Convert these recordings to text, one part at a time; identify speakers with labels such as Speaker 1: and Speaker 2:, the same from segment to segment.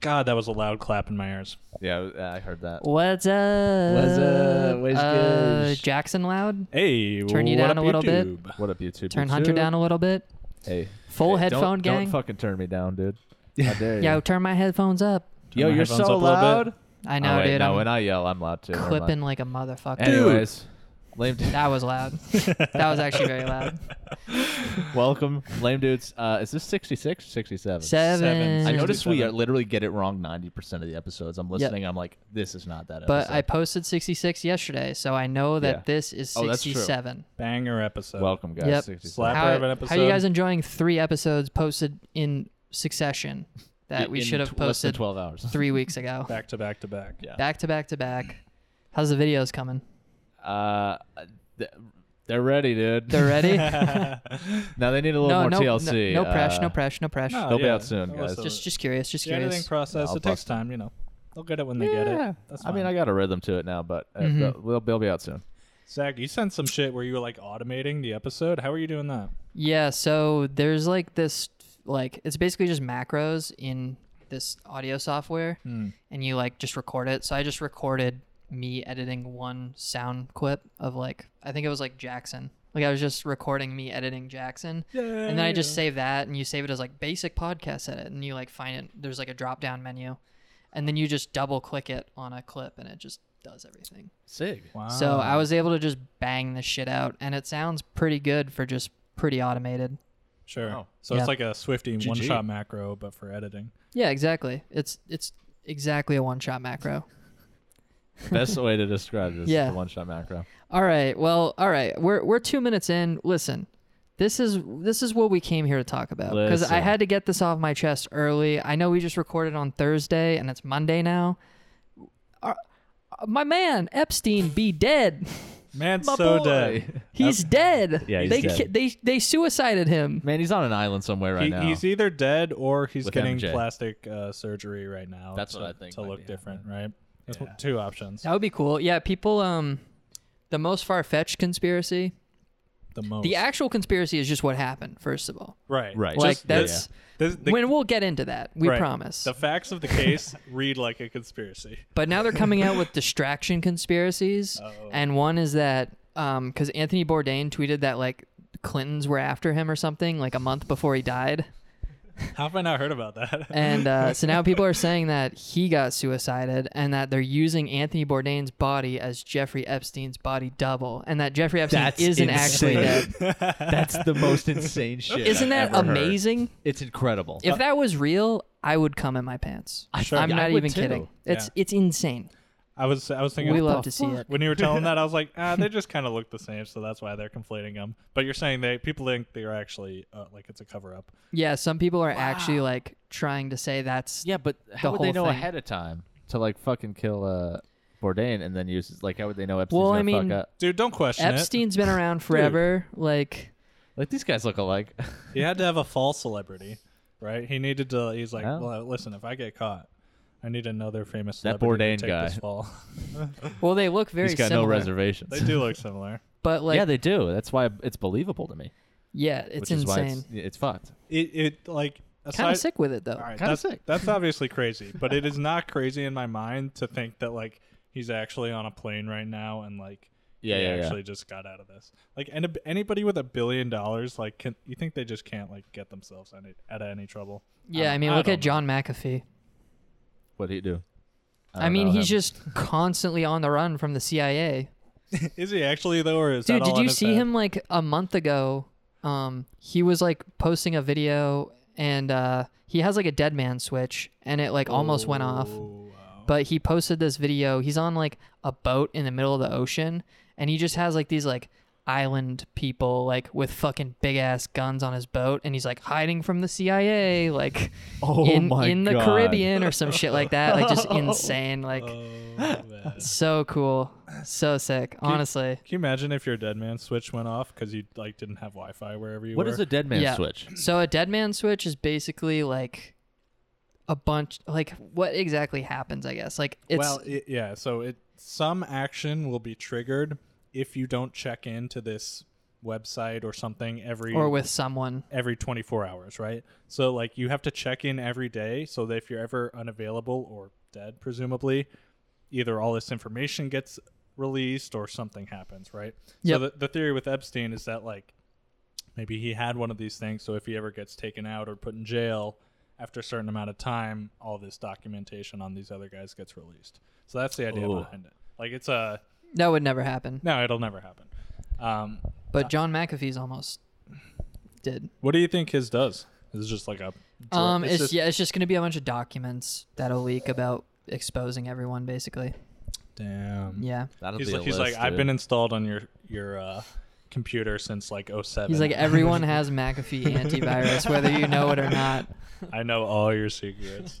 Speaker 1: God, that was a loud clap in my ears.
Speaker 2: Yeah, I heard that.
Speaker 3: What's up?
Speaker 4: What's up? What's
Speaker 3: Uh,
Speaker 4: good?
Speaker 3: Jackson loud.
Speaker 1: Hey,
Speaker 3: Turn you
Speaker 1: what
Speaker 3: down
Speaker 1: up
Speaker 3: a little bit.
Speaker 1: YouTube?
Speaker 2: What up, YouTube?
Speaker 3: Turn Hunter
Speaker 2: YouTube?
Speaker 3: down a little bit.
Speaker 2: Hey,
Speaker 3: Full
Speaker 2: hey,
Speaker 3: headphone
Speaker 2: don't,
Speaker 3: gang.
Speaker 2: Don't fucking turn me down, dude.
Speaker 4: How dare
Speaker 3: Yo,
Speaker 4: you?
Speaker 3: turn my headphones up.
Speaker 1: Turn
Speaker 2: Yo,
Speaker 1: my
Speaker 2: you're
Speaker 1: headphones
Speaker 2: so
Speaker 1: up a little bit.
Speaker 2: loud.
Speaker 3: I know,
Speaker 2: oh, wait,
Speaker 3: dude.
Speaker 2: No,
Speaker 3: I'm
Speaker 2: when I yell, I'm loud too. Never mind.
Speaker 3: clipping like a motherfucker.
Speaker 2: Anyways, lame. Dude.
Speaker 3: That was loud. that was actually very loud.
Speaker 2: Welcome, lame dudes. Uh, is this 66, 67?
Speaker 3: Seven.
Speaker 2: I noticed we
Speaker 1: 67.
Speaker 2: are literally get it wrong 90% of the episodes. I'm listening. I'm like, this is not that
Speaker 3: But
Speaker 2: episode.
Speaker 3: I posted 66 yesterday, so I know that
Speaker 2: Yeah.
Speaker 3: this is
Speaker 2: Oh, that's true.
Speaker 3: 67.
Speaker 1: Banger episode.
Speaker 2: Welcome, guys.
Speaker 3: Yep.
Speaker 2: 67.
Speaker 1: Slap. After
Speaker 3: how,
Speaker 1: every
Speaker 3: how you
Speaker 1: episode.
Speaker 3: guys enjoying three episodes posted in succession that we
Speaker 2: In
Speaker 3: should have
Speaker 2: tw- less than
Speaker 3: posted
Speaker 2: 12 hours.
Speaker 3: three weeks ago?
Speaker 1: back to back to back.
Speaker 2: Yeah.
Speaker 3: Back to back to back. How's the videos coming?
Speaker 2: Uh, th- they're ready, dude.
Speaker 3: They're ready?
Speaker 1: Oh,
Speaker 2: now they need a little
Speaker 3: no,
Speaker 2: more
Speaker 3: no,
Speaker 2: TLC.
Speaker 3: no, no press,
Speaker 2: uh,
Speaker 3: no press, no press.
Speaker 1: No,
Speaker 2: They'll be out soon, guys.
Speaker 1: listen,
Speaker 3: Just, just curious, just
Speaker 1: the editing
Speaker 3: curious.
Speaker 1: process.
Speaker 2: I'll
Speaker 1: It takes
Speaker 2: bust-
Speaker 1: time, you know. They'll get it when they
Speaker 2: yeah.
Speaker 1: get it. That's
Speaker 2: I mean,
Speaker 1: fine.
Speaker 2: I got a rhythm to it now, but uh,
Speaker 3: Mhm.
Speaker 2: they'll, they'll, they'll be out soon.
Speaker 1: Zach, you sent some shit where you were like automating the episode. How are you doing that?
Speaker 3: Yeah, so there's like this, like, it's basically just macros in this audio software,
Speaker 1: Hmm.
Speaker 3: and you like just record it. So I just recorded me editing one sound clip of like, I think it was like Jackson. Like, I was just recording me editing Jackson.
Speaker 1: Yeah.
Speaker 3: And then I just save that, and you save it as like basic podcast edit, and you like find it. There's like a drop down menu, and then you just double click it on a clip, and it just does everything.
Speaker 2: Sig.
Speaker 1: Wow.
Speaker 3: So
Speaker 2: Ah.
Speaker 3: I was able to just bang the shit out, and it sounds pretty good for just pretty automated.
Speaker 1: sure.
Speaker 2: Oh.
Speaker 1: So
Speaker 3: Yeah.
Speaker 1: it's like a Swifty
Speaker 2: GG.
Speaker 1: one-shot macro, but for editing.
Speaker 3: Yeah, exactly. It's it's exactly a one shot macro.
Speaker 2: Best way to describe this
Speaker 3: Yeah.
Speaker 2: is the one shot macro.
Speaker 3: All right. Well, all right. We're we're two minutes in. Listen, this is this is what we came here to talk about because I
Speaker 2: Listen.
Speaker 3: had to get this off my chest early. I know we just recorded on Thursday and it's Monday now. Our- my man Epstein be dead.
Speaker 1: Man,
Speaker 2: My
Speaker 1: so
Speaker 2: boy.
Speaker 1: dead.
Speaker 3: He's dead.
Speaker 2: Yeah, he's
Speaker 3: they
Speaker 2: dead.
Speaker 3: ki- they they suicided him.
Speaker 2: Man, he's on an island somewhere right
Speaker 1: He-
Speaker 2: now.
Speaker 1: he's either dead or he's
Speaker 2: With
Speaker 1: getting
Speaker 2: MJ.
Speaker 1: plastic uh, surgery right now.
Speaker 2: That's what
Speaker 1: to-
Speaker 2: I think
Speaker 1: to
Speaker 2: might
Speaker 1: look
Speaker 2: be
Speaker 1: different, right? That's what- two options.
Speaker 3: That would be cool. Yeah, people. Um, the most far fetched conspiracy.
Speaker 1: The most.
Speaker 3: The actual conspiracy is just what happened. First of all,
Speaker 1: Right.
Speaker 2: Right.
Speaker 3: like
Speaker 2: Just- yeah,
Speaker 3: that's
Speaker 1: This- the-
Speaker 3: when we'll get into that. We
Speaker 1: right.
Speaker 3: promise.
Speaker 1: The facts of the case read like a conspiracy.
Speaker 3: But now they're coming out with distraction conspiracies,
Speaker 2: Oh.
Speaker 3: and one is that because Anthony Bourdain tweeted that like Clintons were after him or something like a month before he died,
Speaker 1: How have I not heard about that?
Speaker 3: and uh, so now people are saying that he got suicided and that they're using Anthony Bourdain's body as Jeffrey Epstein's body double, and that Jeffrey Epstein
Speaker 2: That's
Speaker 3: isn't actually
Speaker 2: insane.
Speaker 3: dead.
Speaker 2: That's the most insane shit.
Speaker 3: Isn't
Speaker 2: I've
Speaker 3: that
Speaker 2: ever heard.
Speaker 3: amazing?
Speaker 2: It's incredible.
Speaker 3: If that was real, I would come in my pants.
Speaker 2: Sure.
Speaker 3: I'm
Speaker 2: I
Speaker 3: not
Speaker 2: would
Speaker 3: even
Speaker 2: too.
Speaker 3: kidding. It's it's insane.
Speaker 1: I was I was thinking
Speaker 3: we
Speaker 1: what
Speaker 3: love
Speaker 1: the
Speaker 3: to see
Speaker 1: fuck?
Speaker 3: it.
Speaker 1: When you were telling that, I was like, ah, they just kind of look the same, so that's why they're conflating them. But you're saying they people think they're actually uh, like it's a cover up.
Speaker 3: Yeah, some people are actually like trying to say that's
Speaker 2: Ah. yeah, but how would they
Speaker 3: whole
Speaker 2: know
Speaker 3: thing.
Speaker 2: ahead of time to like fucking kill uh, Bourdain and then use like how would they know Epstein's
Speaker 3: Well,
Speaker 2: gonna
Speaker 3: I mean-
Speaker 2: fuck up?
Speaker 1: Dude, don't question it.
Speaker 3: Epstein's been around forever. Like,
Speaker 2: Like these guys look alike.
Speaker 1: He had to have a false celebrity, right? He needed to. He's like,
Speaker 2: Yeah.
Speaker 1: well, listen, if I get caught, I need another famous
Speaker 2: That
Speaker 1: celebrity
Speaker 2: Bourdain
Speaker 1: to take
Speaker 2: guy.
Speaker 1: this fall.
Speaker 3: well, they look very
Speaker 2: He's got
Speaker 3: similar.
Speaker 2: no reservations.
Speaker 1: they do look similar.
Speaker 3: But like,
Speaker 2: yeah,
Speaker 3: yeah,
Speaker 2: they do. That's why it's believable to me.
Speaker 3: it's
Speaker 2: which is why
Speaker 3: insane.
Speaker 2: it's, it's fucked.
Speaker 1: It it like
Speaker 3: Kind
Speaker 1: aside,
Speaker 3: of sick with it though.
Speaker 1: All right,
Speaker 2: Kinda
Speaker 1: that's,
Speaker 2: sick.
Speaker 1: That's obviously crazy, but it is not crazy in my mind to think that like he's actually on a plane right now and like
Speaker 2: Yeah,
Speaker 1: he
Speaker 2: yeah, yeah.
Speaker 1: actually just got out of this. Like, and a, anybody with a billion dollars, like, can you think they just can't like get themselves any, out of any trouble?
Speaker 3: Yeah, I,
Speaker 1: don't-
Speaker 2: Um,
Speaker 3: mean, look
Speaker 1: don't
Speaker 3: at
Speaker 1: know.
Speaker 3: John McAfee.
Speaker 2: What do you do?
Speaker 3: I, mean, he's just constantly on the run from the CIA.
Speaker 1: Is he actually though, or is that
Speaker 3: Dude,
Speaker 1: all
Speaker 3: did
Speaker 1: in
Speaker 3: you
Speaker 1: his
Speaker 3: see
Speaker 1: head?
Speaker 3: him like a month ago? Um, he was like posting a video, and uh, he has like a dead man switch, and it like almost went off.
Speaker 1: Oh, wow.
Speaker 3: but he posted this video. He's on like a boat in the middle of the ocean, and he just has like these like island people like with fucking big ass guns on his boat, and he's like hiding from the CIA, like
Speaker 2: Oh
Speaker 3: in
Speaker 2: my
Speaker 3: in the
Speaker 2: God.
Speaker 3: Caribbean or some shit like that. Like just insane, like
Speaker 1: Oh, man. Can
Speaker 3: so cool, so sick. Honestly,
Speaker 1: you imagine if your dead man switch went off because you like didn't have Wi-Fi wherever you
Speaker 2: What
Speaker 1: were?
Speaker 2: is a dead man
Speaker 3: yeah.
Speaker 2: switch?
Speaker 3: So a dead man switch is basically like a bunch like what exactly happens i guess like it's
Speaker 1: well, i yeah. So it some action will be triggered if you don't check into this website or something every
Speaker 3: or with someone.
Speaker 1: every 24 hours, right? So like you have to check in every day. So that if you're ever unavailable or dead, presumably, either all this information gets released or something happens, right? Yeah.
Speaker 3: Yep.
Speaker 1: So the, the theory with Epstein is that like maybe he had one of these things. So if he ever gets taken out or put in jail after a certain amount of time, all this documentation on these other guys gets released. So that's the idea
Speaker 2: Ooh.
Speaker 1: behind it. Like it's a
Speaker 3: That would never happen.
Speaker 1: no, it'll never happen. Um,
Speaker 3: But John McAfee's almost did.
Speaker 1: what do you think his does? Is it just like a dr-
Speaker 3: Um, it's,
Speaker 1: just-
Speaker 3: yeah, it's just gonna be a bunch of documents that'll leak about exposing everyone, basically.
Speaker 1: damn
Speaker 3: Yeah,
Speaker 2: That'll
Speaker 1: he's
Speaker 2: be
Speaker 1: like,
Speaker 2: a
Speaker 1: he's like
Speaker 2: list,
Speaker 1: I've
Speaker 2: dude.
Speaker 1: been installed on your your uh, computer since like 07.
Speaker 3: he's like everyone has McAfee antivirus, whether you know it or not.
Speaker 1: I know all your secrets.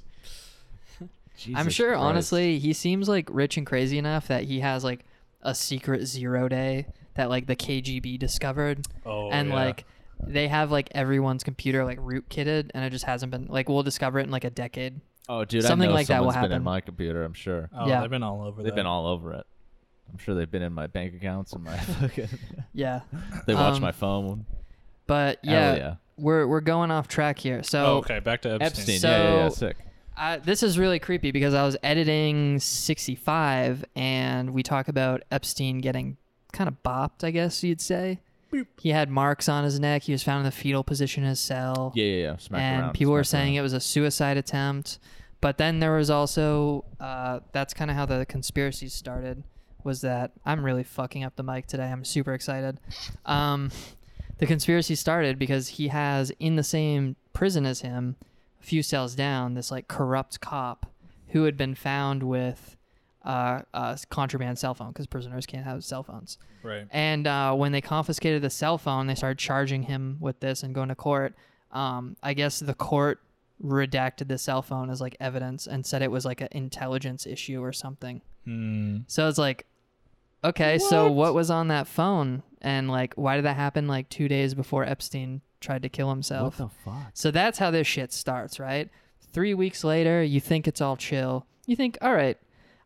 Speaker 3: I'm
Speaker 2: Jesus
Speaker 3: sure,
Speaker 2: Christ.
Speaker 3: honestly, he seems like rich and crazy enough that he has like a secret zero day that like the KGB discovered,
Speaker 1: Oh,
Speaker 3: and
Speaker 1: yeah.
Speaker 3: like they have like everyone's computer like rootkitted, and it just hasn't been like we'll discover it in like a decade.
Speaker 2: Oh, dude,
Speaker 3: something
Speaker 2: I know
Speaker 3: like that will
Speaker 2: someone's been in
Speaker 3: happen.
Speaker 2: my computer. I'm sure
Speaker 1: oh,
Speaker 3: yeah.
Speaker 1: they've been all over.
Speaker 2: they've
Speaker 1: that.
Speaker 2: been all over it. I'm sure they've been in my bank accounts and my fucking.
Speaker 3: Yeah,
Speaker 2: they watch
Speaker 3: Um,
Speaker 2: my phone.
Speaker 3: but
Speaker 2: Hell
Speaker 3: yeah,
Speaker 2: yeah.
Speaker 3: we're we're going off track here. So
Speaker 1: Oh, okay, back to Epstein.
Speaker 2: Epstein. yeah, yeah, yeah,
Speaker 3: so-
Speaker 2: sick.
Speaker 3: I, this is really creepy because I was editing 65 and we talk about Epstein getting kind of bopped, I guess you'd say. He had marks on his neck. He was found in the fetal position in his cell.
Speaker 2: Yeah, yeah, yeah. Smack
Speaker 3: and
Speaker 2: around,
Speaker 3: people were
Speaker 2: smack
Speaker 3: saying
Speaker 2: around.
Speaker 3: it was a suicide attempt. But then there was also, uh, that's kind of how the conspiracies started, was that I'm really fucking up the mic today. I'm super excited. Um, the conspiracy started because he has in the same prison as him, a few cells down, this like corrupt cop who had been found with uh, a contraband cell phone because prisoners can't have cell phones.
Speaker 1: Right.
Speaker 3: And uh, when they confiscated the cell phone, they started charging him with this and going to court. Um, I guess the court redacted the cell phone as like evidence and said it was like an intelligence issue or something.
Speaker 1: Hmm.
Speaker 3: So it's like, okay, so what was on that phone? And like, why did that happen like two days before Epstein tried to kill
Speaker 2: What
Speaker 3: himself?
Speaker 2: the fuck?
Speaker 3: So that's how this shit starts, right? Three weeks later, you think it's all chill. You think, all right,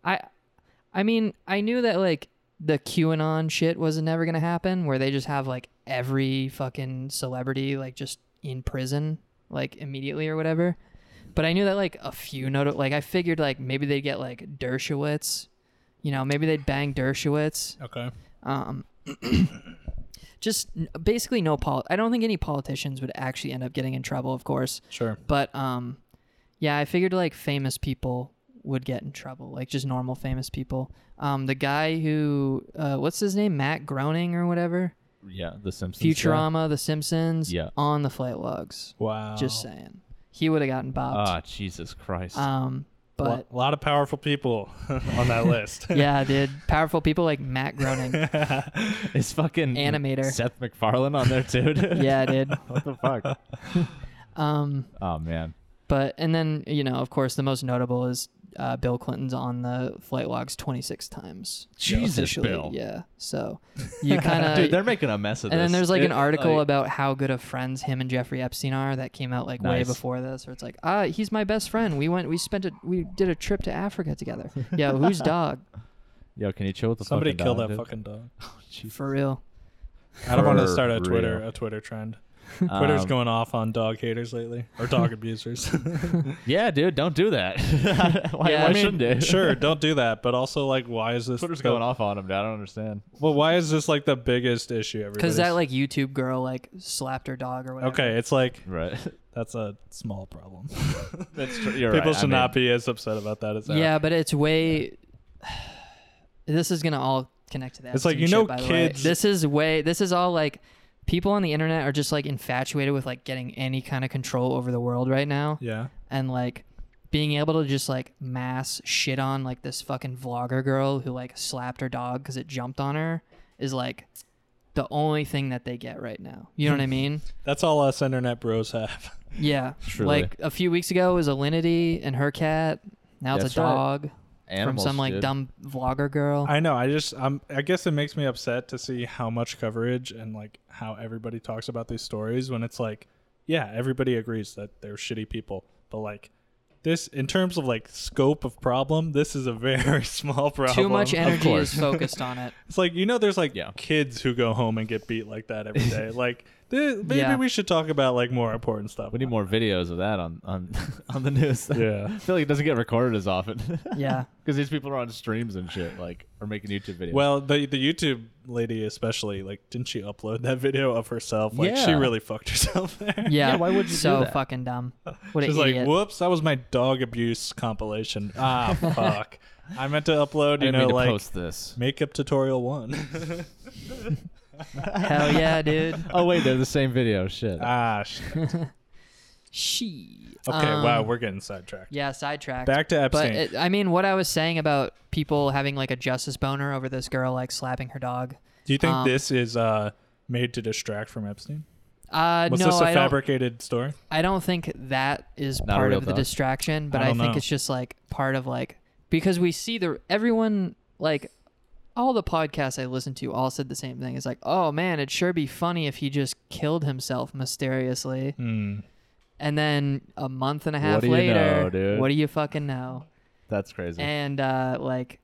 Speaker 3: I, I mean, I knew that like the QAnon shit was never gonna happen, where they just have like every fucking celebrity like just in prison like immediately or whatever. But I knew that like a few note, like I figured like maybe they'd get like Dershowitz, you know, maybe they'd bang Dershowitz.
Speaker 1: Okay.
Speaker 3: Um, just n- basically no pol. I don't think any politicians would actually end up getting in trouble, of course.
Speaker 1: Sure.
Speaker 3: But um, yeah, I figured like famous people would get in trouble, like just normal famous people. Um, the guy who, uh, what's his name, Matt Groening or whatever,
Speaker 2: Yeah, The Simpsons. guy?
Speaker 3: Futurama, The Simpsons,
Speaker 2: Yeah.
Speaker 3: on the flight logs.
Speaker 1: Wow.
Speaker 3: Just
Speaker 2: Oh.
Speaker 3: saying, he would have gotten
Speaker 2: Ah,
Speaker 3: bopped.
Speaker 2: Jesus Christ.
Speaker 3: um,
Speaker 1: a
Speaker 3: but
Speaker 1: lot of powerful people on that list.
Speaker 3: yeah, dude, powerful people like Matt Groening,
Speaker 2: It's fucking
Speaker 3: animator.
Speaker 2: Seth MacFarlane on there, dude.
Speaker 3: yeah, dude.
Speaker 2: What the fuck?
Speaker 3: Um.
Speaker 2: Oh man.
Speaker 3: But and then you know, of course, the most notable is uh, Bill Clinton's on the flight logs 26 times.
Speaker 2: Jesus,
Speaker 3: officially.
Speaker 2: Bill.
Speaker 3: Yeah. So you kind of.
Speaker 2: dude, they're making a mess of
Speaker 3: and
Speaker 2: this.
Speaker 3: then there's like an
Speaker 2: It-
Speaker 3: article
Speaker 2: like-
Speaker 3: about how good of friends him and Jeffrey Epstein are that came out like
Speaker 2: Nice.
Speaker 3: way before this, where it's like, ah, he's my best friend. We went, we spent a, we did a trip to Africa together. Yeah, who's dog
Speaker 2: Yo, can you chill with the
Speaker 1: Somebody
Speaker 2: fucking
Speaker 1: kill
Speaker 2: dog,
Speaker 1: that
Speaker 2: dude?
Speaker 1: fucking dog.
Speaker 3: for real?
Speaker 1: I don't want to
Speaker 2: For
Speaker 1: start a Twitter
Speaker 2: real.
Speaker 1: a Twitter trend. Twitter's
Speaker 2: Um,
Speaker 1: going off on dog haters lately or dog abusers.
Speaker 2: Yeah, dude, don't do that. why
Speaker 3: Yeah,
Speaker 2: why
Speaker 3: I mean,
Speaker 2: shouldn't they?
Speaker 1: sure, don't do that. But also, like, why is this
Speaker 2: Twitter's
Speaker 1: the-
Speaker 2: going off on him, dude. I don't understand.
Speaker 1: Well, why is this like the biggest issue? Everybody's
Speaker 3: Because that like YouTube girl like slapped her dog or whatever.
Speaker 1: okay, it's like
Speaker 2: Right.
Speaker 1: that's a small problem.
Speaker 2: That's true. You're
Speaker 1: People
Speaker 2: right. I
Speaker 1: should not
Speaker 2: mean,
Speaker 1: be as upset about that as I am.
Speaker 3: Yeah, but it's way. this is gonna all connect to that.
Speaker 1: It's like, you know
Speaker 3: by
Speaker 1: kids-
Speaker 3: The way. This is way. This is all like people on the internet are just like infatuated with like getting any kind of control over the world right now,
Speaker 1: Yeah.
Speaker 3: and like being able to just like mass shit on like this fucking vlogger girl who like slapped her dog because it jumped on her is like the only thing that they get right now. You know what I mean?
Speaker 1: That's all us internet bros have.
Speaker 3: Yeah.
Speaker 2: Truly.
Speaker 3: Like a few weeks ago it was Alinity and her cat. Now it's
Speaker 2: That's
Speaker 3: a
Speaker 2: right.
Speaker 3: dog
Speaker 2: Animals,
Speaker 3: from some like
Speaker 2: dude.
Speaker 3: dumb vlogger girl.
Speaker 1: I know. I just um I guess it makes me upset to see how much coverage and like how everybody talks about these stories when it's like, yeah, everybody agrees that they're shitty people, but like this in terms of like scope of problem, this is a very small problem.
Speaker 3: Too much energy is
Speaker 2: course.
Speaker 3: focused on it.
Speaker 1: It's like you know, there's like
Speaker 2: Yeah.
Speaker 1: kids who go home and get beat like that every day. like th- maybe
Speaker 3: Yeah.
Speaker 1: we should talk about like more important stuff.
Speaker 2: We need more videos of that on on on the news.
Speaker 1: Yeah.
Speaker 2: I feel like it doesn't get recorded as often.
Speaker 3: Yeah.
Speaker 2: Because these people are on streams and shit, like, or making YouTube videos.
Speaker 1: Well, the the YouTube lady especially, like, didn't she upload that video of herself? Like, she
Speaker 2: Yeah.
Speaker 1: really fucked herself there.
Speaker 3: Yeah.
Speaker 2: why would you do
Speaker 3: So
Speaker 2: that?
Speaker 3: fucking dumb. What
Speaker 1: She's
Speaker 3: an
Speaker 1: like,
Speaker 3: idiot.
Speaker 1: whoops, that was my dog abuse compilation. Ah, fuck. I meant to upload,
Speaker 2: I
Speaker 1: you
Speaker 2: didn't
Speaker 1: know,
Speaker 2: mean to
Speaker 1: like
Speaker 2: post this.
Speaker 1: makeup tutorial one.
Speaker 3: Hell yeah, dude.
Speaker 2: Oh wait, they're the same video. Shit.
Speaker 1: ah, shit. okay.
Speaker 3: She.
Speaker 1: wow,
Speaker 3: Um,
Speaker 1: we're getting sidetracked.
Speaker 3: Yeah, sidetracked.
Speaker 1: Back to
Speaker 3: but
Speaker 1: Epstein.
Speaker 3: it, I mean, what I was saying about people having like a justice boner over this girl like slapping her dog.
Speaker 1: Do you think
Speaker 3: um,
Speaker 1: this is uh, made to distract from Epstein?
Speaker 3: Uh,
Speaker 1: Was
Speaker 3: no,
Speaker 1: this a
Speaker 3: I don't-
Speaker 1: fabricated story?
Speaker 3: I don't think that is
Speaker 2: Not a
Speaker 3: part
Speaker 2: real
Speaker 3: of the
Speaker 2: dog.
Speaker 3: distraction, but
Speaker 1: I
Speaker 3: I,
Speaker 1: don't
Speaker 3: think
Speaker 1: know.
Speaker 3: it's just like part of like because we see the everyone like all the podcasts I listened to all said the same thing. It's like, oh man, it'd sure be funny if he just killed himself mysteriously.
Speaker 1: Hmm.
Speaker 3: And then a month and a
Speaker 2: What
Speaker 3: half
Speaker 2: do you
Speaker 3: later,
Speaker 2: know, dude?
Speaker 3: what do you fucking know?
Speaker 2: That's crazy.
Speaker 3: And uh, like,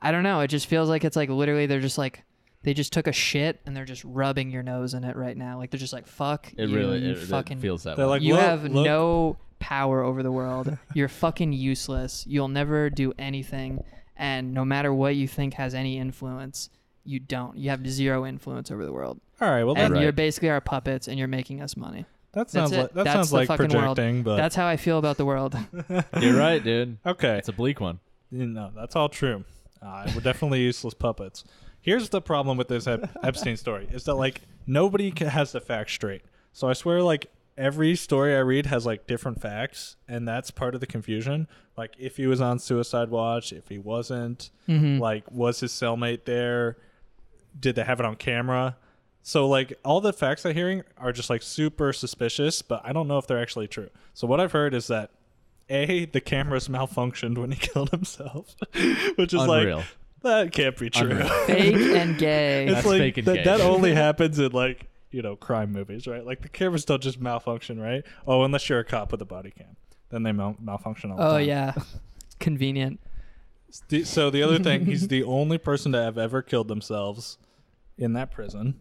Speaker 3: I don't know. It just feels like it's like literally they're just like they just took a shit and they're just rubbing your nose in it right now. Like they're just like fuck
Speaker 2: it
Speaker 3: you,
Speaker 2: really
Speaker 3: you
Speaker 2: it, it
Speaker 3: fucking
Speaker 2: feels that
Speaker 1: They're
Speaker 2: way.
Speaker 1: like,
Speaker 3: you
Speaker 1: look,
Speaker 3: have
Speaker 1: look.
Speaker 3: no power over the world. You're fucking useless. You'll never do anything. And no matter what you think has any influence, you don't. You have zero influence over the world.
Speaker 1: All right, well, that,
Speaker 3: and
Speaker 2: Right.
Speaker 3: you're basically our puppets and you're making us money.
Speaker 1: that
Speaker 3: That's
Speaker 1: sounds
Speaker 3: it.
Speaker 1: like that
Speaker 3: That's
Speaker 1: sounds
Speaker 3: the
Speaker 1: like
Speaker 3: fucking world.
Speaker 1: projecting, but
Speaker 3: That's how I feel about the world.
Speaker 2: You're right, dude.
Speaker 1: okay.
Speaker 2: It's a bleak one.
Speaker 1: You know, that's all true. Uh, we're definitely useless puppets. Here's the problem with this Ep- Epstein story is that like nobody ca- has the facts straight. So I swear, like every story I read has like different facts, and that's part of the confusion. Like if he was on suicide watch, if he wasn't, like was his cellmate there? Did they have it on camera? So like all the facts I'm hearing are just like super suspicious, but I don't know if they're actually true. So what I've heard is that a, the cameras malfunctioned when he killed himself, which is
Speaker 2: Unreal.
Speaker 1: like that can't be true.
Speaker 2: Unreal.
Speaker 3: Fake and gay.
Speaker 1: it's
Speaker 2: That's
Speaker 1: like
Speaker 2: fake and
Speaker 1: that,
Speaker 2: gay.
Speaker 1: that only happens in like you know crime movies, right? Like the cameras don't just malfunction, right? Oh, unless you're a cop with a body cam, then they mal- malfunction all the
Speaker 3: oh
Speaker 1: time.
Speaker 3: yeah. Convenient.
Speaker 1: The- So the other thing, he's the only person to have ever killed themselves in that prison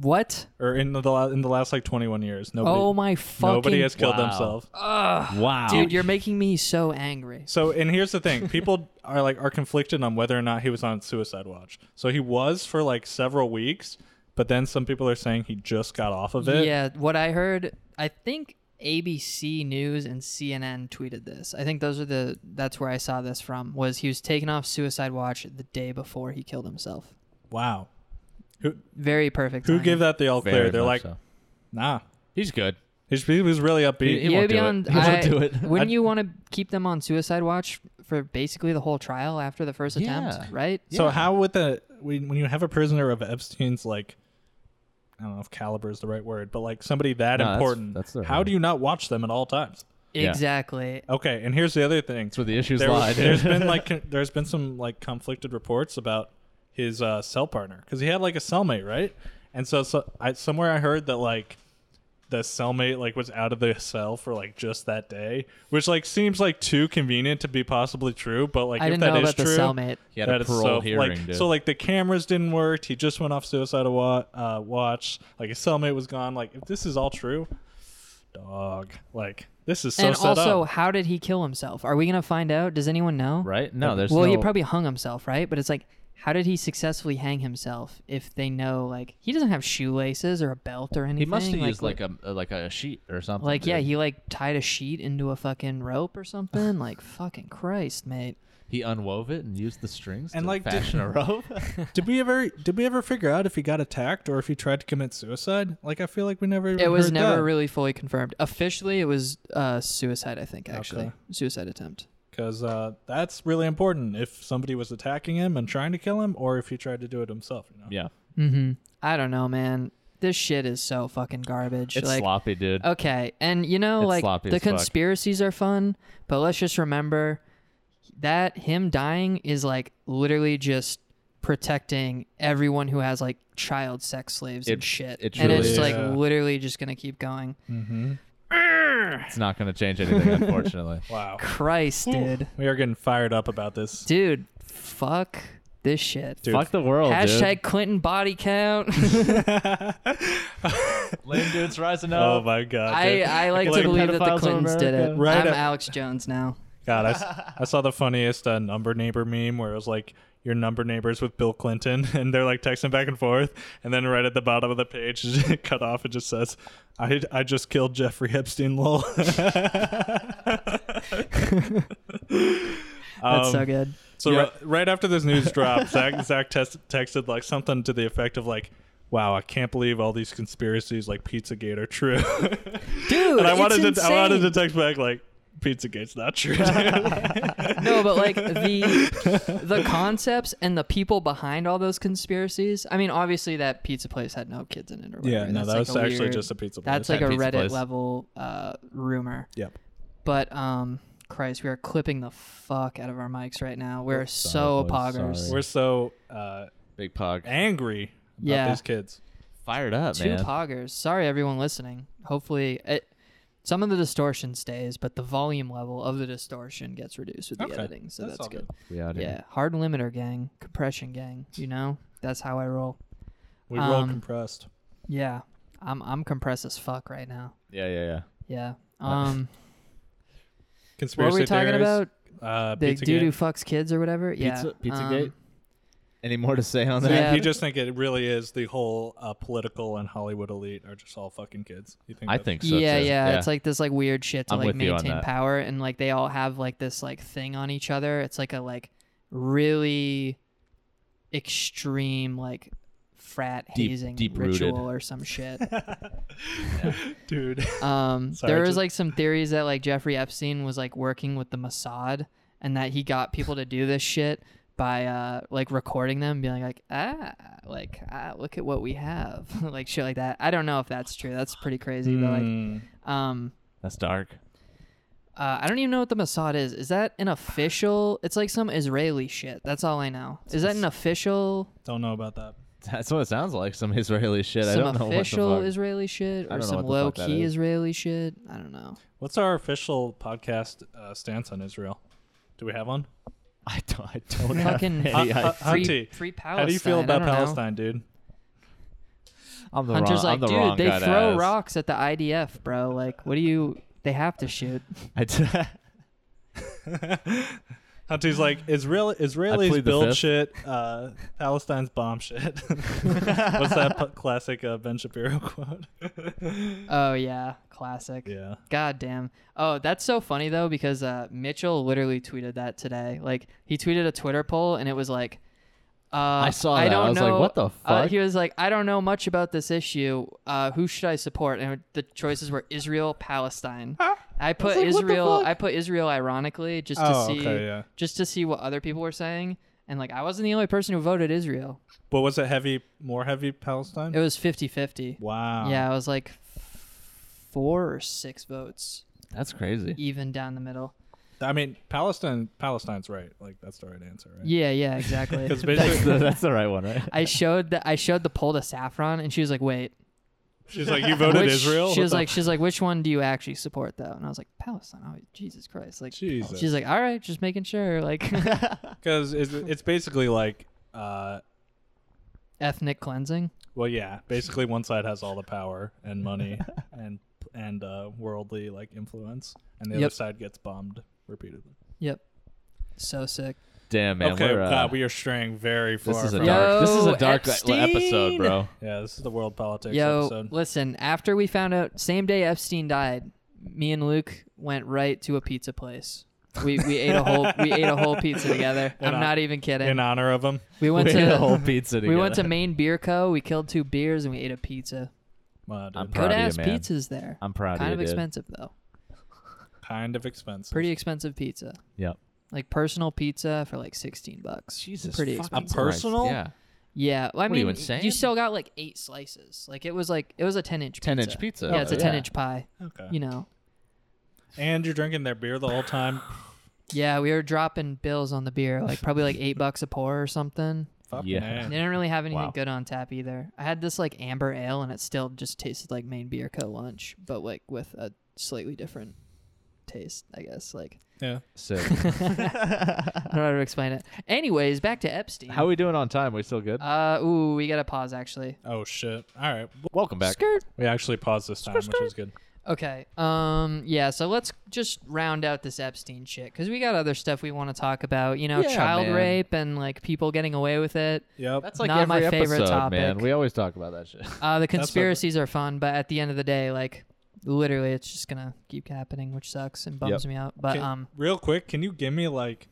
Speaker 3: What?
Speaker 1: or in the la- in the last like 21 years. Nobody,
Speaker 3: oh my fucking
Speaker 1: nobody has killed
Speaker 2: Wow.
Speaker 1: themselves.
Speaker 2: Wow.
Speaker 3: Dude, you're making me so angry.
Speaker 1: So, and here's the thing: people are like are conflicted on whether or not he was on suicide watch. So he was for like several weeks, but then some people are saying he just got off of it.
Speaker 3: Yeah, what I heard, I think ABC News and CNN tweeted this. I think those are the that's where I saw this from. Was he was taken off suicide watch the day before he killed himself.
Speaker 1: Wow. Who
Speaker 3: Very perfect.
Speaker 1: who
Speaker 3: timing.
Speaker 1: gave that the all
Speaker 2: Very
Speaker 1: clear? They're like,
Speaker 2: much so.
Speaker 1: nah.
Speaker 2: he's good.
Speaker 1: He's, he was really upbeat.
Speaker 2: He- he won't do
Speaker 3: beyond-
Speaker 2: it. He won't
Speaker 3: I-
Speaker 2: do it.
Speaker 3: Wouldn't
Speaker 2: I-
Speaker 3: you want to keep them on suicide watch for basically the whole trial after the first
Speaker 2: Yeah.
Speaker 3: attempt, right?
Speaker 1: So how would the when when you have a prisoner of Epstein's like I don't know if caliber is the right word, but like somebody that
Speaker 2: No, that's-
Speaker 1: important,
Speaker 2: that's the
Speaker 1: how
Speaker 2: right
Speaker 1: do you not watch them at all times?
Speaker 2: Yeah.
Speaker 3: Exactly.
Speaker 1: Okay, and here's the other thing.
Speaker 2: That's where the issues
Speaker 1: There
Speaker 2: lie.
Speaker 1: was,
Speaker 2: dude.
Speaker 1: there's been like con- there's been some like conflicted reports about his uh, cell partner because he had like a cellmate, right? And so, so I, somewhere I heard that like the cellmate like was out of the cell for like just that day, which like seems like too convenient to be possibly true. But like
Speaker 3: I
Speaker 1: if
Speaker 3: didn't
Speaker 1: that
Speaker 3: know
Speaker 1: is
Speaker 3: about the
Speaker 1: true,
Speaker 3: cellmate.
Speaker 2: he had a
Speaker 1: that is
Speaker 2: parole
Speaker 1: so,
Speaker 2: hearing,
Speaker 1: like,
Speaker 2: dude.
Speaker 1: So like the cameras didn't work. He just went off suicide wa- uh, watch. Like his cellmate was gone. Like if this is all true, dog. Like this is so
Speaker 3: and
Speaker 1: set
Speaker 3: also,
Speaker 1: up.
Speaker 3: how did he kill himself? Are we gonna find out? Does anyone know?
Speaker 2: right? No, there's
Speaker 3: well, he
Speaker 2: no-
Speaker 3: probably hung himself, right? But it's like, how did he successfully hang himself if they know, like, he doesn't have shoelaces or a belt or anything?
Speaker 2: he must have used
Speaker 3: like,
Speaker 2: like a like a sheet or something.
Speaker 3: like, yeah,
Speaker 2: dude.
Speaker 3: he like tied a sheet into a fucking rope or something. like, fucking Christ, mate.
Speaker 2: he unwove it and used the strings
Speaker 1: And,
Speaker 2: to
Speaker 1: like, did-
Speaker 2: fashion a rope.
Speaker 1: Did we ever did we ever figure out if he got attacked or if he tried to commit suicide? Like I feel like we never.
Speaker 3: It was
Speaker 1: heard
Speaker 3: never
Speaker 1: that.
Speaker 3: really fully confirmed. Officially, it was uh, suicide, I think, actually.
Speaker 1: Okay.
Speaker 3: Suicide attempt.
Speaker 1: because uh, that's really important. If somebody was attacking him and trying to kill him, or if he tried to do it himself, you know.
Speaker 2: yeah,
Speaker 3: hmm I don't know, man. This shit is so fucking garbage.
Speaker 2: it's
Speaker 3: like, uh,
Speaker 2: sloppy, dude.
Speaker 3: Okay, and you know,
Speaker 2: It's
Speaker 3: like
Speaker 2: sloppy
Speaker 3: the
Speaker 2: as fuck.
Speaker 3: conspiracies are fun, but let's just remember that him dying is like literally just protecting everyone who has like child sex slaves and
Speaker 2: It-
Speaker 3: shit,
Speaker 2: it
Speaker 3: and
Speaker 2: truly
Speaker 3: it's
Speaker 1: is.
Speaker 3: like
Speaker 1: Yeah.
Speaker 3: literally just gonna keep going.
Speaker 1: Mm-hmm. dinner.
Speaker 2: It's not going to change anything, unfortunately.
Speaker 1: Wow.
Speaker 3: Christ, dude.
Speaker 1: We are getting fired up about this.
Speaker 3: Dude, fuck this shit.
Speaker 1: Dude.
Speaker 2: Fuck the world,
Speaker 3: Hashtag Clinton body count.
Speaker 2: dude. Lame dudes rising
Speaker 1: Oh
Speaker 2: up.
Speaker 1: my god.
Speaker 3: Uh, I,
Speaker 1: dude.
Speaker 3: I like to
Speaker 2: Like
Speaker 3: believe that
Speaker 2: pedophiles
Speaker 3: the
Speaker 2: in
Speaker 3: Clintons did it.
Speaker 2: America.
Speaker 1: Right
Speaker 3: I'm
Speaker 1: up-
Speaker 3: Alex Jones now.
Speaker 1: God, I, s- I saw the funniest uh, number neighbor meme where it was like your number neighbors with Bill Clinton, and they're like texting back and forth, and then right at the bottom of the page, cut off, it just says, "I I just killed Jeffrey Epstein." Lol.
Speaker 3: That's
Speaker 1: Um,
Speaker 3: so good.
Speaker 1: So
Speaker 2: Yeah.
Speaker 1: right, right after this news dropped, Zach Zach tes- texted like something to the effect of like, "Wow, I can't believe all these conspiracies like PizzaGate are true."
Speaker 3: Dude,
Speaker 1: and I
Speaker 3: it's
Speaker 1: wanted to
Speaker 3: insane.
Speaker 1: I wanted to text back like, "PizzaGate's not true."
Speaker 3: no, but like the the concepts and the people behind all those conspiracies. I mean, obviously that pizza place had no kids in it. Or whatever.
Speaker 1: yeah, no,
Speaker 3: That's
Speaker 1: that
Speaker 3: like
Speaker 1: was
Speaker 3: a
Speaker 1: actually
Speaker 3: weird-
Speaker 1: just a pizza.
Speaker 3: That's
Speaker 1: place.
Speaker 3: like a
Speaker 2: That pizza
Speaker 3: Reddit
Speaker 2: place.
Speaker 3: level uh, rumor.
Speaker 1: Yep.
Speaker 3: But um, Christ, we are clipping the fuck out of our mics right now. We're
Speaker 2: Sorry,
Speaker 3: so
Speaker 2: boys,
Speaker 3: poggers.
Speaker 2: sorry.
Speaker 1: We're so uh,
Speaker 2: Big pog.
Speaker 1: angry about
Speaker 3: Yeah.
Speaker 1: these kids.
Speaker 2: Fired up,
Speaker 3: Two
Speaker 2: man.
Speaker 3: poggers. Sorry, everyone listening. Hopefully, it, some of the distortion stays, but the volume level of the distortion gets reduced with the
Speaker 1: Okay.
Speaker 3: editing, so that's,
Speaker 1: all
Speaker 3: good.
Speaker 2: We out here.
Speaker 3: Yeah, hard limiter gang, compression gang. You know, that's how I roll.
Speaker 1: We roll
Speaker 3: Um,
Speaker 1: compressed.
Speaker 3: Yeah, I'm I'm compressed as fuck right now.
Speaker 2: Yeah, yeah, yeah.
Speaker 3: Yeah.
Speaker 2: Uh,
Speaker 3: Um, what
Speaker 1: Conspiracy
Speaker 3: were we talking
Speaker 1: theories.
Speaker 3: about?
Speaker 1: Uh,
Speaker 3: The
Speaker 1: pizza
Speaker 3: dude who fucks kids or whatever. yeah.
Speaker 2: Pizza,
Speaker 3: um,
Speaker 2: Pizzagate. Any more to say on that?
Speaker 3: Yeah.
Speaker 1: You just think it really is the whole uh, political and Hollywood elite are just all fucking kids. You think
Speaker 2: I
Speaker 1: that's-
Speaker 2: think so.
Speaker 3: yeah,
Speaker 2: too.
Speaker 3: yeah, It's like this like weird shit to
Speaker 2: I'm
Speaker 3: like
Speaker 2: with you on
Speaker 3: maintain
Speaker 2: that.
Speaker 3: power and like they all have like this like thing on each other. It's like a like really extreme like frat
Speaker 2: Deep-
Speaker 3: hazing
Speaker 2: deep-rooted.
Speaker 3: ritual or some shit.
Speaker 1: dude.
Speaker 3: Um
Speaker 1: Sorry,
Speaker 3: there
Speaker 1: I
Speaker 3: was
Speaker 1: just-
Speaker 3: like some theories that like Jeffrey Epstein was like working with the Mossad and that he got people to do this shit by uh like recording them being like ah like ah, look at what we have like shit like that. I don't know if that's true. That's pretty crazy, but like
Speaker 1: Mm.
Speaker 3: um
Speaker 2: That's dark.
Speaker 3: Uh, I don't even know what the Mossad is. Is that an official? It's like some Israeli shit. That's all I know. Is that an official,
Speaker 1: Don't know about that.
Speaker 2: That's what it sounds like. Some Israeli shit. I
Speaker 3: some
Speaker 2: don't know
Speaker 3: official
Speaker 2: what the fuck.
Speaker 3: Israeli
Speaker 2: I
Speaker 3: shit, or
Speaker 2: don't know
Speaker 3: some
Speaker 2: what the
Speaker 3: low
Speaker 2: fuck that
Speaker 3: key
Speaker 2: is.
Speaker 3: Israeli shit? I don't know.
Speaker 1: What's our official podcast uh, stance on Israel? Do we have one?
Speaker 2: I don't. I don't have
Speaker 3: Fucking
Speaker 2: any
Speaker 1: Uh, uh,
Speaker 2: idea.
Speaker 1: Hunty,
Speaker 3: free, free Palestine.
Speaker 1: How do you feel
Speaker 3: I
Speaker 1: about
Speaker 3: don't know.
Speaker 1: Palestine, dude?
Speaker 2: I'm the
Speaker 3: Hunter's
Speaker 2: wrong. I'm
Speaker 3: like,
Speaker 2: the
Speaker 3: dude,
Speaker 2: wrong
Speaker 3: they
Speaker 2: guy to
Speaker 3: throw
Speaker 2: ask."
Speaker 3: rocks at the IDF, bro. Like, what do you? They have to shoot.
Speaker 2: I d-
Speaker 1: Hunty's like Israel. Israelis
Speaker 2: plead the
Speaker 1: build
Speaker 2: fifth.
Speaker 1: shit. Uh, Palestine's bomb shit. What's that pu- classic uh, Ben Shapiro quote?
Speaker 3: Oh yeah, classic.
Speaker 1: yeah.
Speaker 3: God damn. Oh, that's so funny though because uh, Mitchell literally tweeted that today. Like he tweeted a Twitter poll and it was like, uh, I
Speaker 2: saw
Speaker 3: I
Speaker 2: that. I
Speaker 3: don't
Speaker 2: was
Speaker 3: know.
Speaker 2: like, what the
Speaker 3: Uh,
Speaker 2: fuck?
Speaker 3: he was like, I don't know much about this issue. Uh, who should I support? And the choices were Israel, Palestine. I
Speaker 2: like, what
Speaker 3: put
Speaker 2: the
Speaker 3: Israel.
Speaker 2: fuck?
Speaker 3: I put Israel ironically just to
Speaker 1: Oh,
Speaker 3: see
Speaker 1: okay, yeah.
Speaker 3: just to see what other people were saying. And like I wasn't the only person who voted Israel.
Speaker 1: But was it heavy? More heavy Palestine?
Speaker 3: It was 50-50.
Speaker 1: wow.
Speaker 3: Yeah, it was like four or six votes
Speaker 2: That's crazy.
Speaker 3: even down the middle.
Speaker 1: I mean, Palestine. Palestine's right. Like that's the right answer, right?
Speaker 3: Yeah, yeah, exactly.
Speaker 1: 'Cause
Speaker 2: That's
Speaker 1: basically,
Speaker 2: the, that's the right one, right?
Speaker 3: I showed the I showed the poll to Saffron, and she was like, "Wait,
Speaker 1: she's like, you voted
Speaker 3: which,
Speaker 1: Israel.
Speaker 3: She
Speaker 1: What
Speaker 3: was
Speaker 1: the
Speaker 3: like, "She's like, which one do you actually support, though?" And I was like, "Palestine." Oh, Jesus Christ! Like,
Speaker 1: Jesus.
Speaker 3: she's like, "All right, just making sure." Like,
Speaker 1: Because it's, it's basically like, uh,
Speaker 3: ethnic cleansing.
Speaker 1: well, yeah, basically one side has all the power and money and and uh, worldly like influence, and the
Speaker 3: Yep.
Speaker 1: other side gets bombed repeatedly.
Speaker 3: Yep. So sick.
Speaker 2: Damn man,
Speaker 1: okay,
Speaker 2: we're, uh,
Speaker 1: God, we are straying very far.
Speaker 2: this is a
Speaker 1: from-
Speaker 3: Yo,
Speaker 2: dark. This is a dark e-,
Speaker 3: Epstein!
Speaker 2: episode, bro.
Speaker 1: yeah, this is the world politics
Speaker 3: Yo,
Speaker 1: episode.
Speaker 3: listen. After we found out same day Epstein died, me and Luke went right to a pizza place. We we ate a whole we ate a whole pizza together. I'm
Speaker 1: hon-
Speaker 3: not even kidding.
Speaker 1: In honor of him,
Speaker 3: we went
Speaker 2: we
Speaker 3: to
Speaker 2: ate a whole pizza
Speaker 3: we went to
Speaker 2: together.
Speaker 3: Maine Beer Co. We killed two beers and we ate a pizza.
Speaker 1: Wow, dude.
Speaker 2: I'm proud
Speaker 3: Good
Speaker 2: of you,
Speaker 3: ass
Speaker 2: man.
Speaker 3: pizzas there.
Speaker 2: I'm proud
Speaker 3: kind
Speaker 2: of
Speaker 3: of
Speaker 2: you, dude.
Speaker 3: expensive though.
Speaker 1: kind of expensive.
Speaker 3: Pretty expensive pizza.
Speaker 2: Yep.
Speaker 3: Like personal pizza for like sixteen bucks.
Speaker 2: Jesus,
Speaker 3: pretty
Speaker 2: fucking
Speaker 3: expensive.
Speaker 1: A personal?
Speaker 2: Christ. Yeah,
Speaker 3: Yeah, well, I
Speaker 2: What are
Speaker 3: mean,
Speaker 2: you,
Speaker 3: you,
Speaker 2: insane?
Speaker 3: still got like eight slices. Like it was like it was a ten inch
Speaker 2: 10 inch pizza. Oh,
Speaker 3: Yeah, it's a
Speaker 2: Yeah.
Speaker 3: ten inch pie.
Speaker 1: Okay.
Speaker 3: You know.
Speaker 1: And you're drinking their beer the whole time.
Speaker 3: Yeah, we were dropping bills on the beer, like probably like eight bucks a pour or something.
Speaker 1: Fucking
Speaker 2: Yeah.
Speaker 1: A.
Speaker 3: They didn't really have anything
Speaker 2: Wow.
Speaker 3: good on tap either. I had this like amber ale, and it still just tasted like Maine Beer Co. lunch, but like with a slightly different taste, I guess. Like
Speaker 1: Yeah.
Speaker 2: So,
Speaker 3: I don't know how to explain it. Anyways, back to Epstein.
Speaker 2: how are we doing on time? We still good?
Speaker 3: Uh, ooh, we gotta pause actually.
Speaker 1: Oh shit. All right.
Speaker 2: Welcome back.
Speaker 3: Skirt.
Speaker 1: We actually paused this time, which was good.
Speaker 3: Okay. Um. Yeah. So let's just round out this Epstein shit because we got other stuff we want to talk about. You know,
Speaker 2: Yeah,
Speaker 3: child
Speaker 2: man.
Speaker 3: rape and like people getting away with it.
Speaker 1: Yep.
Speaker 2: That's like
Speaker 3: Not
Speaker 2: every
Speaker 3: my favorite
Speaker 2: episode,
Speaker 3: topic.
Speaker 2: man. We always talk about that shit.
Speaker 3: Uh, the
Speaker 1: what-
Speaker 3: conspiracies are fun, but at the end of the day, like literally, it's just gonna keep happening, which sucks and bums
Speaker 2: Yep.
Speaker 3: me out. But
Speaker 1: Can-
Speaker 3: um,
Speaker 1: real quick, can you give me like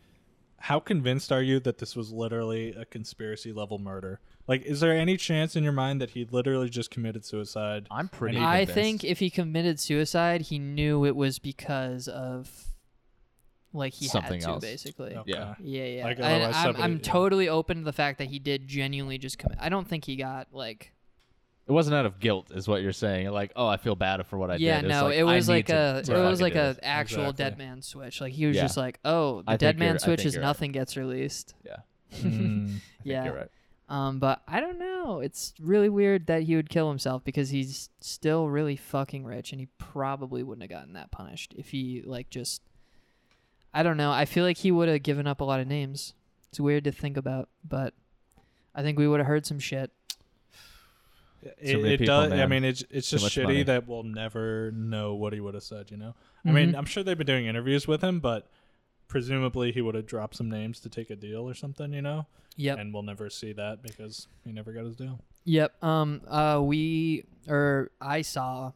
Speaker 1: how convinced are you that this was literally a conspiracy level murder? Like, is there any chance in your mind that he literally just committed suicide?
Speaker 2: I'm pretty.
Speaker 1: Be
Speaker 3: I
Speaker 2: convinced.
Speaker 3: think if he committed suicide, he knew it was because of like he
Speaker 2: Something
Speaker 3: had to
Speaker 2: else.
Speaker 3: basically.
Speaker 1: Okay.
Speaker 2: Yeah.
Speaker 3: Yeah, yeah.
Speaker 1: Like,
Speaker 3: I,
Speaker 1: otherwise
Speaker 3: I'm,
Speaker 1: somebody-
Speaker 3: I'm
Speaker 1: yeah.
Speaker 3: totally open to the fact that he did genuinely just commit. I don't think he got like
Speaker 2: it wasn't out of guilt, is what you're saying. Like, oh, I feel bad for what I
Speaker 3: yeah,
Speaker 2: did.
Speaker 3: no, it was like a it was like a
Speaker 2: a.
Speaker 3: actual
Speaker 1: Exactly.
Speaker 3: dead man switch. Like he was
Speaker 2: Yeah.
Speaker 3: just like, oh, the
Speaker 2: I
Speaker 3: dead
Speaker 2: think
Speaker 3: man
Speaker 2: you're- I
Speaker 3: switch
Speaker 2: think
Speaker 3: is
Speaker 2: you're right.
Speaker 3: nothing gets released.
Speaker 2: Yeah, I think
Speaker 1: Hmm.
Speaker 3: Yeah,
Speaker 2: you're right.
Speaker 3: um, but I don't know. It's really weird that he would kill himself because he's still really fucking rich, and he probably wouldn't have gotten that punished if he like just. I don't know. I feel like he would have given up a lot of names. It's weird to think about, but I think we would have heard some shit.
Speaker 1: It,
Speaker 2: many
Speaker 1: it
Speaker 2: people,
Speaker 1: does. I
Speaker 2: man.
Speaker 1: mean, it's it's
Speaker 2: Too
Speaker 1: just
Speaker 2: much
Speaker 1: shitty
Speaker 2: money.
Speaker 1: that we'll never know what he would have said. You know, I
Speaker 3: Mm-hmm.
Speaker 1: mean, I'm sure they've been doing interviews with him, but presumably he would have dropped some names to take a deal or something. You know,
Speaker 3: Yep.
Speaker 1: and we'll never see that because he never got his deal.
Speaker 3: Yep. Um. Uh. We or I saw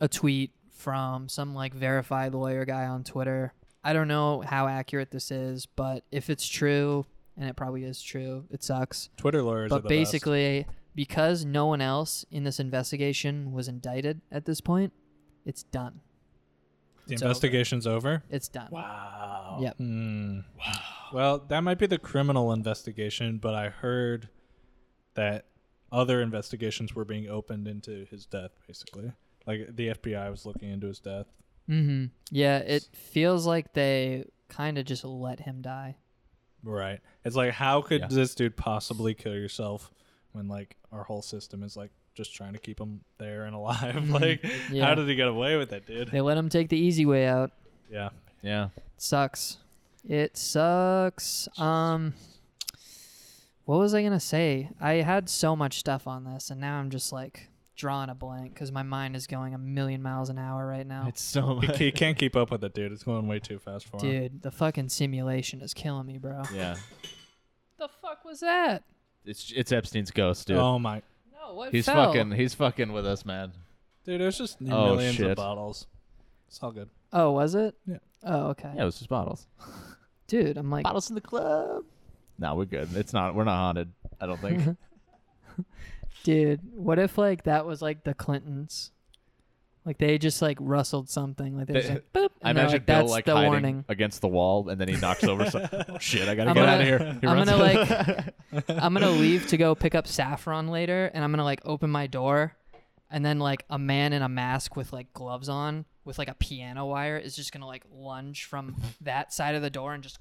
Speaker 3: a tweet from some like verified lawyer guy on Twitter. I don't know how accurate this is, but if it's true, and it probably is true, it sucks.
Speaker 1: Twitter lawyers, are
Speaker 3: but
Speaker 1: the best.
Speaker 3: basically, because no one else in this investigation was indicted at this point, it's done.
Speaker 1: the
Speaker 3: it's
Speaker 1: investigation's over.
Speaker 3: It's done.
Speaker 2: Wow.
Speaker 3: Yep.
Speaker 1: Hmm. Well, that might be the criminal investigation, but I heard that other investigations were being opened into his death. Basically, like the FBI was looking into his death.
Speaker 3: Mm-hmm. Yeah. It feels like they kind of just let him die.
Speaker 1: Right. It's like how could
Speaker 2: Yeah.
Speaker 1: this dude possibly kill yourself when like our whole system is like just trying to keep him there and alive? like
Speaker 3: Mm-hmm. yeah.
Speaker 1: how did he get away with it, dude?
Speaker 3: They let him take the easy way out.
Speaker 1: Yeah.
Speaker 2: Yeah.
Speaker 3: sucks. It sucks. Um what was I going to say? I had so much stuff on this and now I'm just like drawing a blank cuz my mind is going a million miles an hour right now.
Speaker 2: It's so
Speaker 1: He,
Speaker 2: much.
Speaker 1: he can't keep up with it, dude. It's going way too fast for him.
Speaker 3: Dude, the fucking simulation is killing me, bro.
Speaker 2: yeah.
Speaker 3: The fuck was that?
Speaker 2: It's it's Epstein's ghost, dude.
Speaker 1: Oh my
Speaker 3: No, what
Speaker 2: he's
Speaker 3: fell?
Speaker 2: fucking he's fucking with us, man.
Speaker 1: dude, there's just
Speaker 2: Oh,
Speaker 1: millions of
Speaker 2: shit.
Speaker 1: bottles. It's all good.
Speaker 3: Oh, was it?
Speaker 1: Yeah.
Speaker 3: Oh, okay.
Speaker 2: Yeah, it was just bottles.
Speaker 3: Dude, I'm like
Speaker 2: Bottles in the club. No, we're good. It's not. We're not haunted. I don't think.
Speaker 3: dude, what if like that was like the Clintons? Like they just like rustled something like they just
Speaker 2: They-
Speaker 3: like boop.
Speaker 2: I
Speaker 3: and they're
Speaker 2: imagine
Speaker 3: like,
Speaker 2: Bill
Speaker 3: that's
Speaker 2: like
Speaker 3: the
Speaker 2: hiding
Speaker 3: warning.
Speaker 2: against the wall, and then he knocks over. Some, oh shit! I gotta
Speaker 3: I'm
Speaker 2: get
Speaker 3: gonna-
Speaker 2: out of here. He
Speaker 3: I'm
Speaker 2: runs
Speaker 3: gonna
Speaker 2: out.
Speaker 3: like I'm gonna leave to go pick up saffron later, and I'm gonna like open my door, and then like a man in a mask with like gloves on, with like a piano wire, is just gonna like lunge from that side of the door and just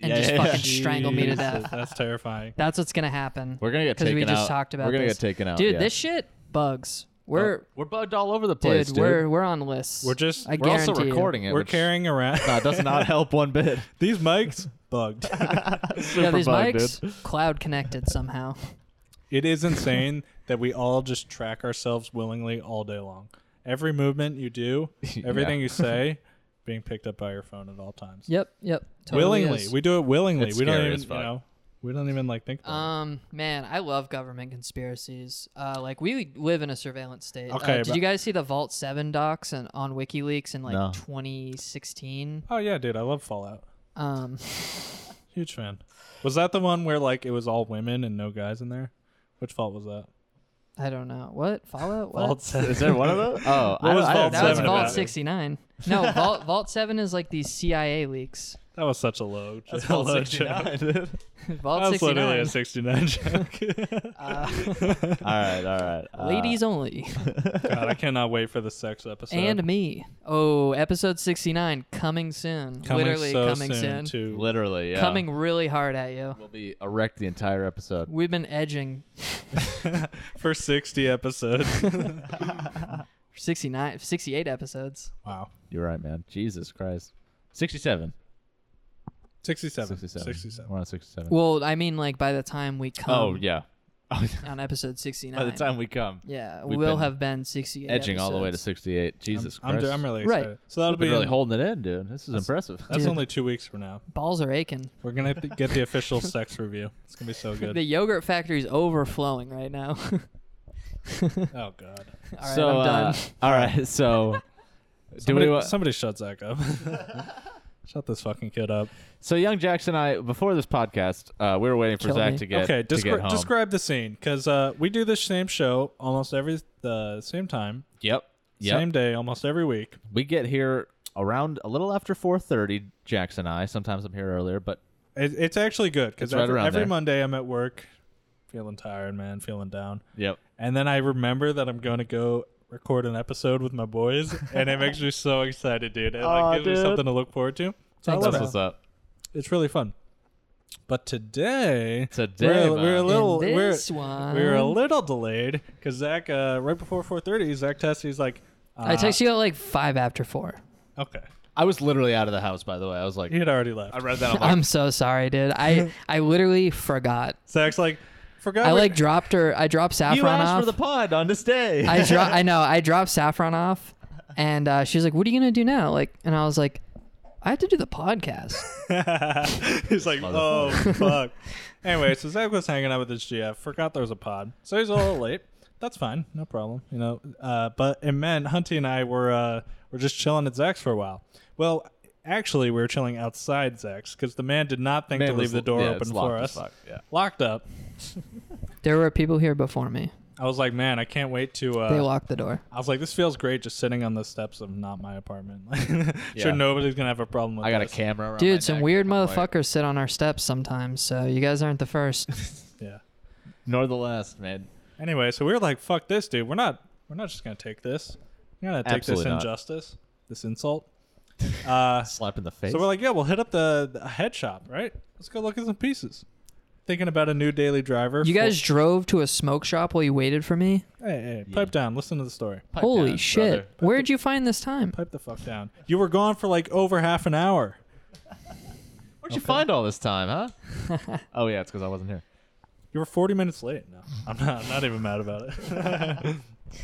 Speaker 3: and
Speaker 2: Yeah,
Speaker 3: just
Speaker 2: yeah, yeah.
Speaker 3: fucking strangle me to
Speaker 1: Jesus,
Speaker 3: death.
Speaker 1: That's terrifying.
Speaker 3: That's what's gonna happen,
Speaker 2: We're gonna get
Speaker 3: 'Cause we
Speaker 2: taken
Speaker 3: just
Speaker 2: out.
Speaker 3: talked about
Speaker 2: We're gonna
Speaker 3: this.
Speaker 2: get taken out,
Speaker 3: dude.
Speaker 2: yeah.
Speaker 3: This shit bugs. We're
Speaker 2: we're bugged all over the
Speaker 3: dude,
Speaker 2: place, dude.
Speaker 3: we're we're on lists.
Speaker 1: We're just
Speaker 3: I
Speaker 2: We're also
Speaker 3: guarantee you.
Speaker 2: recording it.
Speaker 1: we're
Speaker 2: which-
Speaker 1: carrying around
Speaker 2: Nah, it does not help one bit.
Speaker 1: these mics bugged.
Speaker 2: Super
Speaker 3: Yeah, these
Speaker 2: bugged,
Speaker 3: mics
Speaker 2: dude.
Speaker 3: cloud connected somehow.
Speaker 1: It is insane that we all just track ourselves willingly all day long. Every movement you do, everything you say, being picked up by your phone at all times.
Speaker 3: Yep, yep. Totally
Speaker 1: willingly,
Speaker 3: is.
Speaker 1: we do it willingly.
Speaker 2: It's
Speaker 1: we don't
Speaker 2: scary
Speaker 1: even,
Speaker 2: as
Speaker 1: you
Speaker 2: fuck.
Speaker 1: know, we don't even like think. About
Speaker 3: Um, man, I love government conspiracies. Uh, like we live in a surveillance state. Uh,
Speaker 1: Okay,
Speaker 3: did
Speaker 1: but-
Speaker 3: you guys see the Vault Seven docs and on WikiLeaks in like
Speaker 2: No.
Speaker 3: 2016?
Speaker 1: it. Oh yeah, dude, I love Fallout.
Speaker 3: Um,
Speaker 1: Huge fan. Was that the one where like it was all women and no guys in there? Which fault was that?
Speaker 3: I don't know what Fallout. What?
Speaker 1: Vault
Speaker 2: Is there one of those? Oh, I,
Speaker 1: was
Speaker 2: I
Speaker 1: Vault
Speaker 2: don't
Speaker 3: that was
Speaker 1: Seven
Speaker 3: Vault
Speaker 1: about?
Speaker 3: 69. No, Vault Vault Seven is like these CIA leaks.
Speaker 1: That was such a low,
Speaker 4: That's
Speaker 1: a
Speaker 4: Vault
Speaker 1: low joke.
Speaker 4: 69, dude.
Speaker 3: Vault
Speaker 1: That was
Speaker 3: sixty
Speaker 1: literally
Speaker 3: nine.
Speaker 1: a 69 joke.
Speaker 2: All right, all right. Uh,
Speaker 3: Ladies only.
Speaker 1: God, I cannot wait for the sex episode.
Speaker 3: and me. Oh, episode sixty nine coming soon.
Speaker 1: coming
Speaker 3: Literally
Speaker 1: so
Speaker 3: coming soon.
Speaker 1: too.
Speaker 4: Literally, yeah.
Speaker 3: Coming really hard at you.
Speaker 2: We'll be erect the entire episode.
Speaker 3: We've been edging
Speaker 1: for 60 episodes.
Speaker 3: 69, 68 episodes.
Speaker 1: wow.
Speaker 2: You're right, man. Jesus Christ. 67.
Speaker 1: 67.
Speaker 2: 67.
Speaker 1: 67.
Speaker 2: We're on 67.
Speaker 3: Well, I mean, like by the time we come
Speaker 2: oh, yeah.
Speaker 3: on episode sixty
Speaker 2: By
Speaker 3: nine.
Speaker 2: the time we come,
Speaker 3: yeah,
Speaker 2: we've
Speaker 3: we'll
Speaker 2: been
Speaker 3: have been sixty eight.
Speaker 2: edging all the way to 68.
Speaker 1: I'm,
Speaker 2: Jesus
Speaker 1: I'm,
Speaker 2: Christ.
Speaker 1: do- I'm really
Speaker 3: Right.
Speaker 1: excited. So that'll
Speaker 2: We've been
Speaker 1: be
Speaker 2: really
Speaker 1: in-
Speaker 2: holding it in, dude. This is impressive.
Speaker 1: That's
Speaker 3: Dude.
Speaker 1: only two weeks from now.
Speaker 3: balls are aching.
Speaker 1: We're gonna have to get the official sex review. It's gonna be so
Speaker 3: The
Speaker 1: good.
Speaker 3: yogurt factory's overflowing right now. all
Speaker 1: Oh God!
Speaker 3: right,
Speaker 2: so,
Speaker 3: I'm done.
Speaker 2: uh, all right. So, do
Speaker 1: Somebody,
Speaker 2: we, wa-
Speaker 1: somebody shut Zach up. shut this fucking kid up.
Speaker 2: so young Jackson and I, before this podcast, uh, we were waiting for
Speaker 3: Kill
Speaker 2: Zach
Speaker 3: me.
Speaker 2: to get,
Speaker 1: okay,
Speaker 2: to get
Speaker 1: descri-
Speaker 2: home.
Speaker 1: describe the scene because uh, we do this same show almost every the same time,
Speaker 2: Yep. Yep.
Speaker 1: same day, almost every week.
Speaker 2: We get here around a little after 4.30, Jackson and I. Sometimes I'm here earlier, but
Speaker 1: It, it's actually good because
Speaker 2: It's right
Speaker 1: every,
Speaker 2: around
Speaker 1: every
Speaker 2: there.
Speaker 1: Monday I'm at work, feeling tired, man, feeling down,
Speaker 2: yep.
Speaker 1: and then I remember that I'm going to go record an episode with my boys, and it makes me so excited, dude. It
Speaker 2: Aw,
Speaker 1: like, gives
Speaker 2: dude.
Speaker 1: me something to look forward to. So I
Speaker 3: Thanks,
Speaker 1: love
Speaker 2: That's
Speaker 1: it.
Speaker 3: bro.
Speaker 2: what's up.
Speaker 1: It's really fun. But today,
Speaker 2: Today,
Speaker 1: we're, we're a
Speaker 2: man.
Speaker 1: little
Speaker 3: And
Speaker 1: we're,
Speaker 3: this one.
Speaker 1: we were a little delayed because Zach uh, right before 4:30, Zach Tessy's like, uh,
Speaker 3: I text you at like five after four.
Speaker 1: Okay,
Speaker 2: I was literally out of the house, by the way. I was like,
Speaker 1: he had already left.
Speaker 2: I read that. I'm like,
Speaker 3: I'm so sorry, dude. I I literally forgot.
Speaker 1: Zach's like, forgot.
Speaker 3: I
Speaker 1: we-
Speaker 3: like dropped her. I dropped Saffron
Speaker 2: you asked
Speaker 3: off.
Speaker 2: for the pod on this day.
Speaker 3: I dro- I know. I dropped Saffron off, and uh, she's like, "What are you gonna do now?" Like, and I was like, "I have to do the podcast."
Speaker 1: He's like, oh fuck. Anyway, so Zach was hanging out with his GF, forgot there was a pod, so he's a little late. That's fine, no problem, you know. Uh, but it meant Hunty and I were uh, were just chilling at Zach's for a while. Well, actually, we were chilling outside Zach's because the man did not think
Speaker 2: Man
Speaker 1: to
Speaker 2: was
Speaker 1: leave the
Speaker 2: l-
Speaker 1: door
Speaker 2: yeah,
Speaker 1: open
Speaker 2: it's locked
Speaker 1: for
Speaker 2: as
Speaker 1: us.
Speaker 2: fuck, yeah.
Speaker 1: Locked up.
Speaker 3: there were people here before me.
Speaker 1: I was like, man, I can't wait to.
Speaker 3: They
Speaker 1: Uh,
Speaker 3: locked the door.
Speaker 1: I was like, this feels great, just sitting on the steps of not my apartment.
Speaker 2: Yeah.
Speaker 1: Sure, nobody's gonna have a problem with.
Speaker 2: I got a
Speaker 1: this.
Speaker 2: camera. around my
Speaker 3: Dude, some
Speaker 2: neck.
Speaker 3: weird
Speaker 2: I'm like,
Speaker 3: motherfuckers sit on our steps sometimes, so you guys aren't the first.
Speaker 1: Yeah.
Speaker 2: Nor the last, man.
Speaker 1: Anyway, so we were like, "Fuck this, dude. We're not. We're not just gonna take this. We're gonna take
Speaker 2: Absolutely
Speaker 1: this
Speaker 2: not.
Speaker 1: injustice, this insult." Uh,
Speaker 2: Slap in the face.
Speaker 1: so we're like, "Yeah, we'll hit up the, the head shop, right? Let's go look at some pieces." Thinking about a new daily driver.
Speaker 3: You
Speaker 1: for-
Speaker 3: guys drove to a smoke shop while you waited for me?
Speaker 1: hey, hey, pipe down. Listen to the story.
Speaker 2: Pipe
Speaker 3: Holy
Speaker 2: down,
Speaker 3: shit.
Speaker 2: brother.
Speaker 3: Where'd you find this time?
Speaker 1: Pipe the fuck down. You were gone for like over half an hour.
Speaker 2: Where'd you find all this time, huh? oh yeah, it's because I wasn't here.
Speaker 1: You were 40 minutes late. No, I'm not. I'm not even mad about it.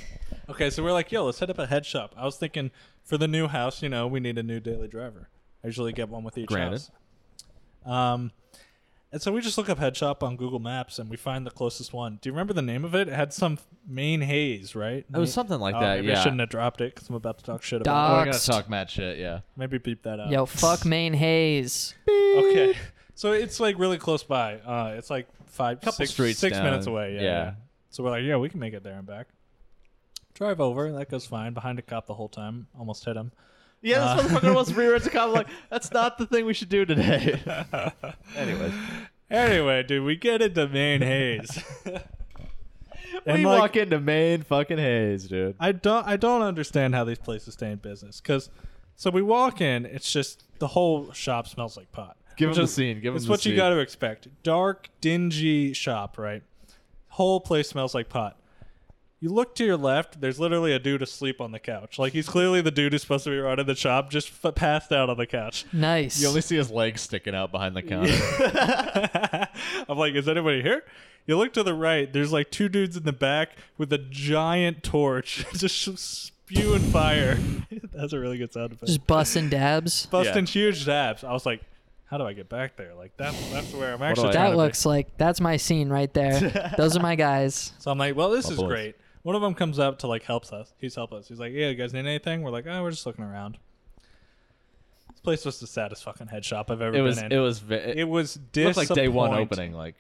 Speaker 1: okay, so we're like, yo, let's hit up a head shop. I was thinking for the new house, you know, we need a new daily driver. I usually get one with each
Speaker 2: Granted.
Speaker 1: house. Um, and so we just look up head shop on Google Maps and we find the closest one. Do you remember the name of it? It had some main haze, right?
Speaker 2: It was something like
Speaker 1: Oh,
Speaker 2: that.
Speaker 1: Maybe
Speaker 2: yeah.
Speaker 1: I shouldn't have dropped it because I'm about to talk shit about.
Speaker 2: Oh, we're gonna
Speaker 3: Doxed.
Speaker 2: talk mad shit. Yeah.
Speaker 1: it. Maybe beep that out.
Speaker 3: Yo, fuck Maine Hayes.
Speaker 1: Okay. So it's like really close by. Uh, it's like five,
Speaker 2: Couple
Speaker 1: six,
Speaker 2: streets
Speaker 1: six
Speaker 2: down.
Speaker 1: minutes away. Yeah,
Speaker 2: Yeah.
Speaker 1: yeah. So we're like, yeah, we can make it there and back. Drive over. That goes fine. Behind a cop the whole time. Almost hit him.
Speaker 2: Yeah, this motherfucker wants rear ends a cop. Like that's not the thing we should do today. Anyways,
Speaker 1: Anyway, dude, we get into main haze. And,
Speaker 2: we
Speaker 1: like,
Speaker 2: walk into Maine fucking haze, dude.
Speaker 1: I don't I don't understand how these places stay in business cuz so we walk in, it's just the whole shop smells like pot.
Speaker 2: Give
Speaker 1: Which
Speaker 2: him the
Speaker 1: is-
Speaker 2: scene, give him
Speaker 1: It's
Speaker 2: the
Speaker 1: what you
Speaker 2: scene.
Speaker 1: got to expect. Dark, dingy shop, right? Whole place smells like pot. You look to your left, there's literally a dude asleep on the couch. Like he's clearly the dude who's supposed to be running the shop just f- passed out on the couch.
Speaker 3: Nice.
Speaker 2: You only see his legs sticking out behind the counter.
Speaker 1: I'm like, is anybody here? You look to the right. There's like two dudes in the back with a giant torch, just sh- spewing fire. That's a really good sound effect.
Speaker 3: Just busting dabs.
Speaker 1: busting huge dabs. I was like, how do I get back there? Like that's that's where I'm actually.
Speaker 2: I-
Speaker 1: trying
Speaker 3: That
Speaker 1: to be.
Speaker 3: looks like that's my scene right there. Those are my guys.
Speaker 1: So I'm like, well, this
Speaker 2: My
Speaker 1: is
Speaker 2: boys.
Speaker 1: great. One of them comes up to like helps us. He's help us. He's like, yeah, you guys need anything? We're like, oh, we're just looking around. This place was the saddest fucking head shop I've ever
Speaker 2: it was.
Speaker 1: been in.
Speaker 2: It was. ve- It,
Speaker 1: It was
Speaker 2: looked
Speaker 1: disappointing.
Speaker 2: like day one opening. Like,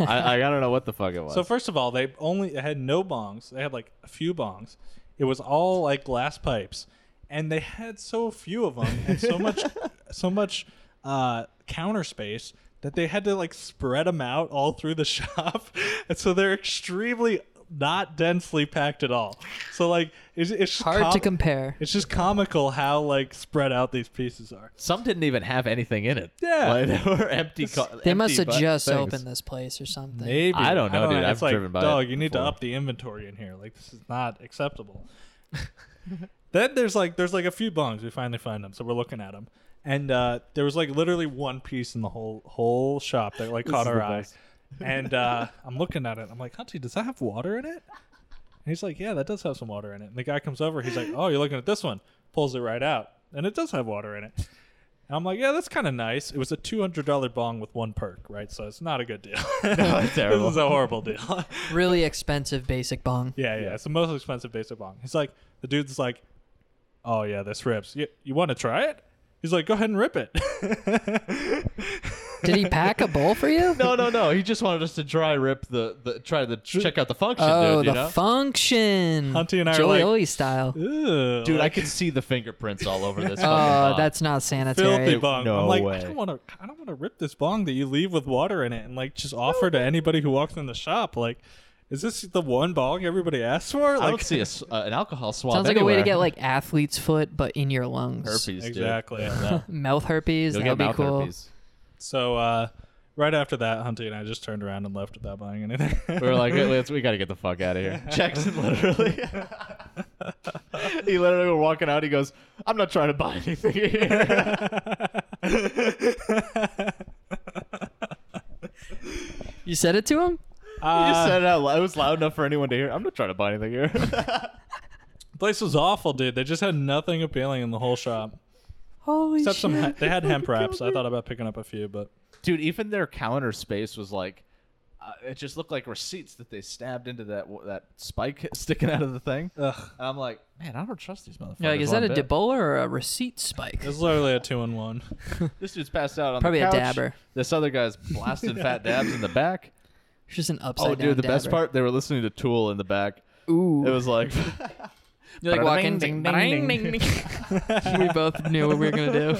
Speaker 2: I, I don't know what the fuck it was.
Speaker 1: So first of all, they only they had no bongs. They had like a few bongs. It was all like glass pipes, and they had so few of them and so much so much uh, counter space that they had to like spread them out all through the shop and so they're extremely not densely packed at all so like it's, it's just
Speaker 3: Hard
Speaker 1: com-
Speaker 3: to compare.
Speaker 1: it's just comical how like spread out these pieces are
Speaker 2: Some didn't even have anything in it.
Speaker 1: Yeah.
Speaker 2: like, they were empty. Co-
Speaker 3: They must
Speaker 2: empty
Speaker 3: have
Speaker 2: bu-
Speaker 3: just
Speaker 2: things.
Speaker 3: opened this place or something.
Speaker 1: Maybe
Speaker 2: I don't know, dude. I've
Speaker 1: It's like,
Speaker 2: driven by it
Speaker 1: Dog, you need to
Speaker 2: before.
Speaker 1: up the inventory in here. Like this is not acceptable. then there's like there's like a few bungs. We finally find them, so we're looking at them. And uh, there was like literally one piece in the whole whole shop that like caught
Speaker 2: is
Speaker 1: our
Speaker 2: the
Speaker 1: eye.
Speaker 2: best.
Speaker 1: And uh, I'm looking at it. I'm like, Hunty, does that have water in it? And he's like, Yeah, that does have some water in it. And the guy comes over. He's like, Oh, you're looking at this one. Pulls it right out, and it does have water in it. And I'm like, yeah, that's kind of nice. It was a $200 bong with one perk, right? So it's not a good deal.
Speaker 2: it's terrible.
Speaker 1: this is a horrible deal.
Speaker 3: Really expensive basic bong.
Speaker 1: yeah, yeah. It's the most expensive basic bong. He's like, the dude's like, oh, yeah, this rips. You, you want to try it? He's like, go ahead and rip it.
Speaker 3: Did he pack a bowl for you?
Speaker 2: No, no, no. He just wanted us to dry rip the, the try to check out the function,
Speaker 3: Oh,
Speaker 2: dude.
Speaker 3: the
Speaker 2: you know?
Speaker 3: function.
Speaker 1: Hunty and I are
Speaker 3: Joey
Speaker 1: like-
Speaker 3: Owie style.
Speaker 1: Ew,
Speaker 2: dude, I
Speaker 1: like,
Speaker 2: could see the fingerprints all over this.
Speaker 3: Oh,
Speaker 2: fucking bong.
Speaker 3: that's not
Speaker 1: filthy
Speaker 3: sanitary.
Speaker 1: bong.
Speaker 2: No
Speaker 1: I'm like,
Speaker 2: way.
Speaker 1: I don't want to. I don't want to rip this bong that you leave with water in it, and like just offer to anybody who walks in the shop. Like, is this the one bong everybody asks for? Like,
Speaker 2: I don't see a s uh, an alcohol swab.
Speaker 3: Sounds like a way to
Speaker 2: anywhere.
Speaker 3: get like athlete's foot, but in your lungs.
Speaker 2: herpes. dude.
Speaker 1: Exactly.
Speaker 2: Yeah, no.
Speaker 3: Mouth herpes.
Speaker 2: You'll get
Speaker 3: that would be
Speaker 2: mouth
Speaker 3: cool.
Speaker 2: herpes.
Speaker 1: So uh, right after that, Hunty and I just turned around and left without buying anything.
Speaker 2: We were like, let's, we got to get the fuck out of here. Jackson literally, he literally were walking out. He goes, I'm not trying to buy anything here.
Speaker 3: You said it to him?
Speaker 2: he
Speaker 1: Uh,
Speaker 2: just said it out loud. It was loud enough for anyone to hear. I'm not trying to buy anything here.
Speaker 1: place was awful, dude. They just had nothing appealing in the whole shop
Speaker 3: Holy
Speaker 1: except some.
Speaker 3: shit.
Speaker 1: he- They had hemp wraps. I thought about picking up a few, but
Speaker 2: Dude, even their counter space was like, uh, it just looked like receipts that they stabbed into that that spike sticking out of the thing.
Speaker 1: ugh,
Speaker 2: And I'm like, man, I don't trust these motherfuckers.
Speaker 3: You're like, is that
Speaker 2: one
Speaker 3: a
Speaker 2: bit."
Speaker 3: Debola or a receipt spike?
Speaker 1: it was literally a two in one.
Speaker 2: This dude's passed out on
Speaker 3: Probably
Speaker 2: the
Speaker 3: a
Speaker 2: couch.
Speaker 3: dabber.
Speaker 2: This other guy's blasting fat dabs in the back.
Speaker 3: It's just an upside
Speaker 2: Oh,
Speaker 3: down.
Speaker 2: dude, the best
Speaker 3: dabber.
Speaker 2: part, they were listening to Tool in the back.
Speaker 3: Ooh.
Speaker 2: It was like,
Speaker 3: you like walk in. Ding, ding, ding, ding. we both knew what we were going to do.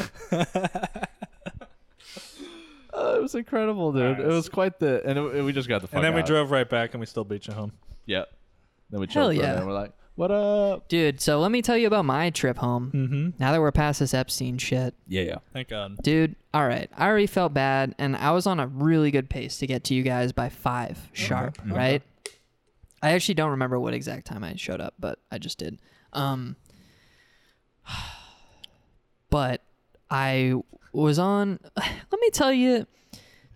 Speaker 2: uh, it was incredible, dude.
Speaker 1: Alright.
Speaker 2: It was quite the, and it, we just got the fuck
Speaker 1: And then we
Speaker 2: out.
Speaker 1: drove right back, and we still beat you home.
Speaker 2: Yeah. Then we
Speaker 3: Hell
Speaker 2: drove
Speaker 3: yeah.
Speaker 2: yeah. and we're like, what up?
Speaker 3: Dude, so let me tell you about my trip home.
Speaker 1: Mm-hmm.
Speaker 3: Now that we're past this Epstein shit.
Speaker 2: Yeah, yeah.
Speaker 1: Thank God.
Speaker 3: Dude, all right. I already felt bad, and I was on a really good pace to get to you guys by five sharp, right? I actually don't remember what exact time I showed up, but I just did. Um, but I was on. Let me tell you,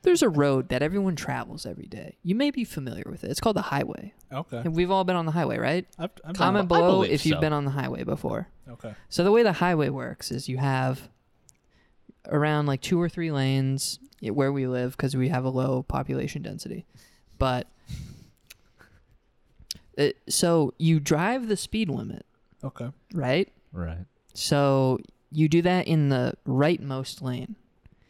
Speaker 3: there's a road that everyone travels every day. You may be familiar with it. It's called the highway.
Speaker 1: Okay.
Speaker 3: And we've all been on the highway, right?
Speaker 1: I've, I've done
Speaker 3: Comment
Speaker 2: I believe
Speaker 3: below if you've
Speaker 2: so.
Speaker 3: been on the highway before.
Speaker 1: a- okay.
Speaker 3: So the way the highway works is you have around like two or three lanes i- where we live because we have a low population density, but it, so you drive the speed limit,
Speaker 1: Okay.
Speaker 3: right?
Speaker 2: Right.
Speaker 3: So you do that in the rightmost lane,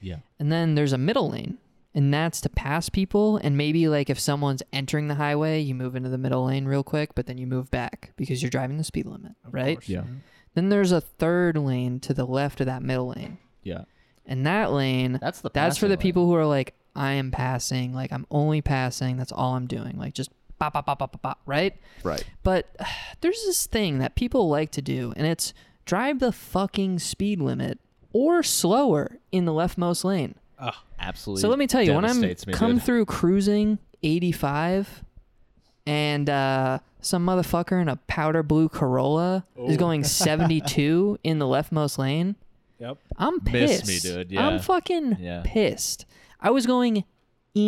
Speaker 2: Yeah.
Speaker 3: and then there's a middle lane, and that's to pass people. And maybe like if someone's entering the highway, you move into the middle lane real quick, but then you move back because you're driving the speed limit, right?
Speaker 1: course.
Speaker 2: Yeah.
Speaker 3: Then there's a third lane to the left of that middle lane.
Speaker 2: Yeah.
Speaker 3: And that lane,
Speaker 2: That's the
Speaker 3: that's for
Speaker 2: passing
Speaker 3: the
Speaker 2: lane.
Speaker 3: people who are like, I am passing, like I'm only passing, that's all I'm doing. Like just pop, pop, pop, pop, pop, pop, right?
Speaker 2: Right.
Speaker 3: But there's this thing that people like to do, and it's drive the fucking speed limit or slower in the leftmost lane.
Speaker 2: Absolutely.
Speaker 3: So let me tell you, when I'm
Speaker 2: devastates me,
Speaker 3: come
Speaker 2: dude.
Speaker 3: through cruising 85 and uh, some motherfucker in a powder blue Corolla is going 72 in the leftmost lane,
Speaker 1: Yep.
Speaker 3: I'm
Speaker 2: Miss
Speaker 3: pissed.
Speaker 2: me, dude. Yeah.
Speaker 3: I'm fucking
Speaker 2: Yeah.
Speaker 3: pissed. I was going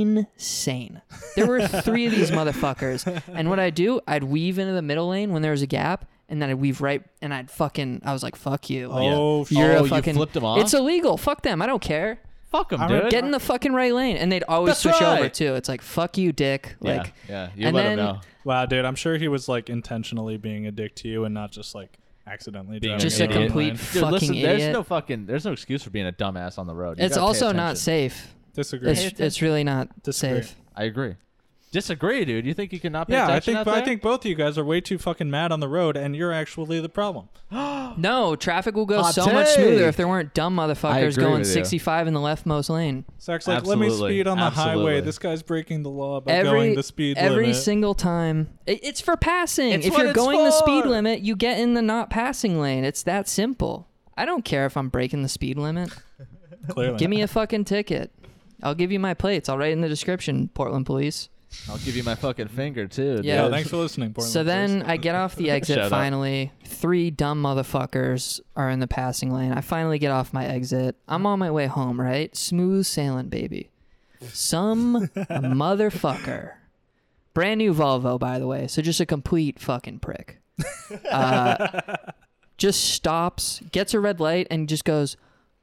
Speaker 3: insane. There were three of these motherfuckers. And what I do, I'd weave into the middle lane when there was a gap, and then I'd weave right and I'd fucking I was like, fuck you. Like,
Speaker 1: Oh,
Speaker 2: yeah.
Speaker 3: you're
Speaker 2: Oh,
Speaker 3: a
Speaker 2: you
Speaker 3: fucking
Speaker 2: flipped 'em off?
Speaker 3: It's illegal. Fuck them. I don't care.
Speaker 2: Fuck them,
Speaker 1: I'm gonna
Speaker 2: dude.
Speaker 3: Get in the fucking right lane. And they'd always
Speaker 2: That's
Speaker 3: switch over
Speaker 2: right.
Speaker 3: too. It's like, fuck you, dick.
Speaker 2: yeah.
Speaker 3: Like
Speaker 2: yeah. You
Speaker 3: and
Speaker 2: let
Speaker 3: then-
Speaker 2: them know.
Speaker 1: Wow, dude. I'm sure he was like intentionally being a dick to you, and not just like accidentally
Speaker 2: Being
Speaker 1: driving
Speaker 3: just
Speaker 1: you
Speaker 3: a
Speaker 1: the wrong
Speaker 3: complete
Speaker 1: lane.
Speaker 2: Dude,
Speaker 3: fucking
Speaker 2: listen,
Speaker 3: idiot.
Speaker 2: there's no fucking, there's no excuse for being a dumbass on the road. You
Speaker 3: it's
Speaker 2: gotta pay
Speaker 3: also not
Speaker 2: attention.
Speaker 3: safe.
Speaker 1: disagree.
Speaker 3: It's, it's really not
Speaker 1: Disagree.
Speaker 3: safe.
Speaker 2: I agree. Disagree, dude. You think you can not pay
Speaker 1: Yeah, I
Speaker 2: attention
Speaker 1: think
Speaker 2: out
Speaker 1: I
Speaker 2: there?
Speaker 1: think both of you guys are way too fucking mad on the road, and you're actually the problem.
Speaker 3: No, traffic will go
Speaker 2: Hot
Speaker 3: so much smoother
Speaker 2: take.
Speaker 3: if there weren't dumb
Speaker 2: I
Speaker 3: motherfuckers
Speaker 2: agree
Speaker 3: going
Speaker 2: with you.
Speaker 3: 65 in the leftmost lane.
Speaker 1: Zach's like, let me
Speaker 2: Absolutely,
Speaker 1: speed on the highway.
Speaker 2: absolutely.
Speaker 1: This guy's breaking the law by
Speaker 3: Every
Speaker 1: going the speed
Speaker 3: every
Speaker 1: limit.
Speaker 3: single time, It- it's for passing.
Speaker 2: It's
Speaker 3: if
Speaker 2: what
Speaker 3: you're
Speaker 2: it's
Speaker 3: going the speed
Speaker 2: for.
Speaker 3: limit, you get in the not passing lane. It's that simple. I don't care if I'm breaking the speed limit.
Speaker 1: Clearly,
Speaker 3: Give me a fucking ticket. I'll give you my plates. I'll write in the description, Portland Police.
Speaker 2: I'll give you my fucking finger too.
Speaker 3: Yeah.
Speaker 1: Yeah,
Speaker 2: dude.
Speaker 1: thanks for listening, Portland.
Speaker 3: so then
Speaker 1: please.
Speaker 3: I get off the exit
Speaker 2: Shout out.
Speaker 3: finally. Three dumb motherfuckers are in the passing lane. I finally get off my exit. I'm on my way home, right? Smooth sailing, baby. Some motherfucker. Brand new Volvo, by the way. So just a complete fucking prick. Uh, just stops, gets a red light, and just goes,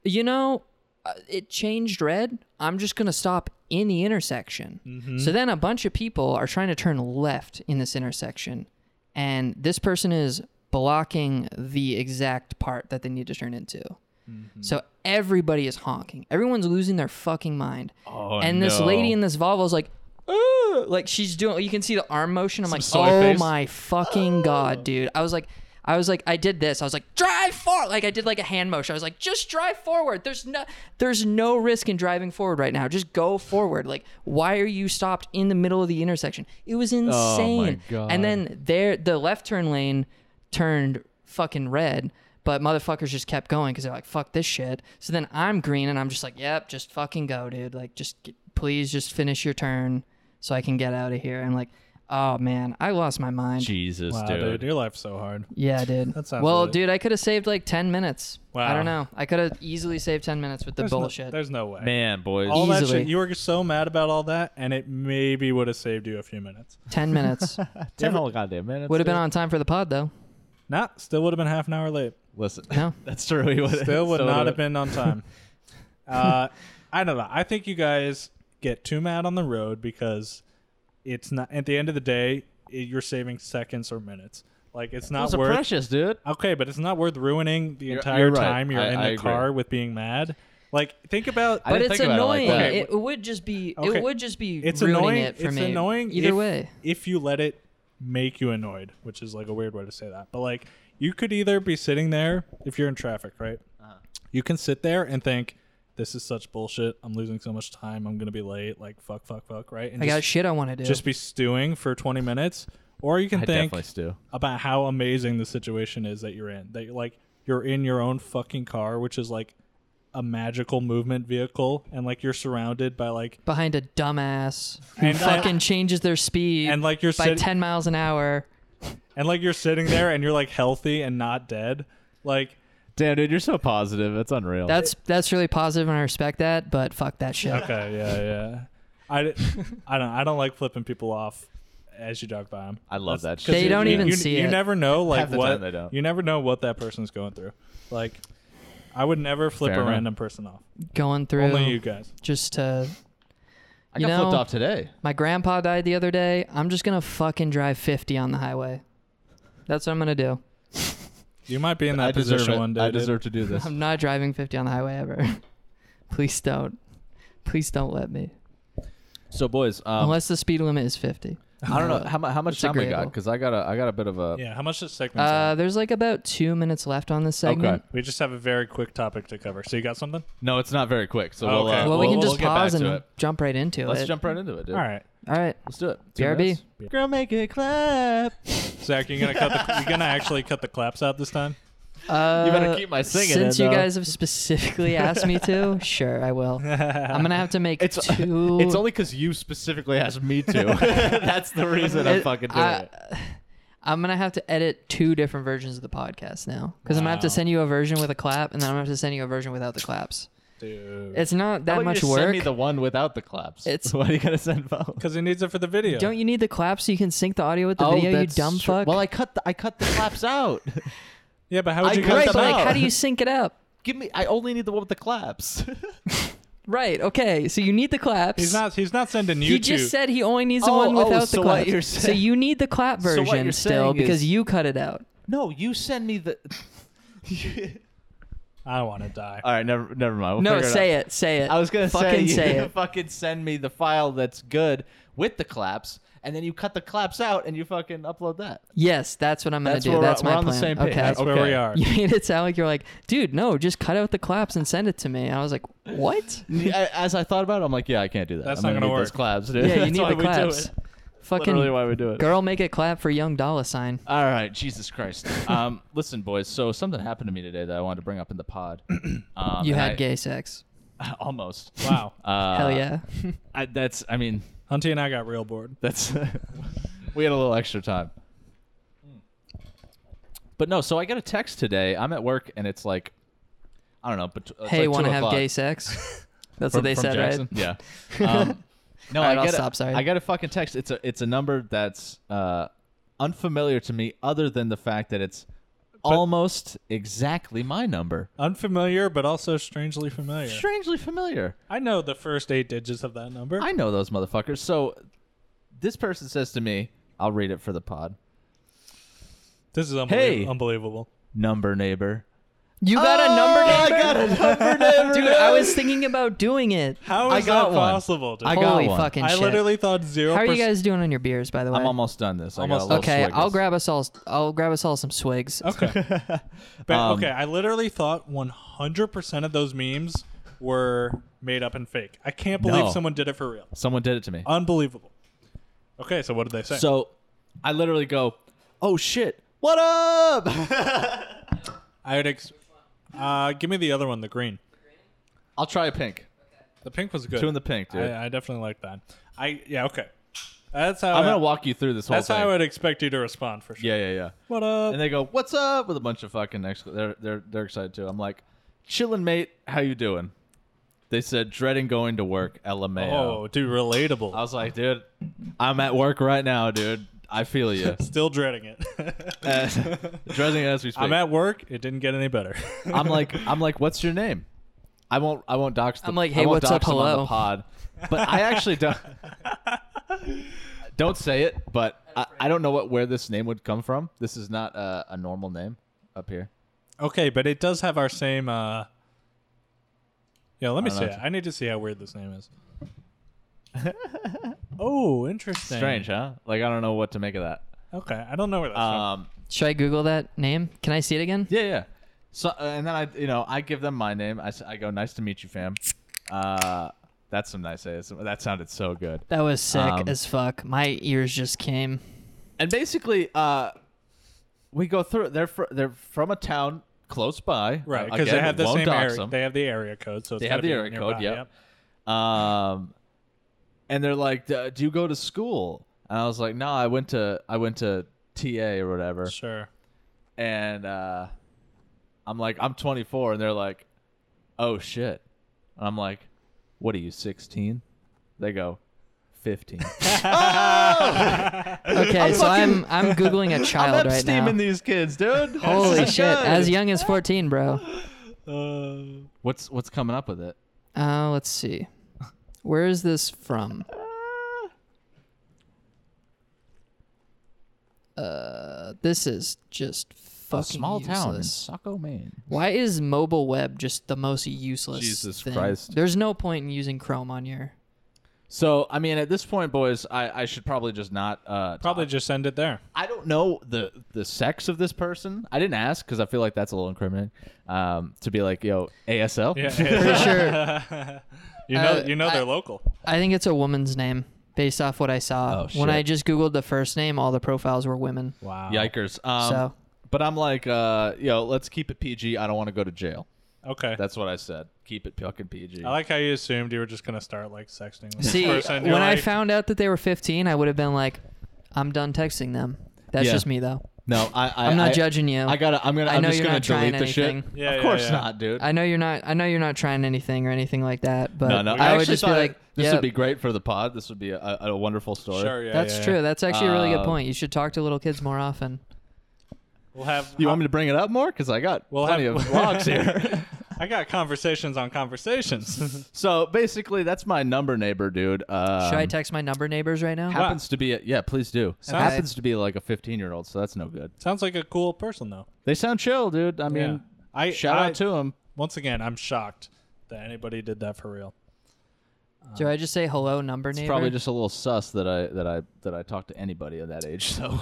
Speaker 3: you know, uh, it changed red. I'm just going to stop in the intersection.
Speaker 2: Mm-hmm.
Speaker 3: So then a bunch of people are trying to turn left in this intersection, and this person is blocking the exact part that they need to turn into.
Speaker 2: Mm-hmm.
Speaker 3: So everybody is honking. Everyone's losing their fucking mind.
Speaker 2: Oh,
Speaker 3: and this
Speaker 2: no.
Speaker 3: lady in this Volvo is like, "Ooh," like she's doing. You can see the arm motion. I'm
Speaker 2: soy
Speaker 3: like, oh
Speaker 2: face. Oh.
Speaker 3: my fucking god, dude. I was like, I was like, I did this. I was like, drive forward. Like I did like a hand motion. I was like, just drive forward. There's no, there's no risk in driving forward right now. Just go forward. Like why are you stopped in the middle of the intersection? It was insane.
Speaker 2: Oh God.
Speaker 3: And then there, the left turn lane turned fucking red. But motherfuckers just kept going because they're like, fuck this shit. So then I'm green and I'm just like, yep, just fucking go, dude. Like, just get, please just finish your turn so I can get out of here. And like, oh man, I lost my mind.
Speaker 2: Jesus,
Speaker 1: wow, dude.
Speaker 2: dude.
Speaker 1: your life's so hard.
Speaker 3: Yeah, dude.
Speaker 1: That sounds
Speaker 3: well,
Speaker 1: really-
Speaker 3: dude, I could have saved like 10 minutes. I
Speaker 1: Wow.
Speaker 3: don't know. I could have easily saved 10 minutes with the
Speaker 1: There's no-
Speaker 3: bullshit.
Speaker 1: there's no way.
Speaker 2: Man, boys.
Speaker 1: all that
Speaker 3: Easily.
Speaker 1: shit, you were so mad about all that, and it maybe would have saved you a few minutes.
Speaker 3: 10 minutes.
Speaker 2: Ten whole goddamn minutes.
Speaker 3: Would have been
Speaker 2: dude.
Speaker 3: on time for the pod, though.
Speaker 1: Nah, still would have been half an hour late.
Speaker 2: Listen,
Speaker 3: No.
Speaker 2: that's true. He would've-
Speaker 1: Still would
Speaker 2: so
Speaker 1: not
Speaker 2: would've-
Speaker 1: have been on time. uh, I don't know. I think you guys get too mad on the road because it's not. At the end of the day, i you're saving seconds or minutes. Like it's not
Speaker 2: Those are
Speaker 1: worth.
Speaker 2: precious, dude.
Speaker 1: Okay, but it's not worth ruining the
Speaker 2: You're-
Speaker 1: entire
Speaker 2: you're right.
Speaker 1: time you're
Speaker 2: I-
Speaker 1: in
Speaker 2: I
Speaker 1: the
Speaker 2: agree.
Speaker 1: car with being mad. Like think about.
Speaker 2: I
Speaker 3: But
Speaker 2: didn't
Speaker 3: it's
Speaker 2: think about it like
Speaker 3: annoying.
Speaker 2: that.
Speaker 3: it would just be.
Speaker 1: Okay.
Speaker 3: It would just be.
Speaker 1: it's
Speaker 3: ruining
Speaker 1: annoying.
Speaker 3: It for
Speaker 1: it's
Speaker 3: me.
Speaker 1: annoying.
Speaker 3: Either
Speaker 1: if,
Speaker 3: way.
Speaker 1: if you let it make you annoyed, which is like a weird way to say that, but like you could either be sitting there if you're in traffic, right?
Speaker 3: Uh-huh.
Speaker 1: You can sit there and think, "This is such bullshit. I'm losing so much time. I'm gonna be late. Like fuck, fuck, fuck." Right? And
Speaker 3: I got
Speaker 1: just,
Speaker 3: shit I want to do.
Speaker 1: just be stewing for 20 minutes, or you can
Speaker 2: I
Speaker 1: think
Speaker 2: definitely do.
Speaker 1: about how amazing the situation is that you're in. That you're like you're in your own fucking car, which is like a magical movement vehicle, and like you're surrounded by like
Speaker 3: behind a dumbass who
Speaker 1: And I-
Speaker 3: fucking changes their speed
Speaker 1: and like you're
Speaker 3: by
Speaker 1: sit-
Speaker 3: 10 miles an hour.
Speaker 1: and like you're sitting there and you're like healthy and not dead like
Speaker 2: Damn, dude, you're so positive. That's unreal.
Speaker 3: That's that's really positive and I respect that, but fuck that shit.
Speaker 1: okay yeah yeah i, I don't i don't like flipping people off as you jog by them
Speaker 2: I love that shit.
Speaker 3: They
Speaker 2: dude.
Speaker 3: don't
Speaker 1: you,
Speaker 3: even
Speaker 1: you,
Speaker 3: see
Speaker 1: you
Speaker 3: it.
Speaker 1: never know like
Speaker 2: Half the
Speaker 1: what
Speaker 2: time they don't.
Speaker 1: you never know what that person's going through like i would never flip
Speaker 2: Fair
Speaker 1: a
Speaker 2: enough.
Speaker 1: random person off
Speaker 3: Going through
Speaker 1: only you guys
Speaker 3: just to
Speaker 2: I
Speaker 3: you
Speaker 2: got flipped
Speaker 3: know-
Speaker 2: off today.
Speaker 3: my grandpa died the other day. I'm just going to fucking drive 50 on the highway. That's what I'm going to do.
Speaker 1: you might be in that
Speaker 2: I deserve
Speaker 1: position
Speaker 2: it.
Speaker 1: one day
Speaker 2: I
Speaker 1: dude.
Speaker 2: deserve to do this.
Speaker 3: I'm not driving 50 on the highway ever. Please don't. Please don't let me.
Speaker 2: So, boys, um,
Speaker 3: Unless the speed limit is 50.
Speaker 2: I don't know how, mu- how much
Speaker 3: It's
Speaker 2: time we got
Speaker 3: agreeable.
Speaker 2: because I got a I got a bit of a.
Speaker 1: yeah how much does segment
Speaker 3: Uh, there's like about two minutes left on this segment.
Speaker 1: we just have a very quick topic to cover so you got something
Speaker 2: No, it's not very quick. So
Speaker 1: Oh,
Speaker 2: we'll,
Speaker 1: okay.
Speaker 2: uh,
Speaker 3: Well, we
Speaker 2: we'll-
Speaker 3: can
Speaker 2: we'll
Speaker 3: just
Speaker 2: get back
Speaker 3: pause
Speaker 2: to
Speaker 3: and
Speaker 2: it.
Speaker 3: jump right into
Speaker 2: Let's
Speaker 3: it.
Speaker 2: jump right into it, dude.
Speaker 1: all right
Speaker 3: All right.
Speaker 2: let's do it. Two
Speaker 3: BRB.
Speaker 2: minutes. Girl, make it clap.
Speaker 1: zach you're gonna cut the you're gonna actually cut the claps out this time
Speaker 3: Uh,
Speaker 2: You better keep my singing
Speaker 3: Since
Speaker 2: in,
Speaker 3: you
Speaker 2: though.
Speaker 3: guys have specifically asked me to, sure, I will. I'm gonna have to make
Speaker 2: It's
Speaker 3: two.
Speaker 2: it's only because you specifically asked me to. That's the reason I'm
Speaker 3: It-
Speaker 2: fucking doing
Speaker 3: I-
Speaker 2: it.
Speaker 3: I'm gonna have to edit two different versions of the podcast now because I'm gonna have to
Speaker 1: Wow.
Speaker 3: send you a version with a clap, and then I'm gonna have to send you a version without the claps.
Speaker 1: dude
Speaker 3: It's not
Speaker 2: How
Speaker 3: that
Speaker 2: about you
Speaker 3: much
Speaker 2: just Send
Speaker 3: work.
Speaker 2: me the one without the claps.
Speaker 3: It's-
Speaker 2: what are you gonna send both?
Speaker 1: because he needs it for the video
Speaker 3: Don't you need the claps so you can sync the audio with the video? You
Speaker 2: Oh, that's
Speaker 3: dumb
Speaker 2: true.
Speaker 3: fuck.
Speaker 2: Well, I cut the I cut the claps out.
Speaker 1: yeah but how would
Speaker 2: I
Speaker 1: you
Speaker 2: cut
Speaker 1: cut
Speaker 3: right,
Speaker 2: them
Speaker 3: but like,
Speaker 2: out.
Speaker 3: how do you sync it up?
Speaker 2: Give me. I only need the one with the claps.
Speaker 3: Right. Okay. So you need the claps.
Speaker 1: He's not. He's not sending you
Speaker 3: He
Speaker 1: two.
Speaker 3: just said he only needs the
Speaker 2: Oh,
Speaker 3: one
Speaker 2: oh,
Speaker 3: without
Speaker 2: so
Speaker 3: the
Speaker 2: what
Speaker 3: clap.
Speaker 2: you're
Speaker 3: so
Speaker 2: saying-
Speaker 3: you need the clap
Speaker 2: So what
Speaker 3: version
Speaker 2: you're
Speaker 3: still
Speaker 2: saying
Speaker 3: because
Speaker 2: is-
Speaker 3: you cut it out.
Speaker 2: no, you send me the.
Speaker 1: I don't want to die.
Speaker 3: Uh,
Speaker 2: All right, never never mind. We'll
Speaker 3: no,
Speaker 2: figure it
Speaker 3: say it, say it.
Speaker 2: I was gonna
Speaker 3: fucking
Speaker 2: say,
Speaker 3: say
Speaker 2: you
Speaker 3: it.
Speaker 2: fucking send me the file that's good with the claps, and then you cut the claps out and you fucking upload that.
Speaker 3: Yes, that's what I'm gonna
Speaker 2: That's
Speaker 3: do.
Speaker 2: where we're-
Speaker 3: That's my
Speaker 2: we're on the
Speaker 3: plan.
Speaker 2: same page.
Speaker 3: okay.
Speaker 1: That's where we
Speaker 2: okay.
Speaker 1: are.
Speaker 3: You made it sound like you're like, dude, no, just cut out the claps and send it to me. I was like, what?
Speaker 2: I- As I thought about it, I'm like, yeah, I can't do that.
Speaker 1: That's
Speaker 2: I'm
Speaker 1: not
Speaker 2: gonna
Speaker 1: gonna
Speaker 2: need those
Speaker 1: work.
Speaker 2: claps, dude.
Speaker 3: yeah, you
Speaker 2: That's
Speaker 3: need
Speaker 2: why
Speaker 3: the
Speaker 2: we do
Speaker 3: claps.
Speaker 2: it. Literally
Speaker 3: Fucking
Speaker 2: why we do it.
Speaker 3: girl, make it clap for Young Dollar Sign.
Speaker 2: All right, Jesus Christ. Um, listen, boys. So something happened to me today that I wanted to bring up in the pod. Um,
Speaker 3: you
Speaker 2: and
Speaker 3: had
Speaker 2: I-
Speaker 3: gay sex.
Speaker 2: almost.
Speaker 1: Wow.
Speaker 2: Uh,
Speaker 3: Hell yeah.
Speaker 2: I, that's. I mean,
Speaker 1: Hunty and I got real bored.
Speaker 2: That's we had a little extra time. But no, so I got a text today. I'm at work and it's like I don't know, but uh, it's
Speaker 3: hey,
Speaker 2: like
Speaker 3: want to have gay
Speaker 2: gays?
Speaker 3: sex? That's what they said, right?
Speaker 2: Yeah. Um, no,
Speaker 3: All right,
Speaker 2: I
Speaker 3: I'll
Speaker 2: get a-
Speaker 3: stop, sorry.
Speaker 2: I got a fucking text. It's a it's a number that's uh, unfamiliar to me, other than the fact that it's almost exactly my number.
Speaker 1: Unfamiliar, but also strangely familiar.
Speaker 2: Strangely familiar.
Speaker 1: I know the first eight digits of that number.
Speaker 2: I know those motherfuckers. So this person says to me, I'll read it for the pod.
Speaker 1: this is unbelie-
Speaker 2: Hey.
Speaker 1: unbelievable.
Speaker 2: Number neighbor.
Speaker 3: You got a number
Speaker 2: Oh,
Speaker 3: name?
Speaker 2: I got a number neighbor.
Speaker 3: Dude, I was thinking about doing it.
Speaker 1: How
Speaker 2: I
Speaker 1: is
Speaker 2: got
Speaker 1: that
Speaker 2: one.
Speaker 1: possible? dude?
Speaker 2: I got
Speaker 3: Holy
Speaker 2: one.
Speaker 3: fucking
Speaker 1: I
Speaker 3: shit.
Speaker 1: literally thought zero.
Speaker 3: How are you
Speaker 1: perc-
Speaker 3: guys doing on your beers, by the way?
Speaker 2: I'm almost done this. I got
Speaker 1: Almost
Speaker 2: a little
Speaker 3: okay.
Speaker 2: swig
Speaker 3: I'll
Speaker 2: this.
Speaker 3: grab us all. I'll grab us all some swigs.
Speaker 1: Okay. but,
Speaker 2: Um,
Speaker 1: okay, I literally thought 100% of those memes were made up and fake. I can't believe
Speaker 2: No.
Speaker 1: someone did it for real.
Speaker 2: Someone did it to me.
Speaker 1: Unbelievable. Okay, so what did they say?
Speaker 2: So I literally go, "Oh shit, what up?"
Speaker 1: I would ex- uh, give me the other one, the green.
Speaker 2: I'll try a pink.
Speaker 1: The pink was good.
Speaker 2: Two in the pink, dude. I,
Speaker 1: I, uh, I definitely like that. I yeah okay. That's how
Speaker 2: am
Speaker 1: I,
Speaker 2: gonna walk you through this whole
Speaker 1: That's
Speaker 2: thing.
Speaker 1: how I would expect you to respond for sure.
Speaker 2: yeah, yeah, yeah.
Speaker 1: What up?
Speaker 2: And they go, "What's up?" with a bunch of fucking exc- they're they're they're excited too. I'm like, "Chillin', mate. How you doing?" They said, "Dreading going to work." LMAO.
Speaker 1: oh, dude, relatable.
Speaker 2: I was like, "Dude, I'm at work right now, dude. I feel you."
Speaker 1: Still dreading it.
Speaker 2: Dreading as we speak.
Speaker 1: I'm at work. It didn't get any better.
Speaker 2: I'm like, I'm like, what's your name? I won't, I won't dox. The,
Speaker 3: I'm like,
Speaker 2: I
Speaker 3: hey,
Speaker 2: won't
Speaker 3: what's up,
Speaker 2: dox him on the
Speaker 3: hello?
Speaker 2: pod, but I actually don't. don't say it, but I, I don't know what where this name would come from. This is not a, a normal name up here.
Speaker 1: okay, but it does have our same. uh Yeah, let me
Speaker 2: don't
Speaker 1: see
Speaker 2: know.
Speaker 1: it. I need to see how weird this name is. oh, interesting.
Speaker 2: Strange, huh? Like, I don't know what to make of that.
Speaker 1: Okay, I don't know where that's
Speaker 2: Um,
Speaker 3: Should I Google that name? Can I see it again?
Speaker 2: yeah, yeah. So, uh, and then I, you know, I give them my name. I, s- I go, nice to meet you, fam. Uh, that's some nice ASMR. That sounded so good.
Speaker 3: That was sick
Speaker 2: Um,
Speaker 3: as fuck. My ears just came.
Speaker 2: and basically uh we go through they're fr- they're from a town close by
Speaker 1: from. Right,
Speaker 2: Uh,
Speaker 1: because they
Speaker 2: again,
Speaker 1: have the
Speaker 2: won't
Speaker 1: same
Speaker 2: dox
Speaker 1: area.
Speaker 2: them.
Speaker 1: They have the area code, so it's
Speaker 2: They
Speaker 1: gotta
Speaker 2: have the
Speaker 1: be
Speaker 2: area code,
Speaker 1: nearby,
Speaker 2: yep. um and they're like "D- do you go to school and i was like no i went to i went to ta or whatever
Speaker 1: Sure.
Speaker 2: and uh i'm like i'm 24 and they're like oh shit and i'm like what are you 16 they go 15
Speaker 3: Okay, so I'm I'm googling a child
Speaker 2: i'm
Speaker 3: right now.
Speaker 2: steaming these kids dude
Speaker 3: Holy shit!
Speaker 2: Good.
Speaker 3: As young as 14, bro.
Speaker 1: Uh,
Speaker 2: what's what's coming up with it
Speaker 3: Uh, let's see. Where is this from? Uh, this is just fucking useless.
Speaker 2: Saco, Maine.
Speaker 3: Why is mobile web just the most useless?
Speaker 2: Jesus
Speaker 3: thing?
Speaker 2: Christ.
Speaker 3: There's no point in using Chrome on your.
Speaker 2: So, I mean, at this point, boys, I, I should probably just not. Uh,
Speaker 1: probably just send it there.
Speaker 2: I don't know the the sex of this person. I didn't ask because I feel like that's a little incriminating. Um, to be like, yo, ASL.
Speaker 1: Yeah.
Speaker 3: Pretty
Speaker 1: yeah.
Speaker 3: sure.
Speaker 1: you know,
Speaker 3: Uh,
Speaker 1: you know
Speaker 3: I-
Speaker 1: they're local.
Speaker 3: I think it's a woman's name based off what I saw.
Speaker 2: Oh,
Speaker 3: When I
Speaker 2: shit.
Speaker 3: just googled the first name, all the profiles were women.
Speaker 1: Wow.
Speaker 2: Yikers. Um,
Speaker 3: So-
Speaker 2: But I'm like, uh, yo, let's keep it PG. I don't want to go to jail.
Speaker 1: Okay.
Speaker 2: That's what I said. Keep it fucking PG.
Speaker 1: I like how you assumed you were just gonna start like sexting. With
Speaker 3: See,
Speaker 1: this person.
Speaker 3: when
Speaker 1: You're
Speaker 3: I
Speaker 1: like,
Speaker 3: found out that they were 15, I would have been like, I'm done texting them. That's
Speaker 2: Yeah.
Speaker 3: just me though.
Speaker 2: no, I, I,
Speaker 3: I'm not
Speaker 2: I-
Speaker 3: judging you.
Speaker 2: I gotta. I'm gonna.
Speaker 3: I
Speaker 2: I'm
Speaker 3: know
Speaker 2: just
Speaker 3: you're
Speaker 2: gonna
Speaker 3: not trying
Speaker 2: delete the shit.
Speaker 3: anything.
Speaker 1: Yeah,
Speaker 2: of
Speaker 1: yeah,
Speaker 2: course
Speaker 1: yeah.
Speaker 2: not, dude.
Speaker 3: I know you're not. I know you're not trying anything or anything like that. But
Speaker 2: no, no.
Speaker 3: I,
Speaker 2: actually
Speaker 3: would just be
Speaker 2: thought
Speaker 3: like,
Speaker 2: this
Speaker 3: yeah,
Speaker 2: would be great for the pod. This would be a, a, a wonderful story.
Speaker 1: Sure, yeah,
Speaker 3: that's
Speaker 1: yeah,
Speaker 3: true.
Speaker 1: yeah.
Speaker 3: That's actually a really good
Speaker 2: Uh,
Speaker 3: point. You should talk to little kids more often.
Speaker 1: We'll have.
Speaker 2: You want me to bring it up more? Because I got
Speaker 1: We'll
Speaker 2: plenty
Speaker 1: have-
Speaker 2: of vlogs here.
Speaker 1: I got conversations on conversations.
Speaker 2: So basically, that's my number neighbor, dude. Um,
Speaker 3: Should I text my number neighbors right now?
Speaker 2: Happens to be, a, yeah, please do.
Speaker 1: Sounds-
Speaker 2: Happens to be like a 15 year old, so that's no good.
Speaker 1: Sounds like a cool person though.
Speaker 2: They sound chill, dude. I mean,
Speaker 1: I
Speaker 2: shout
Speaker 1: I,
Speaker 2: out to him.
Speaker 1: once again, I'm shocked that anybody did that for real.
Speaker 3: Do I just say hello, number
Speaker 2: It's
Speaker 3: neighbor?
Speaker 2: probably just a little sus that I that I that I talked to anybody of that age. So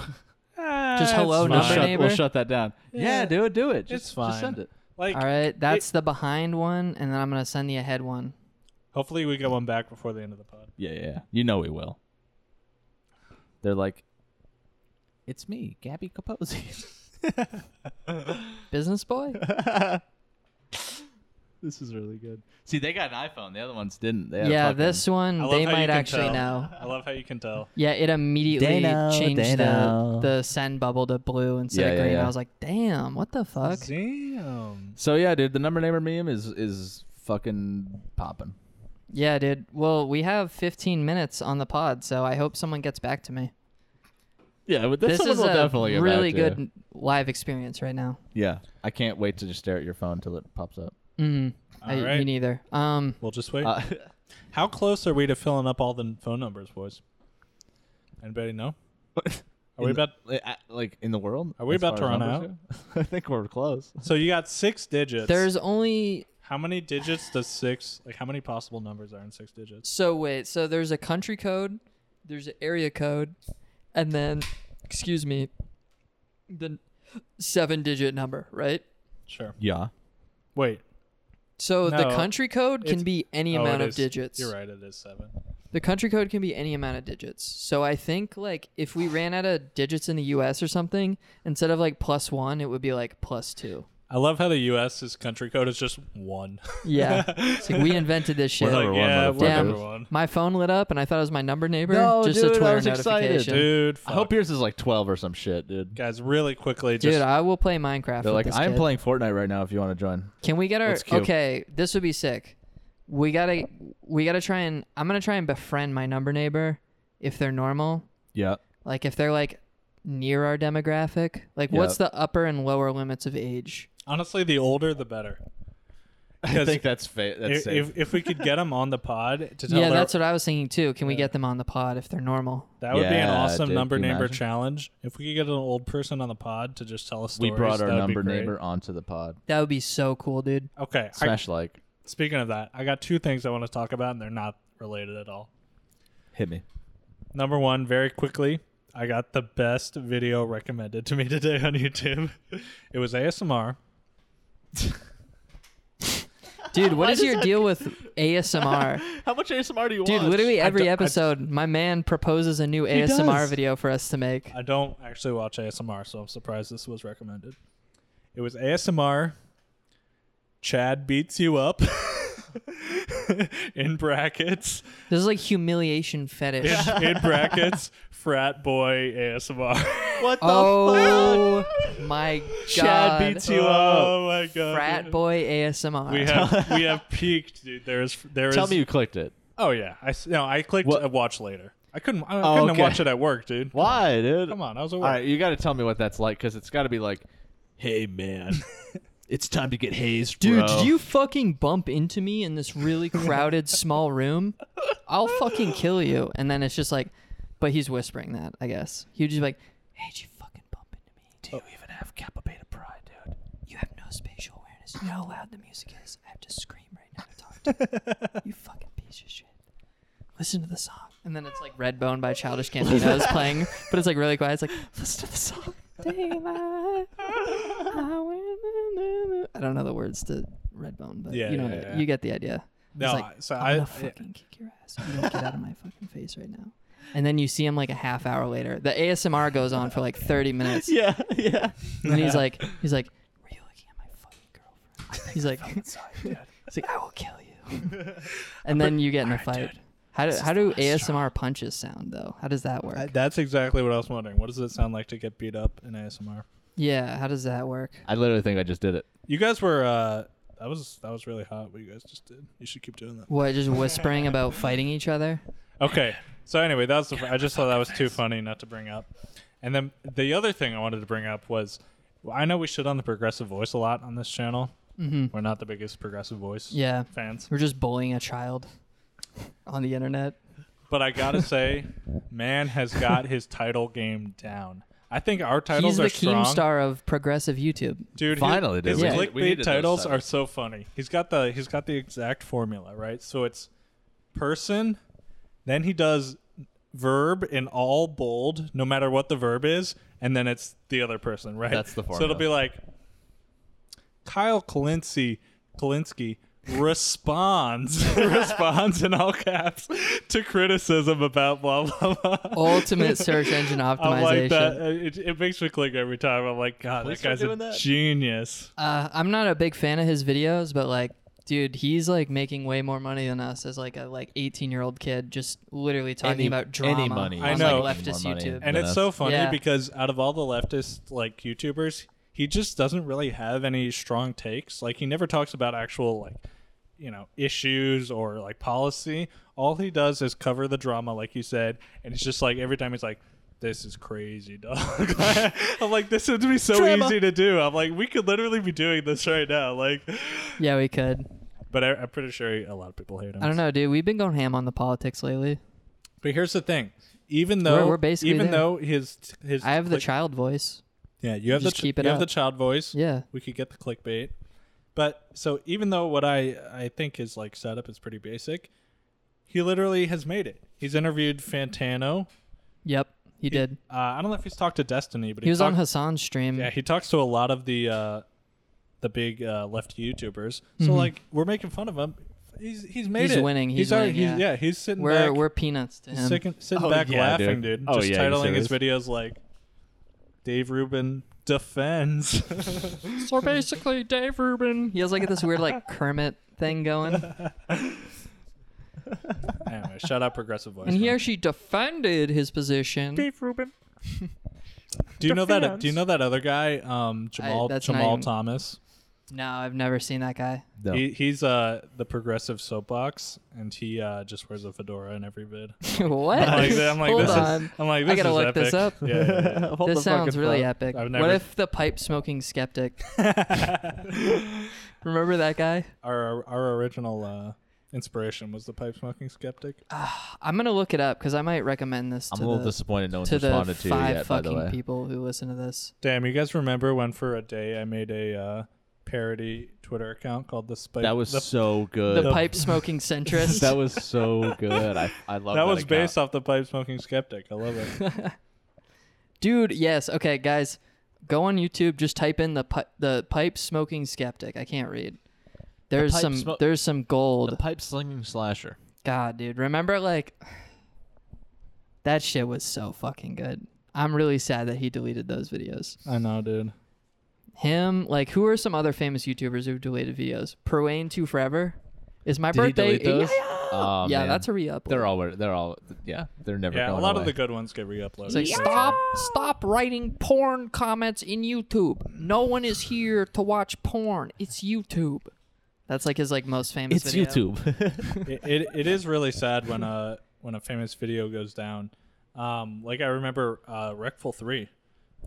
Speaker 3: Just hello,
Speaker 1: it's
Speaker 2: we'll,
Speaker 3: number
Speaker 1: fine.
Speaker 2: shut,
Speaker 3: neighbor?
Speaker 2: we'll shut that down. Yeah,
Speaker 1: Yeah.
Speaker 2: do it, do it. Just,
Speaker 1: It's fine.
Speaker 2: just send it.
Speaker 1: Like,
Speaker 3: All right, that's the behind one, and then I'm gonna send the ahead one.
Speaker 1: hopefully, we get one back before the end of the pod.
Speaker 2: Yeah, yeah. You know we will. They're like, it's me, Gabby Capozzi.
Speaker 3: Business boy.
Speaker 2: this is really good. See, they got an iPhone. The other ones didn't. They had a
Speaker 3: yeah,
Speaker 2: fucking-
Speaker 3: this one
Speaker 1: I
Speaker 3: they
Speaker 1: love how you
Speaker 3: might
Speaker 1: can
Speaker 3: actually
Speaker 1: tell.
Speaker 3: know.
Speaker 1: I love how you can tell.
Speaker 3: Yeah, it immediately
Speaker 2: They know,
Speaker 3: changed
Speaker 2: they know.
Speaker 3: the the send bubble to blue instead
Speaker 2: Yeah,
Speaker 3: of
Speaker 2: yeah,
Speaker 3: green.
Speaker 2: yeah.
Speaker 3: I was like, damn, what the fuck?
Speaker 1: Damn.
Speaker 2: So yeah, dude, the number neighbor meme is is fucking popping.
Speaker 3: Yeah, dude. Well, we have 15 minutes on the pod, so I hope someone gets back to me.
Speaker 2: Yeah, but
Speaker 3: this is a really good live experience right now.
Speaker 2: Yeah, I can't wait to just stare at your phone till it pops up.
Speaker 3: Mm, I,
Speaker 1: All right.
Speaker 3: Me neither. Um,
Speaker 1: We'll just wait.
Speaker 2: Uh,
Speaker 1: How close are we to filling up all the phone numbers, boys? Anybody know? Are we
Speaker 2: In the-
Speaker 1: about?
Speaker 2: uh, like in the world?
Speaker 1: Are we
Speaker 2: as
Speaker 1: about
Speaker 2: far
Speaker 1: to
Speaker 2: as
Speaker 1: run
Speaker 2: numbers go? I think we're close.
Speaker 1: So you got six digits.
Speaker 3: there's only
Speaker 1: how many digits does six? Like how many possible numbers are in six digits?
Speaker 3: so wait. So there's a country code, there's an area code, and then excuse me, the seven digit number, right?
Speaker 1: Sure.
Speaker 2: Yeah.
Speaker 1: Wait.
Speaker 3: So the
Speaker 1: No,
Speaker 3: country code can
Speaker 1: it's-
Speaker 3: be any
Speaker 1: oh,
Speaker 3: amount
Speaker 1: it
Speaker 3: of
Speaker 1: is-
Speaker 3: digits.
Speaker 1: You're right. It is seven.
Speaker 3: The country code can be any amount of digits. So I think like if we ran out of digits in the US or something, instead of like plus 1, it would be like plus 2.
Speaker 1: I love how the U.S.'s country code is just one.
Speaker 3: Yeah. it's like we invented this shit.
Speaker 2: We're
Speaker 1: like,
Speaker 2: Number one,
Speaker 1: yeah,
Speaker 2: motherfucker.
Speaker 1: we're
Speaker 3: Damn.
Speaker 1: number one.
Speaker 3: My phone lit up and I thought it was my number neighbor.
Speaker 2: No,
Speaker 3: just
Speaker 2: dude,
Speaker 3: a
Speaker 2: I
Speaker 3: Twitter
Speaker 2: was excited,
Speaker 3: notification.
Speaker 1: Dude, fuck.
Speaker 2: I hope yours is like twelve or some shit, dude.
Speaker 1: guys really quickly.
Speaker 3: Dude,
Speaker 1: Just
Speaker 3: I will play Minecraft.
Speaker 2: They're like,
Speaker 3: with this
Speaker 2: I'm
Speaker 3: kid.
Speaker 2: playing Fortnite right now. If you want to join,
Speaker 3: Can we get our
Speaker 2: Let's queue.
Speaker 3: okay? This would be sick. We gotta we gotta try and I'm gonna try and befriend my number neighbor if they're normal.
Speaker 2: yeah.
Speaker 3: Like if they're like near our demographic. Like what's the upper and lower limits of age?
Speaker 1: honestly, the older the better.
Speaker 2: I
Speaker 1: Because
Speaker 2: think that's fa- that's
Speaker 1: if,
Speaker 2: safe.
Speaker 1: if, if we could get them on the pod to tell
Speaker 3: Yeah,
Speaker 1: their-
Speaker 3: that's what I was thinking too. Can we get them on the pod if they're normal?
Speaker 1: that would be an
Speaker 2: Yeah,
Speaker 1: awesome
Speaker 2: dude,
Speaker 1: number
Speaker 2: can you
Speaker 1: neighbor
Speaker 2: imagine?
Speaker 1: challenge. If we could get an old person on the pod to just tell us
Speaker 2: we
Speaker 1: stories,
Speaker 2: brought our
Speaker 1: that would be
Speaker 2: number
Speaker 1: great.
Speaker 2: neighbor onto the pod.
Speaker 3: That would be so cool, dude.
Speaker 1: Okay. I-
Speaker 2: Smash like,
Speaker 1: speaking of that, I got two things I want to talk about, and they're not related at all.
Speaker 2: hit me.
Speaker 1: Number one, very quickly, I got the best video recommended to me today on YouTube. it was ASMR.
Speaker 3: Dude, what is your deal with ASMR?
Speaker 2: How much ASMR do you
Speaker 3: Dude, literally
Speaker 1: I
Speaker 3: every
Speaker 1: d- I-
Speaker 3: episode, my man proposes a new ASMR
Speaker 2: does.
Speaker 3: video for us to make.
Speaker 1: I don't actually watch ASMR, so I'm surprised this was recommended. It was ASMR. Chad beats you up. in brackets.
Speaker 3: This is like humiliation fetish.
Speaker 1: In brackets. frat boy ASMR.
Speaker 2: What the
Speaker 3: Oh my god.
Speaker 2: Chad beats you up.
Speaker 1: oh my god.
Speaker 3: Frat boy ASMR.
Speaker 1: We have we have peaked, dude. There is there is.
Speaker 2: Tell me you clicked it.
Speaker 1: Oh yeah. I s- no. I clicked
Speaker 2: What-
Speaker 1: uh, watch later. I couldn't. I,
Speaker 2: Oh,
Speaker 1: couldn't
Speaker 2: okay.
Speaker 1: watch it at work, dude.
Speaker 2: Why, dude?
Speaker 1: Come on. I was at
Speaker 2: All
Speaker 1: work.
Speaker 2: right, you got to tell me what that's like because it's got to be like, hey man, it's time to get hazed,
Speaker 3: Dude,
Speaker 2: bro."
Speaker 3: did you fucking bump into me in this really crowded small room? I'll fucking kill you. And then it's just like, but he's whispering that, I guess. He would just be like, hey, did you fucking bump into me?
Speaker 2: Do you even have Kappa Beta Pride, dude?
Speaker 3: You have no spatial awareness. You know how loud the music is. I have to scream right now to talk to you. you fucking piece of shit. Listen to the song. And then it's like Redbone by Childish Gambino is playing, but it's like really quiet. It's like, listen to the song. Daylight, I wanna- I don't know the words to Redbone, but
Speaker 1: Yeah,
Speaker 3: you know,
Speaker 1: yeah,
Speaker 3: what I-
Speaker 1: yeah.
Speaker 3: you get the idea.
Speaker 1: No.
Speaker 3: It's like,
Speaker 1: so
Speaker 3: I'm
Speaker 1: I.
Speaker 3: gonna fucking kick your ass. if You don't get out of my fucking face right now. And then you see him like a half hour later. The ASMR goes on for like 30 minutes.
Speaker 2: Yeah, yeah.
Speaker 3: And he's like, he's like, were you looking at my fucking girlfriend? He's like, he's like, I will kill you. And then you get in a fight. How do, how do ASMR punches sound though? How does that work?
Speaker 1: I- that's exactly what I was wondering. What does it sound like to get beat up in ASMR?
Speaker 3: yeah, how does that work?
Speaker 2: I literally think I just did it.
Speaker 1: You guys were. uh That was that was really hot. What you guys just did. You should keep doing that.
Speaker 3: What, just whispering about fighting each other?
Speaker 1: Okay. So anyway, that's the, I just thought that was too funny not to bring up. And then the other thing I wanted to bring up was well, I know we shit on the progressive voice a lot on this channel.
Speaker 3: Mm-hmm.
Speaker 1: We're not the biggest progressive voice
Speaker 3: Yeah,
Speaker 1: fans,
Speaker 3: we're just bullying a child on the internet.
Speaker 1: but I gotta say, man has got his title game down. I think our
Speaker 3: He's
Speaker 1: titles
Speaker 3: the
Speaker 1: are strong.
Speaker 3: Keemstar of progressive YouTube.
Speaker 1: Dude, his-
Speaker 2: Finally, dude,
Speaker 1: his
Speaker 3: we
Speaker 2: need- we
Speaker 1: clickbait
Speaker 2: needed those
Speaker 1: titles are
Speaker 2: titles.
Speaker 1: so funny. He's got the he's got the exact formula, right? So it's person, then he does verb in all bold, no matter what the verb is, and then it's the other person, right?
Speaker 2: That's the
Speaker 1: So it'll
Speaker 2: formula.
Speaker 1: be like Kyle Kalinske, Kalinske responds responds in all caps to criticism about blah blah blah.
Speaker 3: Ultimate search engine
Speaker 1: I
Speaker 3: optimization.
Speaker 1: like that. It, it makes me click every time. I'm like, God, that
Speaker 2: Please start
Speaker 1: guy's a
Speaker 2: doing that.
Speaker 1: genius.
Speaker 3: Uh, I'm not a big fan of his videos, but like, dude, he's like making way more money than us as like a like 18 year old kid, just literally talking
Speaker 2: Any-
Speaker 3: about
Speaker 2: any
Speaker 3: drama.
Speaker 2: money
Speaker 3: on,
Speaker 1: is I know.
Speaker 3: Like,
Speaker 2: making
Speaker 3: leftist
Speaker 2: more money.
Speaker 3: YouTube.
Speaker 1: And
Speaker 2: than
Speaker 1: it's
Speaker 2: us.
Speaker 1: so funny
Speaker 3: Yeah.
Speaker 1: because out of all the leftist like YouTubers, he just doesn't really have any strong takes. Like he never talks about actual like you know issues or like policy. All he does is cover the drama, like you said, and it's just like every time he's like. This is crazy, dog. I'm like, this would be so
Speaker 2: Drama.
Speaker 1: easy to do. I'm like, we could literally be doing this right now. Like,
Speaker 3: yeah, we could.
Speaker 1: but I, I'm pretty sure a lot of people hate him.
Speaker 3: I don't know, dude. We've been going ham on the politics lately.
Speaker 1: But here's the thing: even though
Speaker 3: we're basically
Speaker 1: even
Speaker 3: there.
Speaker 1: though his his
Speaker 3: I have the
Speaker 1: click-
Speaker 3: child voice.
Speaker 1: yeah you have
Speaker 3: just
Speaker 1: the ch-
Speaker 3: keep it
Speaker 1: you have the
Speaker 3: up.
Speaker 1: child voice
Speaker 3: Yeah.
Speaker 1: we could get the clickbait but so even though what I I think is like setup is pretty basic he literally has made it he's interviewed Fantano
Speaker 3: Yep. He did.
Speaker 1: uh, I don't know if he's talked to Destiny but
Speaker 3: He was on
Speaker 1: talked-
Speaker 3: Hassan's stream.
Speaker 1: yeah he talks to a lot of the uh, the big uh, left YouTubers so like we're making fun of him he's he's made
Speaker 3: Mm-hmm. He's
Speaker 1: it
Speaker 3: winning, he's
Speaker 1: already-
Speaker 3: winning,
Speaker 1: he's,
Speaker 3: yeah.
Speaker 1: yeah he's sitting
Speaker 3: we're
Speaker 1: back
Speaker 3: we're peanuts to him.
Speaker 1: sitting, sitting
Speaker 2: Oh,
Speaker 1: back
Speaker 2: yeah,
Speaker 1: laughing, dude.
Speaker 2: dude. Oh,
Speaker 1: just
Speaker 2: yeah, you
Speaker 1: titling his
Speaker 2: serious?
Speaker 1: videos like Dave Rubin defends.
Speaker 3: So basically, Dave Rubin. He has like this weird like Kermit thing going,
Speaker 1: anyway, shout out progressive voice.
Speaker 3: and he
Speaker 1: man.
Speaker 3: actually defended his position.
Speaker 2: Rubin.
Speaker 1: do you know that? uh, Do you
Speaker 2: defends.
Speaker 1: know that other guy, um, Jamal
Speaker 3: that's not
Speaker 1: Jamal
Speaker 3: even-
Speaker 1: Thomas?
Speaker 3: No, I've never seen that guy.
Speaker 2: No.
Speaker 1: He, he's uh the progressive soapbox, and he uh, just wears a fedora in every vid.
Speaker 3: what?
Speaker 1: I'm like, I'm like,
Speaker 3: Hold
Speaker 1: this
Speaker 3: on.
Speaker 1: is. I'm like,
Speaker 3: I
Speaker 1: this
Speaker 3: gotta
Speaker 1: is
Speaker 3: look
Speaker 1: epic.
Speaker 3: this up.
Speaker 1: Yeah, yeah, yeah.
Speaker 2: Hold the
Speaker 3: this sounds
Speaker 2: fucking
Speaker 3: really
Speaker 2: phone.
Speaker 3: epic.
Speaker 1: I've
Speaker 3: What
Speaker 1: never-
Speaker 3: if the pipe smoking skeptic? Remember that guy?
Speaker 1: our our original uh, inspiration was the pipe smoking skeptic.
Speaker 3: I'm gonna look it up because I might recommend this
Speaker 2: I'm
Speaker 3: to
Speaker 2: a little
Speaker 3: the
Speaker 2: disappointed no one's
Speaker 3: to the
Speaker 2: responded to you
Speaker 3: five
Speaker 2: yet, by the
Speaker 3: fucking
Speaker 2: way.
Speaker 3: people who listen to this.
Speaker 1: Damn, you guys remember when for a day I made a uh, parody Twitter account called the Spike?
Speaker 2: That was
Speaker 1: Uh, the,
Speaker 2: so
Speaker 3: The,
Speaker 2: good.
Speaker 3: pipe smoking centrist.
Speaker 2: that was so good. I, I love that.
Speaker 1: that was
Speaker 2: account.
Speaker 1: based off the pipe smoking skeptic. I love it.
Speaker 3: Dude, yes. Okay, guys, go on YouTube. Just type in the pi- the pipe smoking skeptic. I can't read. There's
Speaker 2: pipe
Speaker 3: some
Speaker 2: smo-
Speaker 3: there's some gold.
Speaker 2: the pipe slinging slasher.
Speaker 3: God, dude, remember like that shit was so fucking good. I'm really sad that he deleted those videos.
Speaker 1: I know, dude.
Speaker 3: Him, like, who are some other famous YouTubers who've deleted videos? Perwain Two Forever. Is my
Speaker 2: Did he
Speaker 3: birthday?
Speaker 2: delete those?
Speaker 3: Yeah,
Speaker 2: Oh,
Speaker 3: yeah
Speaker 2: man.
Speaker 3: that's a re-upload.
Speaker 2: They're all. They're all. Yeah, they're never.
Speaker 1: Yeah, a
Speaker 2: going
Speaker 1: lot of
Speaker 2: away.
Speaker 1: the good ones get re-uploaded.
Speaker 3: It's like stop stop writing porn comments in YouTube. No one is here to watch porn. It's YouTube. That's like his like most famous.
Speaker 2: It's
Speaker 3: video.
Speaker 2: YouTube.
Speaker 1: it, it, it is really sad when a when a famous video goes down. Um, like I remember uh, Wreckful Three,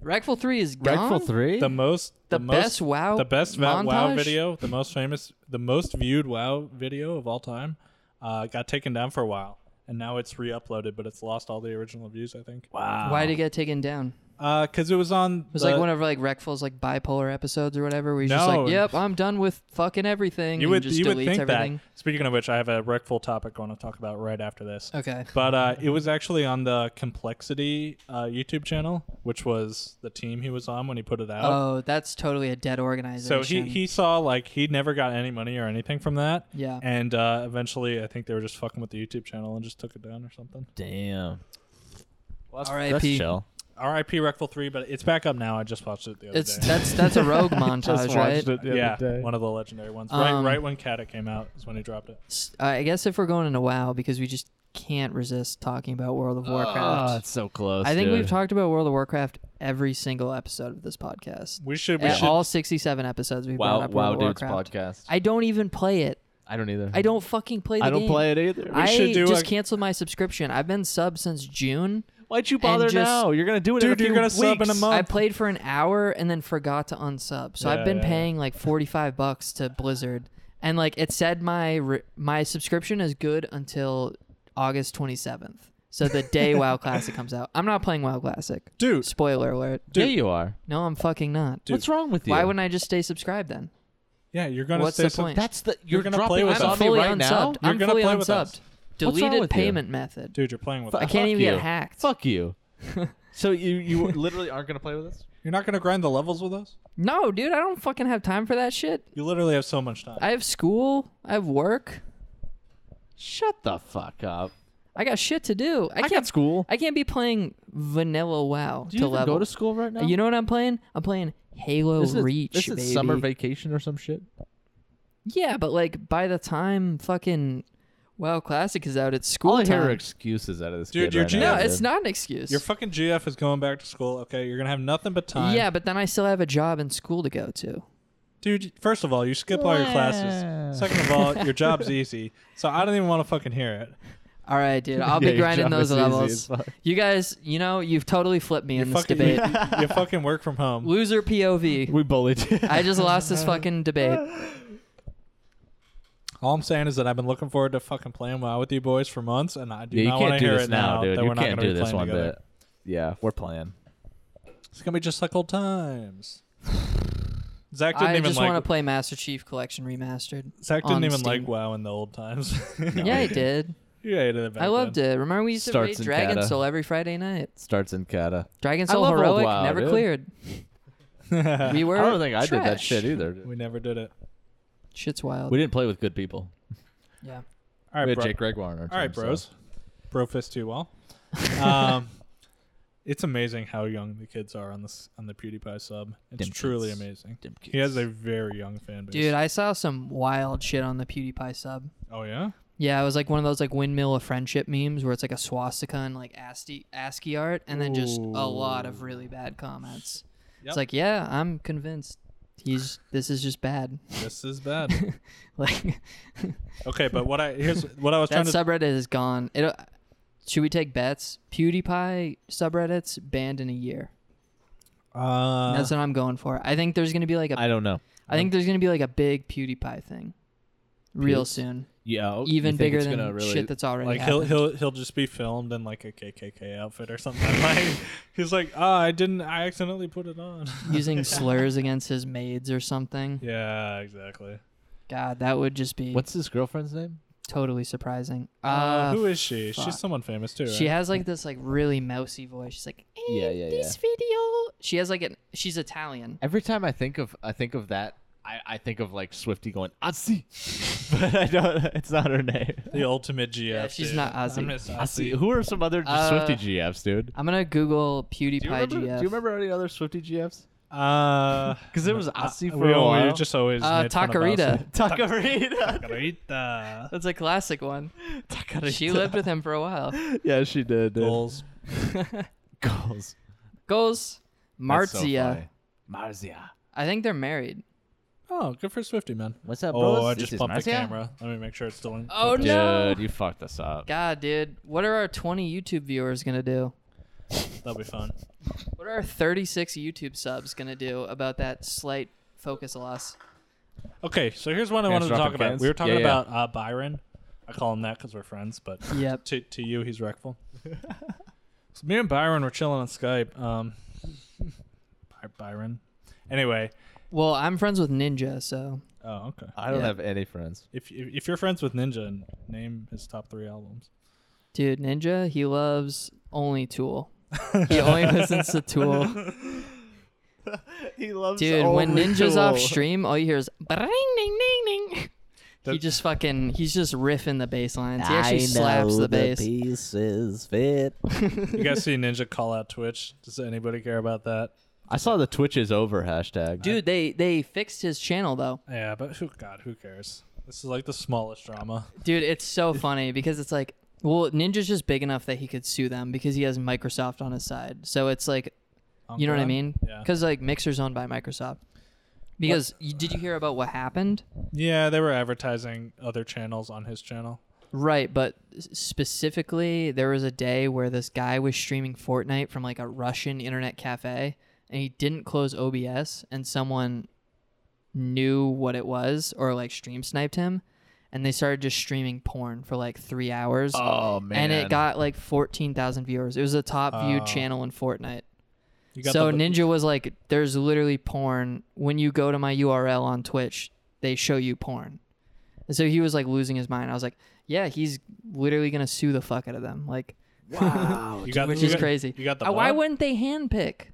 Speaker 3: Wreckful Three is gone.
Speaker 2: Redfall three.
Speaker 1: the most
Speaker 3: The
Speaker 1: most,
Speaker 3: best WoW
Speaker 1: the best va- WoW
Speaker 3: montage?
Speaker 1: video, the most famous, the most viewed WoW video of all time, uh, got taken down for a while, and now it's re-uploaded, but it's lost all the original views. I think.
Speaker 2: wow.
Speaker 3: Why did it get taken down?
Speaker 1: because it was on.
Speaker 3: It was like one of like Reckful's like bipolar episodes or whatever, where he's just
Speaker 1: No.
Speaker 3: like, "Yep, I'm done with fucking everything."
Speaker 1: you
Speaker 3: and
Speaker 1: would
Speaker 3: just
Speaker 1: you would
Speaker 3: deletes
Speaker 1: think
Speaker 3: everything.
Speaker 1: that. Speaking of which, I have a wreckful topic I want to talk about right after this.
Speaker 3: Okay.
Speaker 1: But uh, it was actually on the Complexity uh, YouTube channel, which was the team he was on when he put it out.
Speaker 3: Oh, that's totally a dead organization.
Speaker 1: so he, he saw like he never got any money or anything from that.
Speaker 3: Yeah.
Speaker 1: And uh, eventually, I think they were just fucking with the YouTube channel and just took it down or something.
Speaker 2: Damn. Well, that's,
Speaker 3: R.I.P.
Speaker 2: that's chill.
Speaker 1: R.I.P. Wreckful Three, but it's back up now. I just watched it the other
Speaker 3: It's
Speaker 1: day.
Speaker 3: that's that's a rogue montage, right?
Speaker 1: yeah, one of the legendary ones.
Speaker 3: Um,
Speaker 1: right, right when Kata came out is when he dropped it.
Speaker 3: S- uh, I guess if we're going into WoW, because we just can't resist talking about World of Warcraft.
Speaker 2: Oh, it's so close.
Speaker 3: I think
Speaker 2: dude.
Speaker 3: we've talked about World of Warcraft every single episode of this podcast.
Speaker 1: We should we
Speaker 3: At
Speaker 1: should
Speaker 3: all 67 episodes, we've brought
Speaker 2: Wow,
Speaker 3: up
Speaker 2: wow,
Speaker 3: World of
Speaker 2: dude's
Speaker 3: Warcraft.
Speaker 2: podcast. I,
Speaker 3: I don't even play it.
Speaker 2: don't either.
Speaker 3: I don't fucking play the
Speaker 2: I don't
Speaker 3: game.
Speaker 2: play it either.
Speaker 3: I
Speaker 1: should do
Speaker 3: just
Speaker 1: a-
Speaker 3: canceled my subscription. I've been sub since June.
Speaker 2: Why'd you bother
Speaker 3: just-
Speaker 2: now? You're gonna do it, in a
Speaker 1: Dude, you're
Speaker 2: few
Speaker 1: gonna sub in a
Speaker 2: weeks.
Speaker 1: month.
Speaker 3: I played for an hour and then forgot to unsub. So
Speaker 1: Yeah,
Speaker 3: I've been
Speaker 1: yeah, yeah.
Speaker 3: paying like 45 bucks to Blizzard. And like it said my re- my subscription is good until August 27th. So the day WoW Classic comes out, I'm not playing WoW Classic.
Speaker 1: Dude,
Speaker 3: Spoiler alert.
Speaker 1: Dude.
Speaker 2: Yeah, you are.
Speaker 3: No, I'm fucking not.
Speaker 1: Dude.
Speaker 2: What's wrong with you?
Speaker 3: Why wouldn't I just stay subscribed then?
Speaker 1: yeah, you're gonna
Speaker 3: What's
Speaker 1: say
Speaker 3: the
Speaker 1: some-
Speaker 3: point?
Speaker 2: That's the
Speaker 1: You're
Speaker 2: you're,
Speaker 1: gonna
Speaker 2: dropping
Speaker 1: play with us.
Speaker 2: that on
Speaker 3: I'm
Speaker 1: Stop
Speaker 2: me
Speaker 3: fully
Speaker 2: right now.
Speaker 3: unsubbed.
Speaker 1: You're
Speaker 3: I'm
Speaker 1: gonna
Speaker 3: fully
Speaker 1: play
Speaker 3: unsubbed.
Speaker 1: with us.
Speaker 2: What's wrong
Speaker 3: Deleted
Speaker 2: with you?
Speaker 3: payment method.
Speaker 1: dude, you're playing with
Speaker 2: Fuck
Speaker 3: I
Speaker 1: us.
Speaker 3: can't even
Speaker 2: you.
Speaker 3: get hacked.
Speaker 2: Fuck you. so you you literally aren't gonna play with us?
Speaker 1: You're not gonna grind the levels with us.
Speaker 3: No, dude, I don't fucking have time for that shit.
Speaker 1: You literally have so much time.
Speaker 3: I have school. I have work.
Speaker 2: Shut the fuck up.
Speaker 3: I got shit to do. I
Speaker 2: I,
Speaker 3: can't.
Speaker 2: got school.
Speaker 3: I can't be playing vanilla WoW
Speaker 2: Do
Speaker 3: to
Speaker 2: you even
Speaker 3: level.
Speaker 2: go to school right now?
Speaker 3: You know what I'm playing? I'm playing Halo
Speaker 2: this is,
Speaker 3: Reach,
Speaker 2: This is
Speaker 3: baby.
Speaker 2: summer vacation or some shit.
Speaker 3: yeah, but like by the time fucking WoW Classic is out, it's school
Speaker 2: All I
Speaker 3: time.
Speaker 2: hear are excuses out of this
Speaker 1: Dude,
Speaker 2: kid
Speaker 1: your
Speaker 2: right
Speaker 1: GM
Speaker 2: now,
Speaker 3: no, it's
Speaker 2: dude.
Speaker 3: not an excuse.
Speaker 1: Your fucking GF is going back to school. Okay, you're gonna have nothing but time.
Speaker 3: yeah, but then I still have a job and school to go to.
Speaker 1: dude. First of all, you skip all your
Speaker 2: Yeah.
Speaker 1: classes. Second of all, your job's easy. So I don't even want to fucking hear it.
Speaker 3: All right, dude. I'll
Speaker 2: Yeah,
Speaker 3: be
Speaker 2: your
Speaker 3: grinding
Speaker 2: job
Speaker 3: those
Speaker 2: is easy as
Speaker 3: levels.
Speaker 2: fuck.
Speaker 3: You guys, you know, you've totally flipped me in this
Speaker 1: fucking,
Speaker 3: debate.
Speaker 1: You, you fucking work from home.
Speaker 3: Loser POV.
Speaker 2: We bullied you.
Speaker 3: I just lost this fucking debate.
Speaker 1: All I'm saying is that I've been looking forward to fucking playing WoW with you boys for months, and I do
Speaker 2: Yeah, you
Speaker 1: not want
Speaker 2: can't
Speaker 1: to
Speaker 2: do
Speaker 1: hear
Speaker 2: this
Speaker 1: it now.
Speaker 2: now, dude.
Speaker 1: that
Speaker 2: You
Speaker 1: we're not
Speaker 2: can't
Speaker 1: gonna
Speaker 2: do
Speaker 1: be
Speaker 2: this
Speaker 1: playing
Speaker 2: one
Speaker 1: together.
Speaker 2: bit. Yeah, we're playing.
Speaker 1: It's gonna be just like old times. Zach didn't
Speaker 3: I
Speaker 1: even
Speaker 3: just
Speaker 1: like.
Speaker 3: want to play Master Chief Collection remastered.
Speaker 1: Zach didn't
Speaker 3: on
Speaker 1: even
Speaker 3: Steam.
Speaker 1: like WoW in the old times.
Speaker 3: yeah, I did.
Speaker 1: you hated it. Back
Speaker 3: I loved it. Remember we used to
Speaker 2: Starts
Speaker 3: raid
Speaker 2: in
Speaker 3: Dragon
Speaker 2: Kata.
Speaker 3: Soul every Friday night.
Speaker 2: Starts in kata.
Speaker 3: Dragon
Speaker 2: I
Speaker 3: Soul
Speaker 2: love old
Speaker 3: heroic
Speaker 2: WoW,
Speaker 3: never
Speaker 2: dude.
Speaker 3: cleared. we were.
Speaker 2: I don't think I did that
Speaker 3: trash.
Speaker 2: shit e- either. dude.
Speaker 1: We never did it.
Speaker 3: Shit's wild.
Speaker 2: We didn't play with good people.
Speaker 3: yeah.
Speaker 1: All
Speaker 2: we
Speaker 1: right,
Speaker 2: had
Speaker 1: bro.
Speaker 2: Jake Gregoire on our team.
Speaker 1: All right,
Speaker 2: so-
Speaker 1: bros. Bro fist too well. Um, it's amazing how young the kids are on this on the PewDiePie sub. It's
Speaker 2: Them
Speaker 1: truly
Speaker 2: kids.
Speaker 1: amazing. He has a very young fan base.
Speaker 3: Dude, I saw some wild shit on the PewDiePie sub.
Speaker 1: oh yeah.
Speaker 3: Yeah, it was like one of those like windmill of friendship memes where it's like a swastika and like ASCII, ASCII art, and then just a lot of really bad comments.
Speaker 1: Yep.
Speaker 3: It's like, yeah, I'm convinced he's this is just bad.
Speaker 1: This is bad.
Speaker 3: like
Speaker 1: okay, but what I here's what I was
Speaker 3: that
Speaker 1: trying to
Speaker 3: subreddit is gone. It uh, should we take bets? PewDiePie subreddits banned in a year.
Speaker 1: uh,
Speaker 3: That's what I'm going for. I think there's gonna be like a
Speaker 2: I don't know.
Speaker 3: I think there's gonna be like a big PewDiePie thing, real
Speaker 2: Pewds?
Speaker 3: soon.
Speaker 2: Yeah, oh, you
Speaker 3: Even
Speaker 2: think
Speaker 3: bigger
Speaker 2: it's
Speaker 3: than
Speaker 2: gonna really,
Speaker 3: shit that's already
Speaker 1: like he'll
Speaker 3: happened.
Speaker 1: he'll he'll just be filmed in like a KKK outfit or something. like he's like, oh, I didn't, I accidentally put it on.
Speaker 3: using slurs against his maids or something.
Speaker 1: yeah, exactly.
Speaker 3: God, that would just be
Speaker 2: What's his girlfriend's name?
Speaker 3: totally surprising. Uh,
Speaker 1: Uh, who is she?
Speaker 3: fuck.
Speaker 1: She's someone famous too. Right?
Speaker 3: she has like this like really mousy voice. She's like,
Speaker 2: Yeah,
Speaker 3: "In
Speaker 2: yeah,
Speaker 3: This video. She has like an. She's Italian.
Speaker 2: Every time I think of I think of that, I, I think of like Swifty going Aussie, but I don't. It's not her name.
Speaker 1: the ultimate GF.
Speaker 3: she's
Speaker 1: dude.
Speaker 3: not uh, Aussie.
Speaker 1: I miss
Speaker 2: Aussie.
Speaker 1: Aussie.
Speaker 2: Who are some other
Speaker 3: Uh,
Speaker 2: Swifty GFs, dude?
Speaker 3: I'm gonna Google PewDiePie
Speaker 2: Do you, remember,
Speaker 3: GF.
Speaker 2: do you remember any other Swifty GFs?
Speaker 1: Uh,
Speaker 2: Because there was Aussie for
Speaker 1: we,
Speaker 2: a
Speaker 1: we
Speaker 2: while.
Speaker 1: just always
Speaker 3: Uh,
Speaker 1: made fun of
Speaker 3: Takarita.
Speaker 1: Aussie.
Speaker 2: Takarita.
Speaker 1: Takarita.
Speaker 3: That's a classic one.
Speaker 2: Takarita.
Speaker 3: She lived with him for a while.
Speaker 2: Yeah, she did. dude.
Speaker 1: Goals.
Speaker 2: Goals.
Speaker 3: Goes
Speaker 2: That's so
Speaker 3: Marzia.
Speaker 2: funny. Marzia.
Speaker 3: I think they're married.
Speaker 1: Oh, good for Swifty man.
Speaker 2: What's up,
Speaker 1: Oh, I just bumped the camera. Let me make sure it's still in.
Speaker 3: Oh
Speaker 2: Dude,
Speaker 3: no!
Speaker 2: you fucked us up.
Speaker 3: God, dude, what are our 20 YouTube viewers gonna do?
Speaker 1: That'll be fun.
Speaker 3: What are our 36 YouTube subs gonna do about that slight focus loss?
Speaker 1: Okay, so here's one I
Speaker 2: Hands
Speaker 1: wanted to
Speaker 2: dropping
Speaker 1: talk about.
Speaker 2: cans?
Speaker 1: We were talking
Speaker 2: Yeah, yeah.
Speaker 1: about uh, Byron. I call him that because we're friends, but
Speaker 3: Yep.
Speaker 1: to, to you, he's wreckful. so me and Byron were chilling on Skype. Um, By- Byron. Anyway.
Speaker 3: Well, I'm friends with Ninja, so
Speaker 1: Oh, okay.
Speaker 2: I don't
Speaker 3: Yeah.
Speaker 2: have any friends.
Speaker 1: If, if if you're friends with Ninja, name his top three albums.
Speaker 3: dude, Ninja, he loves only Tool. He only listens to Tool.
Speaker 2: he loves
Speaker 3: Dude, when Ninja's off stream, all you hear is bring ding ding ding. He
Speaker 1: That-
Speaker 3: just fucking he's just riffing the bass lines. He actually slaps the bass.
Speaker 2: pieces fit.
Speaker 1: You guys see Ninja call out Twitch? Does anybody care about that?
Speaker 2: I saw the Twitch is over hashtag.
Speaker 3: Dude, they they fixed his channel though.
Speaker 1: Yeah, but who? God, who cares? This is like the smallest drama.
Speaker 3: Dude, it's so funny because it's like, well, Ninja's just big enough that he could sue them because he has Microsoft on his side. So it's like, you know what
Speaker 1: Uncle
Speaker 3: I
Speaker 1: Em?
Speaker 3: mean?
Speaker 1: Yeah.
Speaker 3: Because like Mixer's owned by Microsoft. Because you, did you hear about what happened?
Speaker 1: Yeah, they were advertising other channels on his channel.
Speaker 3: Right, but s- specifically, there was a day where this guy was streaming Fortnite from like a Russian internet cafe, and he didn't close OBS, and someone knew what it was or like stream sniped him, and they started just streaming porn for like three hours.
Speaker 2: Oh man.
Speaker 3: and it got like 14,000 viewers. It was the top viewed
Speaker 1: Oh.
Speaker 3: channel in Fortnite.
Speaker 1: You
Speaker 3: So
Speaker 1: the-
Speaker 3: Ninja was like, there's literally porn. When you go to my URL on Twitch, they show you porn. And so he was like losing his mind. I was like, yeah, he's literally going to sue the fuck out of them. Like,
Speaker 2: Wow.
Speaker 1: you got the-
Speaker 3: which
Speaker 1: you
Speaker 3: is
Speaker 1: got-
Speaker 3: crazy.
Speaker 1: You got the
Speaker 3: Uh, why
Speaker 1: bot?
Speaker 3: wouldn't they handpick?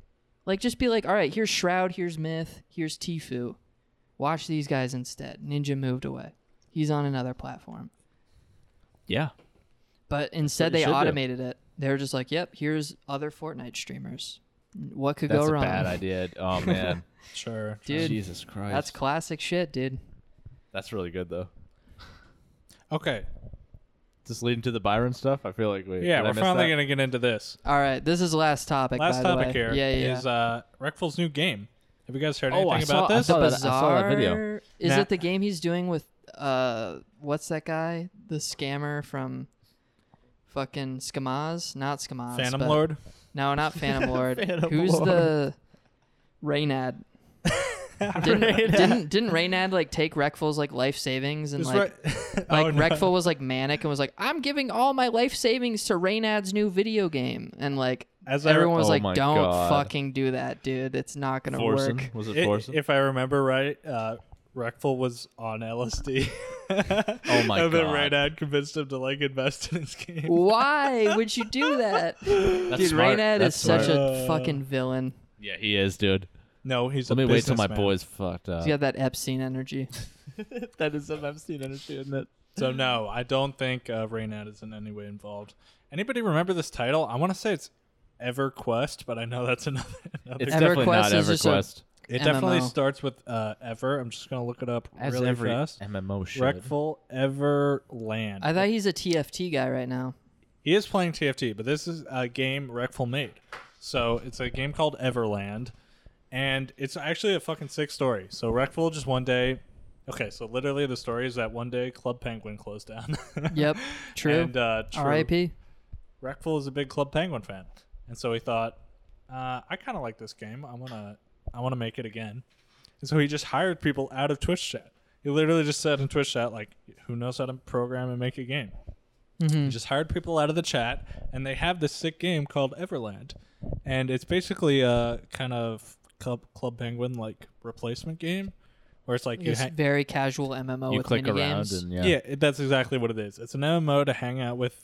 Speaker 3: Like, just be like, all right, here's Shroud, here's Myth, here's Tfue. Watch these guys instead. Ninja moved away. He's on another platform.
Speaker 2: yeah.
Speaker 3: But instead,
Speaker 2: you
Speaker 3: they
Speaker 2: should do.
Speaker 3: automated it. They were just like, yep, here's other Fortnite streamers. What could
Speaker 2: That's
Speaker 3: go
Speaker 2: a
Speaker 3: wrong?
Speaker 2: bad idea. Oh man.
Speaker 1: Sure.
Speaker 3: Dude,
Speaker 2: Jesus Christ.
Speaker 3: that's classic shit, dude.
Speaker 2: that's really good though.
Speaker 1: Okay.
Speaker 2: Just leading to the Byron stuff. I feel like we.
Speaker 1: Yeah,
Speaker 2: did I
Speaker 1: we're
Speaker 2: miss
Speaker 1: finally
Speaker 2: that?
Speaker 1: gonna get into this.
Speaker 3: All right, this is last topic.
Speaker 1: Last
Speaker 3: by the
Speaker 1: topic
Speaker 3: way.
Speaker 1: here is
Speaker 3: Yeah, yeah.
Speaker 1: uh, Reckful's new game. Have you guys heard
Speaker 2: Oh, I
Speaker 1: anything
Speaker 2: saw-
Speaker 1: about
Speaker 2: I
Speaker 1: this?
Speaker 2: saw
Speaker 3: the
Speaker 2: that- I saw that video.
Speaker 3: bizarre- Is
Speaker 1: Nah.
Speaker 3: it the game he's doing with uh, what's that guy? The scammer from fucking Skamaz? Not Skamaz.
Speaker 1: Phantom
Speaker 3: but-
Speaker 1: Lord.
Speaker 3: No, not Phantom Lord.
Speaker 2: Phantom
Speaker 3: Who's
Speaker 2: Lord.
Speaker 3: the Raynad? didn't, didn't didn't Raynad like take Reckful's like life savings and
Speaker 1: Is
Speaker 3: like
Speaker 1: Re-
Speaker 3: like
Speaker 1: Oh, no.
Speaker 3: Reckful was like manic and was like, I'm giving all my life savings to Raynad's new video game and like
Speaker 1: As I re-
Speaker 3: everyone was
Speaker 2: Oh
Speaker 3: like,
Speaker 2: my
Speaker 3: Don't
Speaker 2: God.
Speaker 3: fucking do that, dude. It's not gonna
Speaker 2: Forsen?
Speaker 3: work.
Speaker 2: Was it
Speaker 1: I-
Speaker 2: Forsen?
Speaker 1: if I remember right, uh, Reckful was on LSD.
Speaker 2: oh my
Speaker 1: and then
Speaker 2: god.
Speaker 1: Raynad convinced him to like invest in his game.
Speaker 3: Why would you do that?
Speaker 2: That's
Speaker 3: dude,
Speaker 2: smart.
Speaker 3: Raynad
Speaker 2: That's
Speaker 3: is such
Speaker 2: smart.
Speaker 1: smart.
Speaker 3: a fucking villain.
Speaker 2: Yeah, he is, dude.
Speaker 1: No, he's.
Speaker 2: Let
Speaker 1: a
Speaker 2: me wait till my
Speaker 1: businessman.
Speaker 2: boy's fucked up.
Speaker 3: He's got that Epstein energy.
Speaker 2: that is some Epstein energy, isn't it?
Speaker 1: So no, I don't think uh, Raynad is in any way involved. Anybody remember this title? I want to say it's EverQuest, but I know that's another. another
Speaker 2: It's
Speaker 3: EverQuest
Speaker 2: definitely not
Speaker 3: is just a-
Speaker 2: EverQuest.
Speaker 1: it definitely
Speaker 3: MMO.
Speaker 1: starts with uh, Ever. I'm just gonna look it up
Speaker 2: As
Speaker 1: really
Speaker 2: every
Speaker 1: fast.
Speaker 2: MMO should.
Speaker 1: Reckful Everland.
Speaker 3: I thought he's a TFT guy right now.
Speaker 1: He is playing TFT, but this is a game Reckful made. So it's a game called Everland, and it's actually a fucking sick story. So Reckful just one day, okay, so literally the story is that one day Club Penguin closed down.
Speaker 3: Yep. True.
Speaker 1: And, uh, true.
Speaker 3: R.I.P.
Speaker 1: Reckful is a big Club Penguin fan, and so he thought, uh, I kind of like this game. I wanna, I wanna make it again. And so he just hired people out of Twitch chat. He literally just said in Twitch chat, like, who knows how to program and make a game? He just hired people out of the chat, and they have this sick game called Everland, and it's basically a kind of Club, Club Penguin like replacement game, where it's like you
Speaker 3: It's
Speaker 1: ha-
Speaker 3: very casual MMO
Speaker 2: You
Speaker 3: with
Speaker 2: click
Speaker 3: mini
Speaker 2: around
Speaker 3: games.
Speaker 2: and
Speaker 1: yeah, it- that's exactly what it is. It's an MMO to hang out with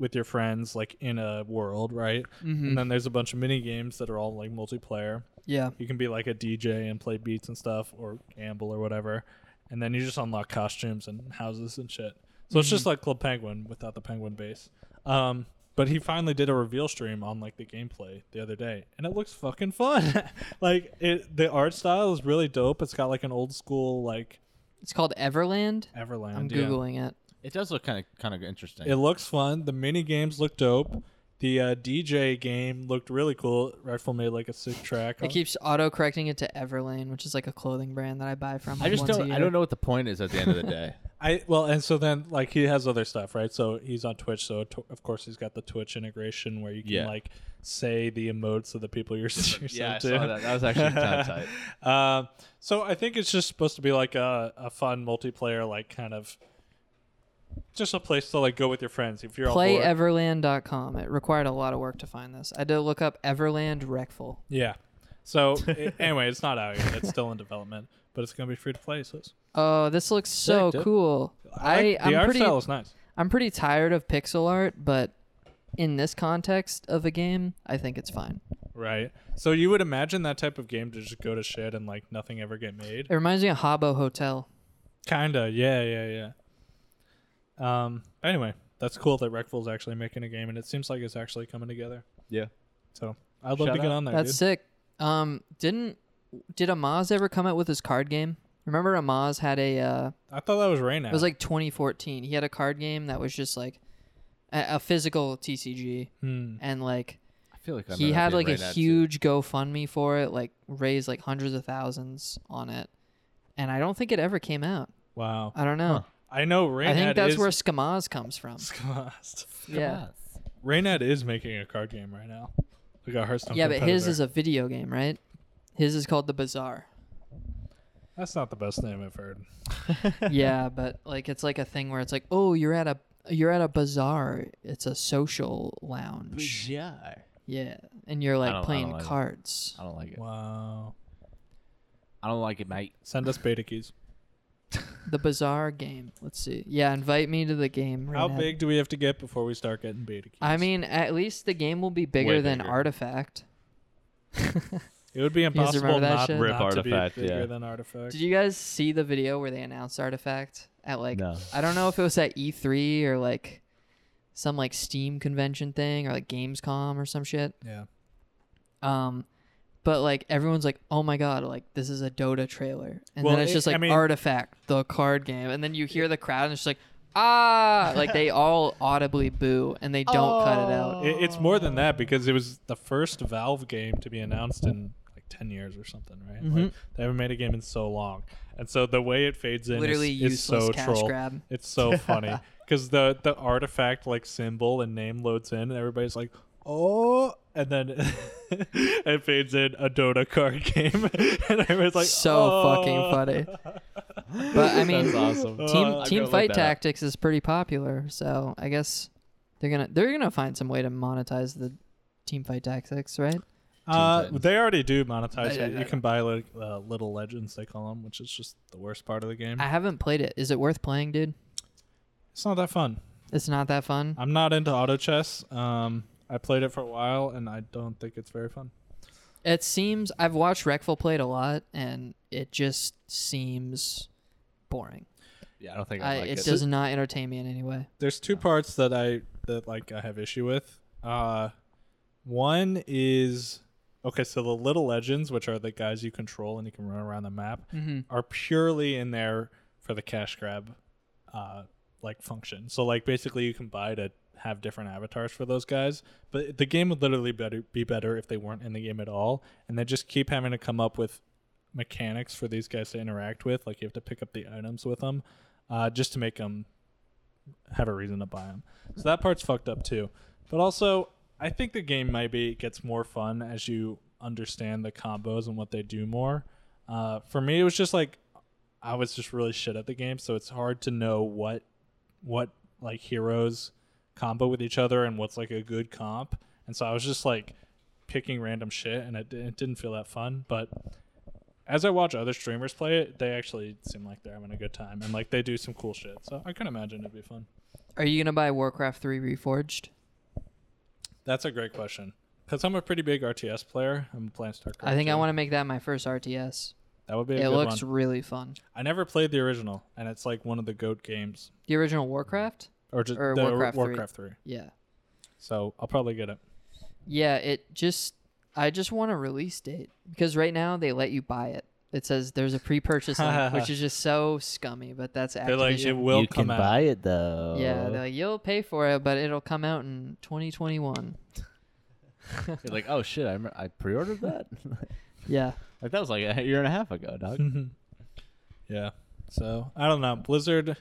Speaker 1: with your friends like in a world, right?
Speaker 3: Mm-hmm.
Speaker 1: And then there's a bunch of mini games that are all like multiplayer.
Speaker 3: yeah.
Speaker 1: You can be like a DJ and play beats and stuff or gamble or whatever. And then you just unlock costumes and houses and shit. So it's
Speaker 3: Mm-hmm.
Speaker 1: just like Club Penguin without the penguin base. Um, but he finally did a reveal stream on like the gameplay the other day, and it looks fucking fun. like it, the art style is really dope. It's got like an old school like
Speaker 3: It's called Everland.
Speaker 1: Everland.
Speaker 3: I'm
Speaker 1: yeah.
Speaker 3: googling it.
Speaker 2: It does look kind of kind of interesting.
Speaker 1: It looks fun. The mini games look dope. The uh, DJ game looked really cool. Rifle made like a sick track.
Speaker 3: It keeps auto correcting it to Everlane, which is like a clothing brand that I buy from.
Speaker 2: I just
Speaker 3: once a
Speaker 2: don't. I
Speaker 3: year.
Speaker 2: don't know what the point is at the end of the day.
Speaker 1: I well, and so then like he has other stuff, right? So he's on Twitch, so t- of course he's got the Twitch integration where you can
Speaker 2: Yeah.
Speaker 1: like say the emotes of the people you're, you're
Speaker 2: yeah, I
Speaker 1: sent to.
Speaker 2: saw that. That was actually kind of tight.
Speaker 1: Um, so I think it's just supposed to be like a, a fun multiplayer, like kind of just a place to like go with your friends if you're on board.
Speaker 3: PlayEverland.com. It required a lot of work to find this. I had to look up Everland Recful.
Speaker 1: yeah. So i- anyway, it's not out yet. It's still in development, but it's gonna be free to play. So it's-
Speaker 3: Oh, this looks so
Speaker 2: Sick, dude.
Speaker 3: cool. I,
Speaker 1: the
Speaker 3: I'm
Speaker 1: art
Speaker 3: pretty
Speaker 1: style is nice.
Speaker 3: I'm pretty tired of pixel art, but in this context of a game, I think it's fine.
Speaker 1: Right. So you would imagine that type of game to just go to shit and like nothing ever get made.
Speaker 3: It reminds me of Hobo Hotel.
Speaker 1: Kinda, yeah, yeah, yeah. Um. Anyway, that's cool that Reckful's actually making a game, and it seems like it's actually coming together.
Speaker 2: Yeah.
Speaker 1: So I'd love
Speaker 2: Shout
Speaker 1: to get
Speaker 2: out.
Speaker 1: on that.
Speaker 3: That's
Speaker 1: dude.
Speaker 3: sick. Um, didn't did Amaz ever come out with his card game? Remember Amaz had a uh,
Speaker 1: I thought that was Raynad.
Speaker 3: It was like 2014. He had a card game that was just like a, a physical TCG,
Speaker 1: Hmm.
Speaker 3: and like
Speaker 2: I feel like I
Speaker 3: he
Speaker 2: know
Speaker 3: had
Speaker 2: that'd
Speaker 3: like
Speaker 2: be
Speaker 3: a
Speaker 2: right at it.
Speaker 3: huge GoFundMe for it, like raised like hundreds of thousands on it, and I don't think it ever came out.
Speaker 1: wow.
Speaker 3: I don't know.
Speaker 1: I know Raynad.
Speaker 3: I think that's
Speaker 1: is
Speaker 3: where Skamaz comes from. Yeah,
Speaker 1: Raynad is making a card game right now, like a Hearthstone.
Speaker 3: yeah, but his is a video game, right? His is called the Bazaar.
Speaker 1: That's not the best name I've heard.
Speaker 3: yeah, but like it's like a thing where it's like, oh, you're at a you're at a bazaar. It's a social lounge.
Speaker 2: Bizarre.
Speaker 3: Yeah, and you're
Speaker 2: don't- I
Speaker 3: like
Speaker 2: don't
Speaker 3: playing
Speaker 2: like it.
Speaker 3: cards.
Speaker 2: I don't like it.
Speaker 1: Wow.
Speaker 2: I don't like it, mate.
Speaker 1: Send us beta keys.
Speaker 3: The bazaar game. Let's see. Yeah, invite me to the game.
Speaker 1: How
Speaker 3: Rainhead.
Speaker 1: big do we have to get before we start getting beta keys?
Speaker 3: I mean, at least the game will be bigger than
Speaker 1: bigger.
Speaker 3: Artifact.
Speaker 1: it would be
Speaker 3: guys
Speaker 1: impossible
Speaker 3: remember that
Speaker 1: not,
Speaker 3: shit?
Speaker 2: Rip
Speaker 1: not
Speaker 2: Artifact,
Speaker 1: to be bigger
Speaker 2: yeah.
Speaker 1: than artifact.
Speaker 3: Did you guys see the video where they announced Artifact at like
Speaker 2: No.
Speaker 3: I don't know if it was at E3 or like some like Steam convention thing or like Gamescom or some shit.
Speaker 1: yeah.
Speaker 3: Um, but like everyone's like, "Oh my god!" Like this is a Dota trailer, and
Speaker 1: Well,
Speaker 3: then it's
Speaker 1: it-
Speaker 3: just
Speaker 1: I
Speaker 3: like
Speaker 1: mean-
Speaker 3: Artifact, the card game, and then you hear the crowd and it's just like, "Ah!" like they all audibly boo and they don't cut it out.
Speaker 1: It, it's more than that because it was the first Valve game to be announced in like 10 years or something, right?
Speaker 3: Mm-hmm.
Speaker 1: Like, they haven't made a game in so long. And so the way it fades in
Speaker 3: Literally
Speaker 1: is, is
Speaker 3: useless
Speaker 1: so
Speaker 3: cash
Speaker 1: troll.
Speaker 3: grab.
Speaker 1: It's so funny because the, the artifact like symbol and name loads in and everybody's like, oh, and then it fades in a Dota card game. and everybody's like,
Speaker 3: so fucking
Speaker 1: "Oh."
Speaker 3: funny. But I mean,
Speaker 2: That's awesome.
Speaker 3: team
Speaker 1: Uh, I'm
Speaker 3: team
Speaker 2: gonna look
Speaker 3: fight
Speaker 2: that Oh, up.
Speaker 3: tactics is pretty popular, so I guess they're gonna they're gonna find some way to monetize the team fight tactics, right?
Speaker 1: Uh,
Speaker 2: Titans.
Speaker 1: they already do monetize
Speaker 3: Yeah,
Speaker 1: it.
Speaker 3: yeah,
Speaker 1: You
Speaker 3: yeah.
Speaker 1: can buy like uh, little legends, they call them, which is just the worst part of the game.
Speaker 3: I haven't played it. Is it worth playing, dude?
Speaker 1: It's not that fun.
Speaker 3: It's not that fun.
Speaker 1: I'm not into auto chess. Um, I played it for a while, and I don't think it's very fun.
Speaker 3: It seems I've watched Recful play it a lot, and it just seems boring.
Speaker 2: Yeah, I don't think I,
Speaker 3: I,
Speaker 2: like
Speaker 3: it,
Speaker 2: it.
Speaker 3: does not entertain me in any way.
Speaker 1: There's two parts that I that like I have issue with. Uh, one is okay. So the little legends, which are the guys you control and you can run around the map, are purely in there for the cash grab, uh, like function. So like basically you can buy to have different avatars for those guys, but the game would literally better be better if they weren't in the game at all, and they just keep having to come up with mechanics for these guys to interact with. Like you have to pick up the items with them, uh, just to make them have a reason to buy them. So that part's fucked up too. But also, I think the game might be gets more fun as you understand the combos and what they do more. Uh, for me, it was just like I was just really shit at the game, so it's hard to know what what like heroes combo with each other and what's like a good comp. And so I was just like picking random shit, and it, it didn't feel that fun. But as I watch other streamers play it, they actually seem like they're having a good time, and like they do some cool shit. So I can imagine it'd be fun.
Speaker 3: Are you gonna buy Warcraft Three Reforged?
Speaker 1: That's a great question. Because I'm a pretty big RTS player. I'm playing StarCraft.
Speaker 3: I think I
Speaker 1: too.
Speaker 3: want to make that my first RTS.
Speaker 1: That would be a
Speaker 3: It
Speaker 1: good
Speaker 3: looks
Speaker 1: one.
Speaker 3: really fun.
Speaker 1: I never played the original, and it's like one of the goat games,
Speaker 3: The original Warcraft?
Speaker 1: or just
Speaker 3: Or
Speaker 1: the
Speaker 3: Warcraft
Speaker 1: Warcraft,
Speaker 3: 3.
Speaker 1: three.
Speaker 3: Yeah.
Speaker 1: So I'll probably get it.
Speaker 3: Yeah, it just I just want a release date because right now they let you buy it. It says there's a pre-purchase link, which is just so scummy, but that's
Speaker 1: They're like, it
Speaker 3: Activision.
Speaker 1: will come out.
Speaker 2: it though.
Speaker 3: yeah, they're like, you'll pay for it, but it'll come out in 2021.
Speaker 2: You're like, oh shit, I, remember, I pre-ordered that.
Speaker 3: Yeah.
Speaker 2: like that was like a year and a half ago, dog.
Speaker 3: Mm-hmm.
Speaker 1: Yeah. So I don't know. Blizzard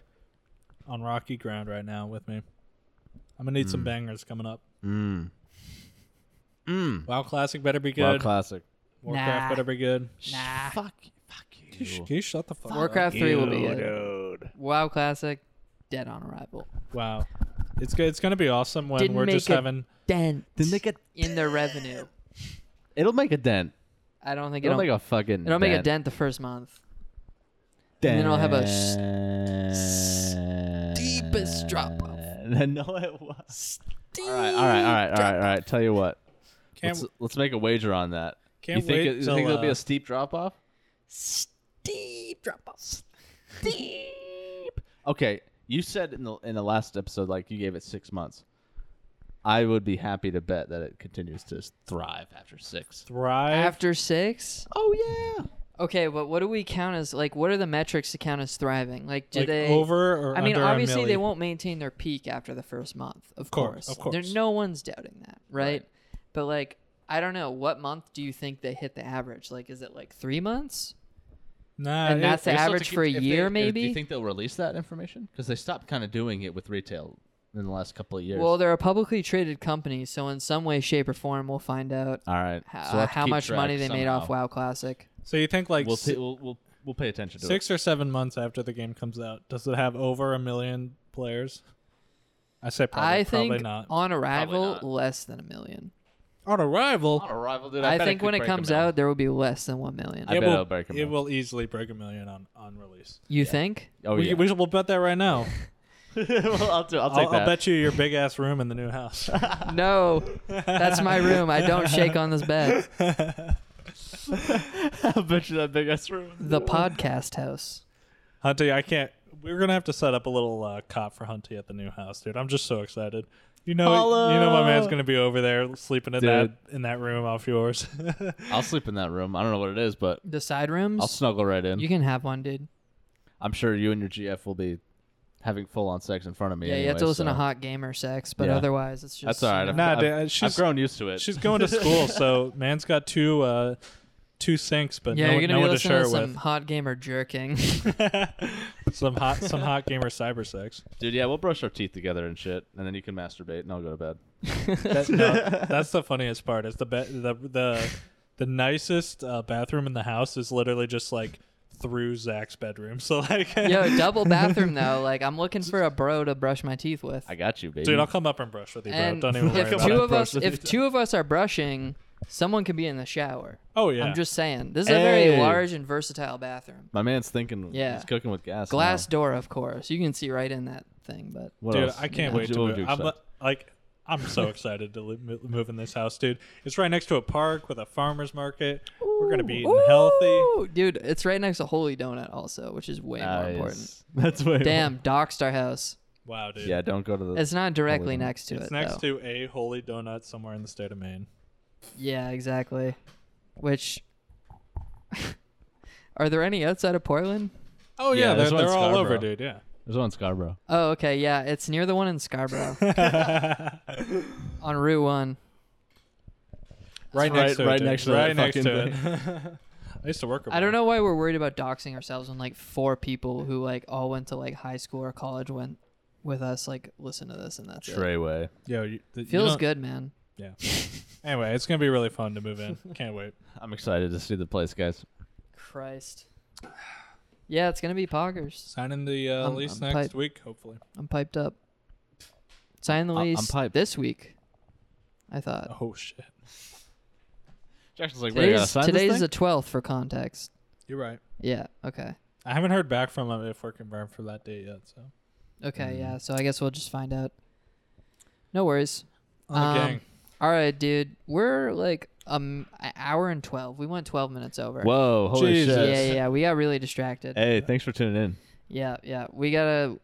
Speaker 1: on rocky ground right now with me. I'm gonna need some bangers coming up.
Speaker 2: Mm. Mm.
Speaker 1: WoW Classic better be good.
Speaker 2: Wow, classic.
Speaker 1: Warcraft
Speaker 3: Nah.
Speaker 1: better be good.
Speaker 3: Nah.
Speaker 2: Fuck, fuck you.
Speaker 1: Can you shut the fuck up?
Speaker 3: Warcraft 3 will be
Speaker 2: You,
Speaker 3: it.
Speaker 2: dude.
Speaker 3: WoW Classic, dead on arrival.
Speaker 1: Wow. It's go- it's gonna be awesome when
Speaker 3: Didn't
Speaker 1: we're
Speaker 3: make
Speaker 1: just
Speaker 3: a-
Speaker 1: having.
Speaker 3: Dent
Speaker 2: Didn't make a.
Speaker 3: in their revenue.
Speaker 2: It'll make a dent.
Speaker 3: I don't think
Speaker 2: It'll
Speaker 3: it'll,
Speaker 2: make a fucking.
Speaker 3: it'll
Speaker 2: dent.
Speaker 3: make a dent the first month.
Speaker 2: Dent.
Speaker 3: and then I'll have a s-
Speaker 2: a
Speaker 3: deepest drop off.
Speaker 2: no, it was. All right, all right, all right, all right, all right. Tell you what.
Speaker 1: Can't,
Speaker 2: let's, let's make a wager on that.
Speaker 1: can't
Speaker 2: you think,
Speaker 1: wait
Speaker 2: it, you
Speaker 1: till,
Speaker 2: think there'll be
Speaker 1: uh,
Speaker 2: a steep drop off?
Speaker 3: Steep drop off.
Speaker 2: Okay, you said in the in the last episode like you gave it six months. I would be happy to bet that it continues to thrive after six.
Speaker 1: thrive.
Speaker 3: After six?
Speaker 2: Oh yeah.
Speaker 3: Okay, but what do we count as like what are the metrics to count as thriving? Like do
Speaker 1: like
Speaker 3: they
Speaker 1: over or
Speaker 3: I mean
Speaker 1: under a
Speaker 3: obviously they
Speaker 1: milli?
Speaker 3: won't maintain their peak after the first month, of
Speaker 1: course,
Speaker 3: course.
Speaker 1: of
Speaker 3: There-
Speaker 1: course.
Speaker 3: no one's doubting that, right?
Speaker 2: Right.
Speaker 3: But like I don't know, what month do you think they hit the average? Like is it like 3 months?
Speaker 1: Nah,
Speaker 3: and
Speaker 1: it-
Speaker 3: that's
Speaker 2: They
Speaker 3: the
Speaker 2: still have to
Speaker 3: average
Speaker 2: keep-
Speaker 3: for a
Speaker 2: if they-
Speaker 3: year
Speaker 2: if- Do
Speaker 3: maybe?
Speaker 2: you think they'll release that information? Because they stopped kind of doing it with retail in the last couple of years.
Speaker 3: Well, they're a publicly traded company, so in some way shape or form we'll find out
Speaker 2: all right.
Speaker 3: how,
Speaker 2: so we'll have to
Speaker 3: how
Speaker 2: keep
Speaker 3: much
Speaker 2: track
Speaker 3: money they made
Speaker 2: somehow.
Speaker 3: off WoW Classic.
Speaker 1: so you think like
Speaker 2: We'll,
Speaker 1: s-
Speaker 2: t- we'll, we'll we'll pay attention to
Speaker 1: Six or seven months after the game comes out, does it have over a million players? I say probably,
Speaker 3: I think
Speaker 1: probably not.
Speaker 3: on arrival,
Speaker 2: not.
Speaker 3: less than a million.
Speaker 1: On
Speaker 2: it.
Speaker 1: arrival,
Speaker 2: On arrival, dude,
Speaker 3: I,
Speaker 2: bet
Speaker 3: think
Speaker 2: could
Speaker 3: when it
Speaker 2: break a
Speaker 3: comes
Speaker 2: million.
Speaker 3: out, there will be less than one million.
Speaker 2: I
Speaker 1: it
Speaker 2: bet
Speaker 1: will
Speaker 2: it'll break a
Speaker 1: it
Speaker 2: million.
Speaker 1: will easily break a million on on release.
Speaker 3: you think?
Speaker 2: oh
Speaker 1: we,
Speaker 2: yeah,
Speaker 1: we should, we'll bet that right now.
Speaker 2: well, I'll, do, I'll
Speaker 1: I'll,
Speaker 2: take that.
Speaker 1: I'll bet you your big ass room in the new house.
Speaker 3: No, that's my room. I don't shake on this bed.
Speaker 2: I'll bet you that big ass room.
Speaker 3: The podcast house.
Speaker 1: Hunty, I can't. We're gonna have to set up a little uh, cot for Hunty at the new house, dude. I'm just so excited. You know, you know, my man's
Speaker 2: Hello.
Speaker 1: gonna be over there sleeping in that in that room off yours.
Speaker 2: I'll sleep in that room. I don't know what it is, but
Speaker 3: The side rooms.
Speaker 2: I'll snuggle right in.
Speaker 3: you can have one, dude.
Speaker 2: I'm sure you and your GF will be having full on sex in front of me.
Speaker 3: Yeah, you have
Speaker 2: anyway,
Speaker 3: to listen to
Speaker 2: so-
Speaker 3: hot gamer sex, but
Speaker 2: Yeah.
Speaker 3: otherwise it's just
Speaker 2: That's all right.
Speaker 3: you
Speaker 2: I've,
Speaker 3: know,
Speaker 1: Nah,
Speaker 2: I've-
Speaker 1: dude,
Speaker 2: I've
Speaker 1: she's-
Speaker 2: grown used to it.
Speaker 1: She's going to school, so man's got two uh, two sinks, but
Speaker 3: yeah,
Speaker 1: no,
Speaker 3: you're gonna
Speaker 1: no
Speaker 3: be
Speaker 1: one to
Speaker 3: listening
Speaker 1: share
Speaker 3: to
Speaker 1: it
Speaker 3: some
Speaker 1: with.
Speaker 3: hot gamer jerking.
Speaker 1: some hot some hot gamer cyber sex.
Speaker 2: Dude, yeah, we'll brush our teeth together and shit, and then you can masturbate, and I'll go to bed.
Speaker 1: That- no, that's the funniest part. Is the be- the the the nicest uh, bathroom in the house is literally just like through Zach's bedroom. So like,
Speaker 3: Yo, double bathroom though. Like I'm looking for a bro to brush my teeth with.
Speaker 2: I got you, baby.
Speaker 1: dude, I'll come up and brush with you, bro.
Speaker 3: and
Speaker 1: Don't even worry
Speaker 3: if
Speaker 1: about
Speaker 3: two
Speaker 1: it.
Speaker 3: of us, if two of us are brushing, someone could be in the shower.
Speaker 1: oh yeah,
Speaker 3: I'm just saying, this is a very
Speaker 2: Hey.
Speaker 3: large and versatile bathroom.
Speaker 2: My man's thinking.
Speaker 3: Yeah.
Speaker 2: he's cooking with gas.
Speaker 3: Glass
Speaker 2: now.
Speaker 3: door, of course. You can see right in that thing, but
Speaker 2: What
Speaker 1: dude,
Speaker 2: else?
Speaker 1: I can't
Speaker 2: What
Speaker 1: wait to
Speaker 2: would you- what would you
Speaker 1: move. I'm li-
Speaker 2: expect?
Speaker 1: like, I'm so excited to li- mo- move in this house, dude. It's right next to a park with a farmer's market. We're gonna be eating healthy.
Speaker 3: Ooh, dude, it's right next to Holy Donut also, which is way more important.
Speaker 2: Nice. That's way.
Speaker 3: Damn, Dockstar House.
Speaker 1: Wow, dude.
Speaker 2: Yeah, don't go to the.
Speaker 3: It's not directly
Speaker 2: Donut.
Speaker 3: next to
Speaker 1: It's
Speaker 3: it.
Speaker 1: next
Speaker 3: though.
Speaker 1: to a holy donut somewhere in the state of Maine.
Speaker 3: Yeah, exactly. Which are there any outside of Portland?
Speaker 1: Oh
Speaker 2: Yeah,
Speaker 1: they're,
Speaker 2: there's one in
Speaker 1: they're all over,
Speaker 2: Scarborough.
Speaker 1: dude. Yeah.
Speaker 2: There's one in Scarborough.
Speaker 3: Oh, okay, yeah, it's near the one in Scarborough on Rue One.
Speaker 1: right
Speaker 2: Right-
Speaker 1: next to it.
Speaker 2: right
Speaker 1: dude.
Speaker 2: next to
Speaker 1: right
Speaker 2: that
Speaker 1: next to
Speaker 2: fucking
Speaker 1: it. I used to work. Over
Speaker 3: I don't
Speaker 1: there.
Speaker 3: know why we're worried about doxing ourselves when like four people who like all went to like high school or college went with us like listen to this and that's it.
Speaker 2: Treyway.
Speaker 1: Yo, you, th- you
Speaker 3: Feels
Speaker 1: don't-
Speaker 3: good, man.
Speaker 1: Yeah. anyway, it's gonna be really fun to move in. Can't wait.
Speaker 2: I'm excited to see the place, guys.
Speaker 3: Christ. Yeah, it's gonna be poggers.
Speaker 1: Signing the uh,
Speaker 3: I'm-
Speaker 1: lease next
Speaker 3: I'm tight.
Speaker 1: week, hopefully.
Speaker 3: I'm piped up. Sign the
Speaker 2: I- I'm
Speaker 3: lease
Speaker 2: piped.
Speaker 3: this week. I thought.
Speaker 1: Oh shit.
Speaker 2: Jackson's like, wait, I gotta
Speaker 3: Today's,
Speaker 2: sign
Speaker 3: today's
Speaker 2: this
Speaker 3: the
Speaker 2: thing?
Speaker 3: twelfth for context.
Speaker 1: You're right.
Speaker 3: Yeah. Okay.
Speaker 1: I haven't heard back from him if we're confirmed for that date yet. So.
Speaker 3: Okay.
Speaker 2: Mm.
Speaker 3: Yeah. So I guess we'll just find out. No worries.
Speaker 1: On the
Speaker 3: Um,
Speaker 1: gang.
Speaker 3: All right, dude. We're like um an hour and twelve. We went twelve minutes over.
Speaker 2: Whoa, holy
Speaker 1: Jesus.
Speaker 2: shit.
Speaker 3: Yeah, yeah, yeah. We got really distracted.
Speaker 2: Hey, thanks for tuning in.
Speaker 3: Yeah, yeah. We gotta,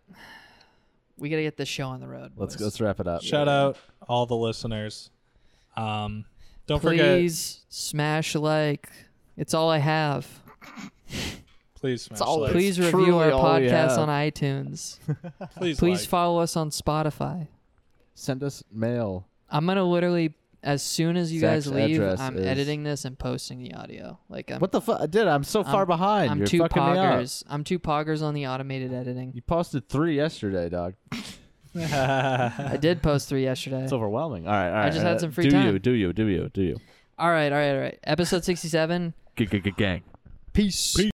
Speaker 3: we gotta get this show on the road.
Speaker 2: Let's
Speaker 3: boys.
Speaker 2: let's wrap it up.
Speaker 1: Shout out all the listeners. Um, don't forget.
Speaker 3: Please smash like. It's all I have.
Speaker 1: Please smash
Speaker 2: all-
Speaker 1: like.
Speaker 3: Please
Speaker 2: It's
Speaker 3: review our
Speaker 2: truly all we
Speaker 3: podcast
Speaker 2: have.
Speaker 3: on iTunes.
Speaker 1: Please.
Speaker 3: Please
Speaker 1: like.
Speaker 3: follow us on Spotify.
Speaker 2: Send us mail.
Speaker 3: I'm gonna literally, as soon as you
Speaker 2: Zach's
Speaker 3: guys leave,
Speaker 2: address
Speaker 3: I'm
Speaker 2: is-
Speaker 3: editing this and posting the audio. Like I'm,
Speaker 2: What the fuck, dude? I'm so far
Speaker 3: I'm-
Speaker 2: behind.
Speaker 3: I'm
Speaker 2: You're
Speaker 3: two
Speaker 2: fucking me up.
Speaker 3: poggers. I'm two poggers on the automated editing.
Speaker 2: You posted three yesterday, dog.
Speaker 3: I did post three yesterday.
Speaker 2: It's overwhelming. All right, all right.
Speaker 3: just had
Speaker 2: uh,
Speaker 3: some free
Speaker 2: do
Speaker 3: time.
Speaker 2: you? Do you? Do you? Do you?
Speaker 3: all right, all right, all right. Episode 67.
Speaker 2: G- g- g- gang.
Speaker 3: Peace.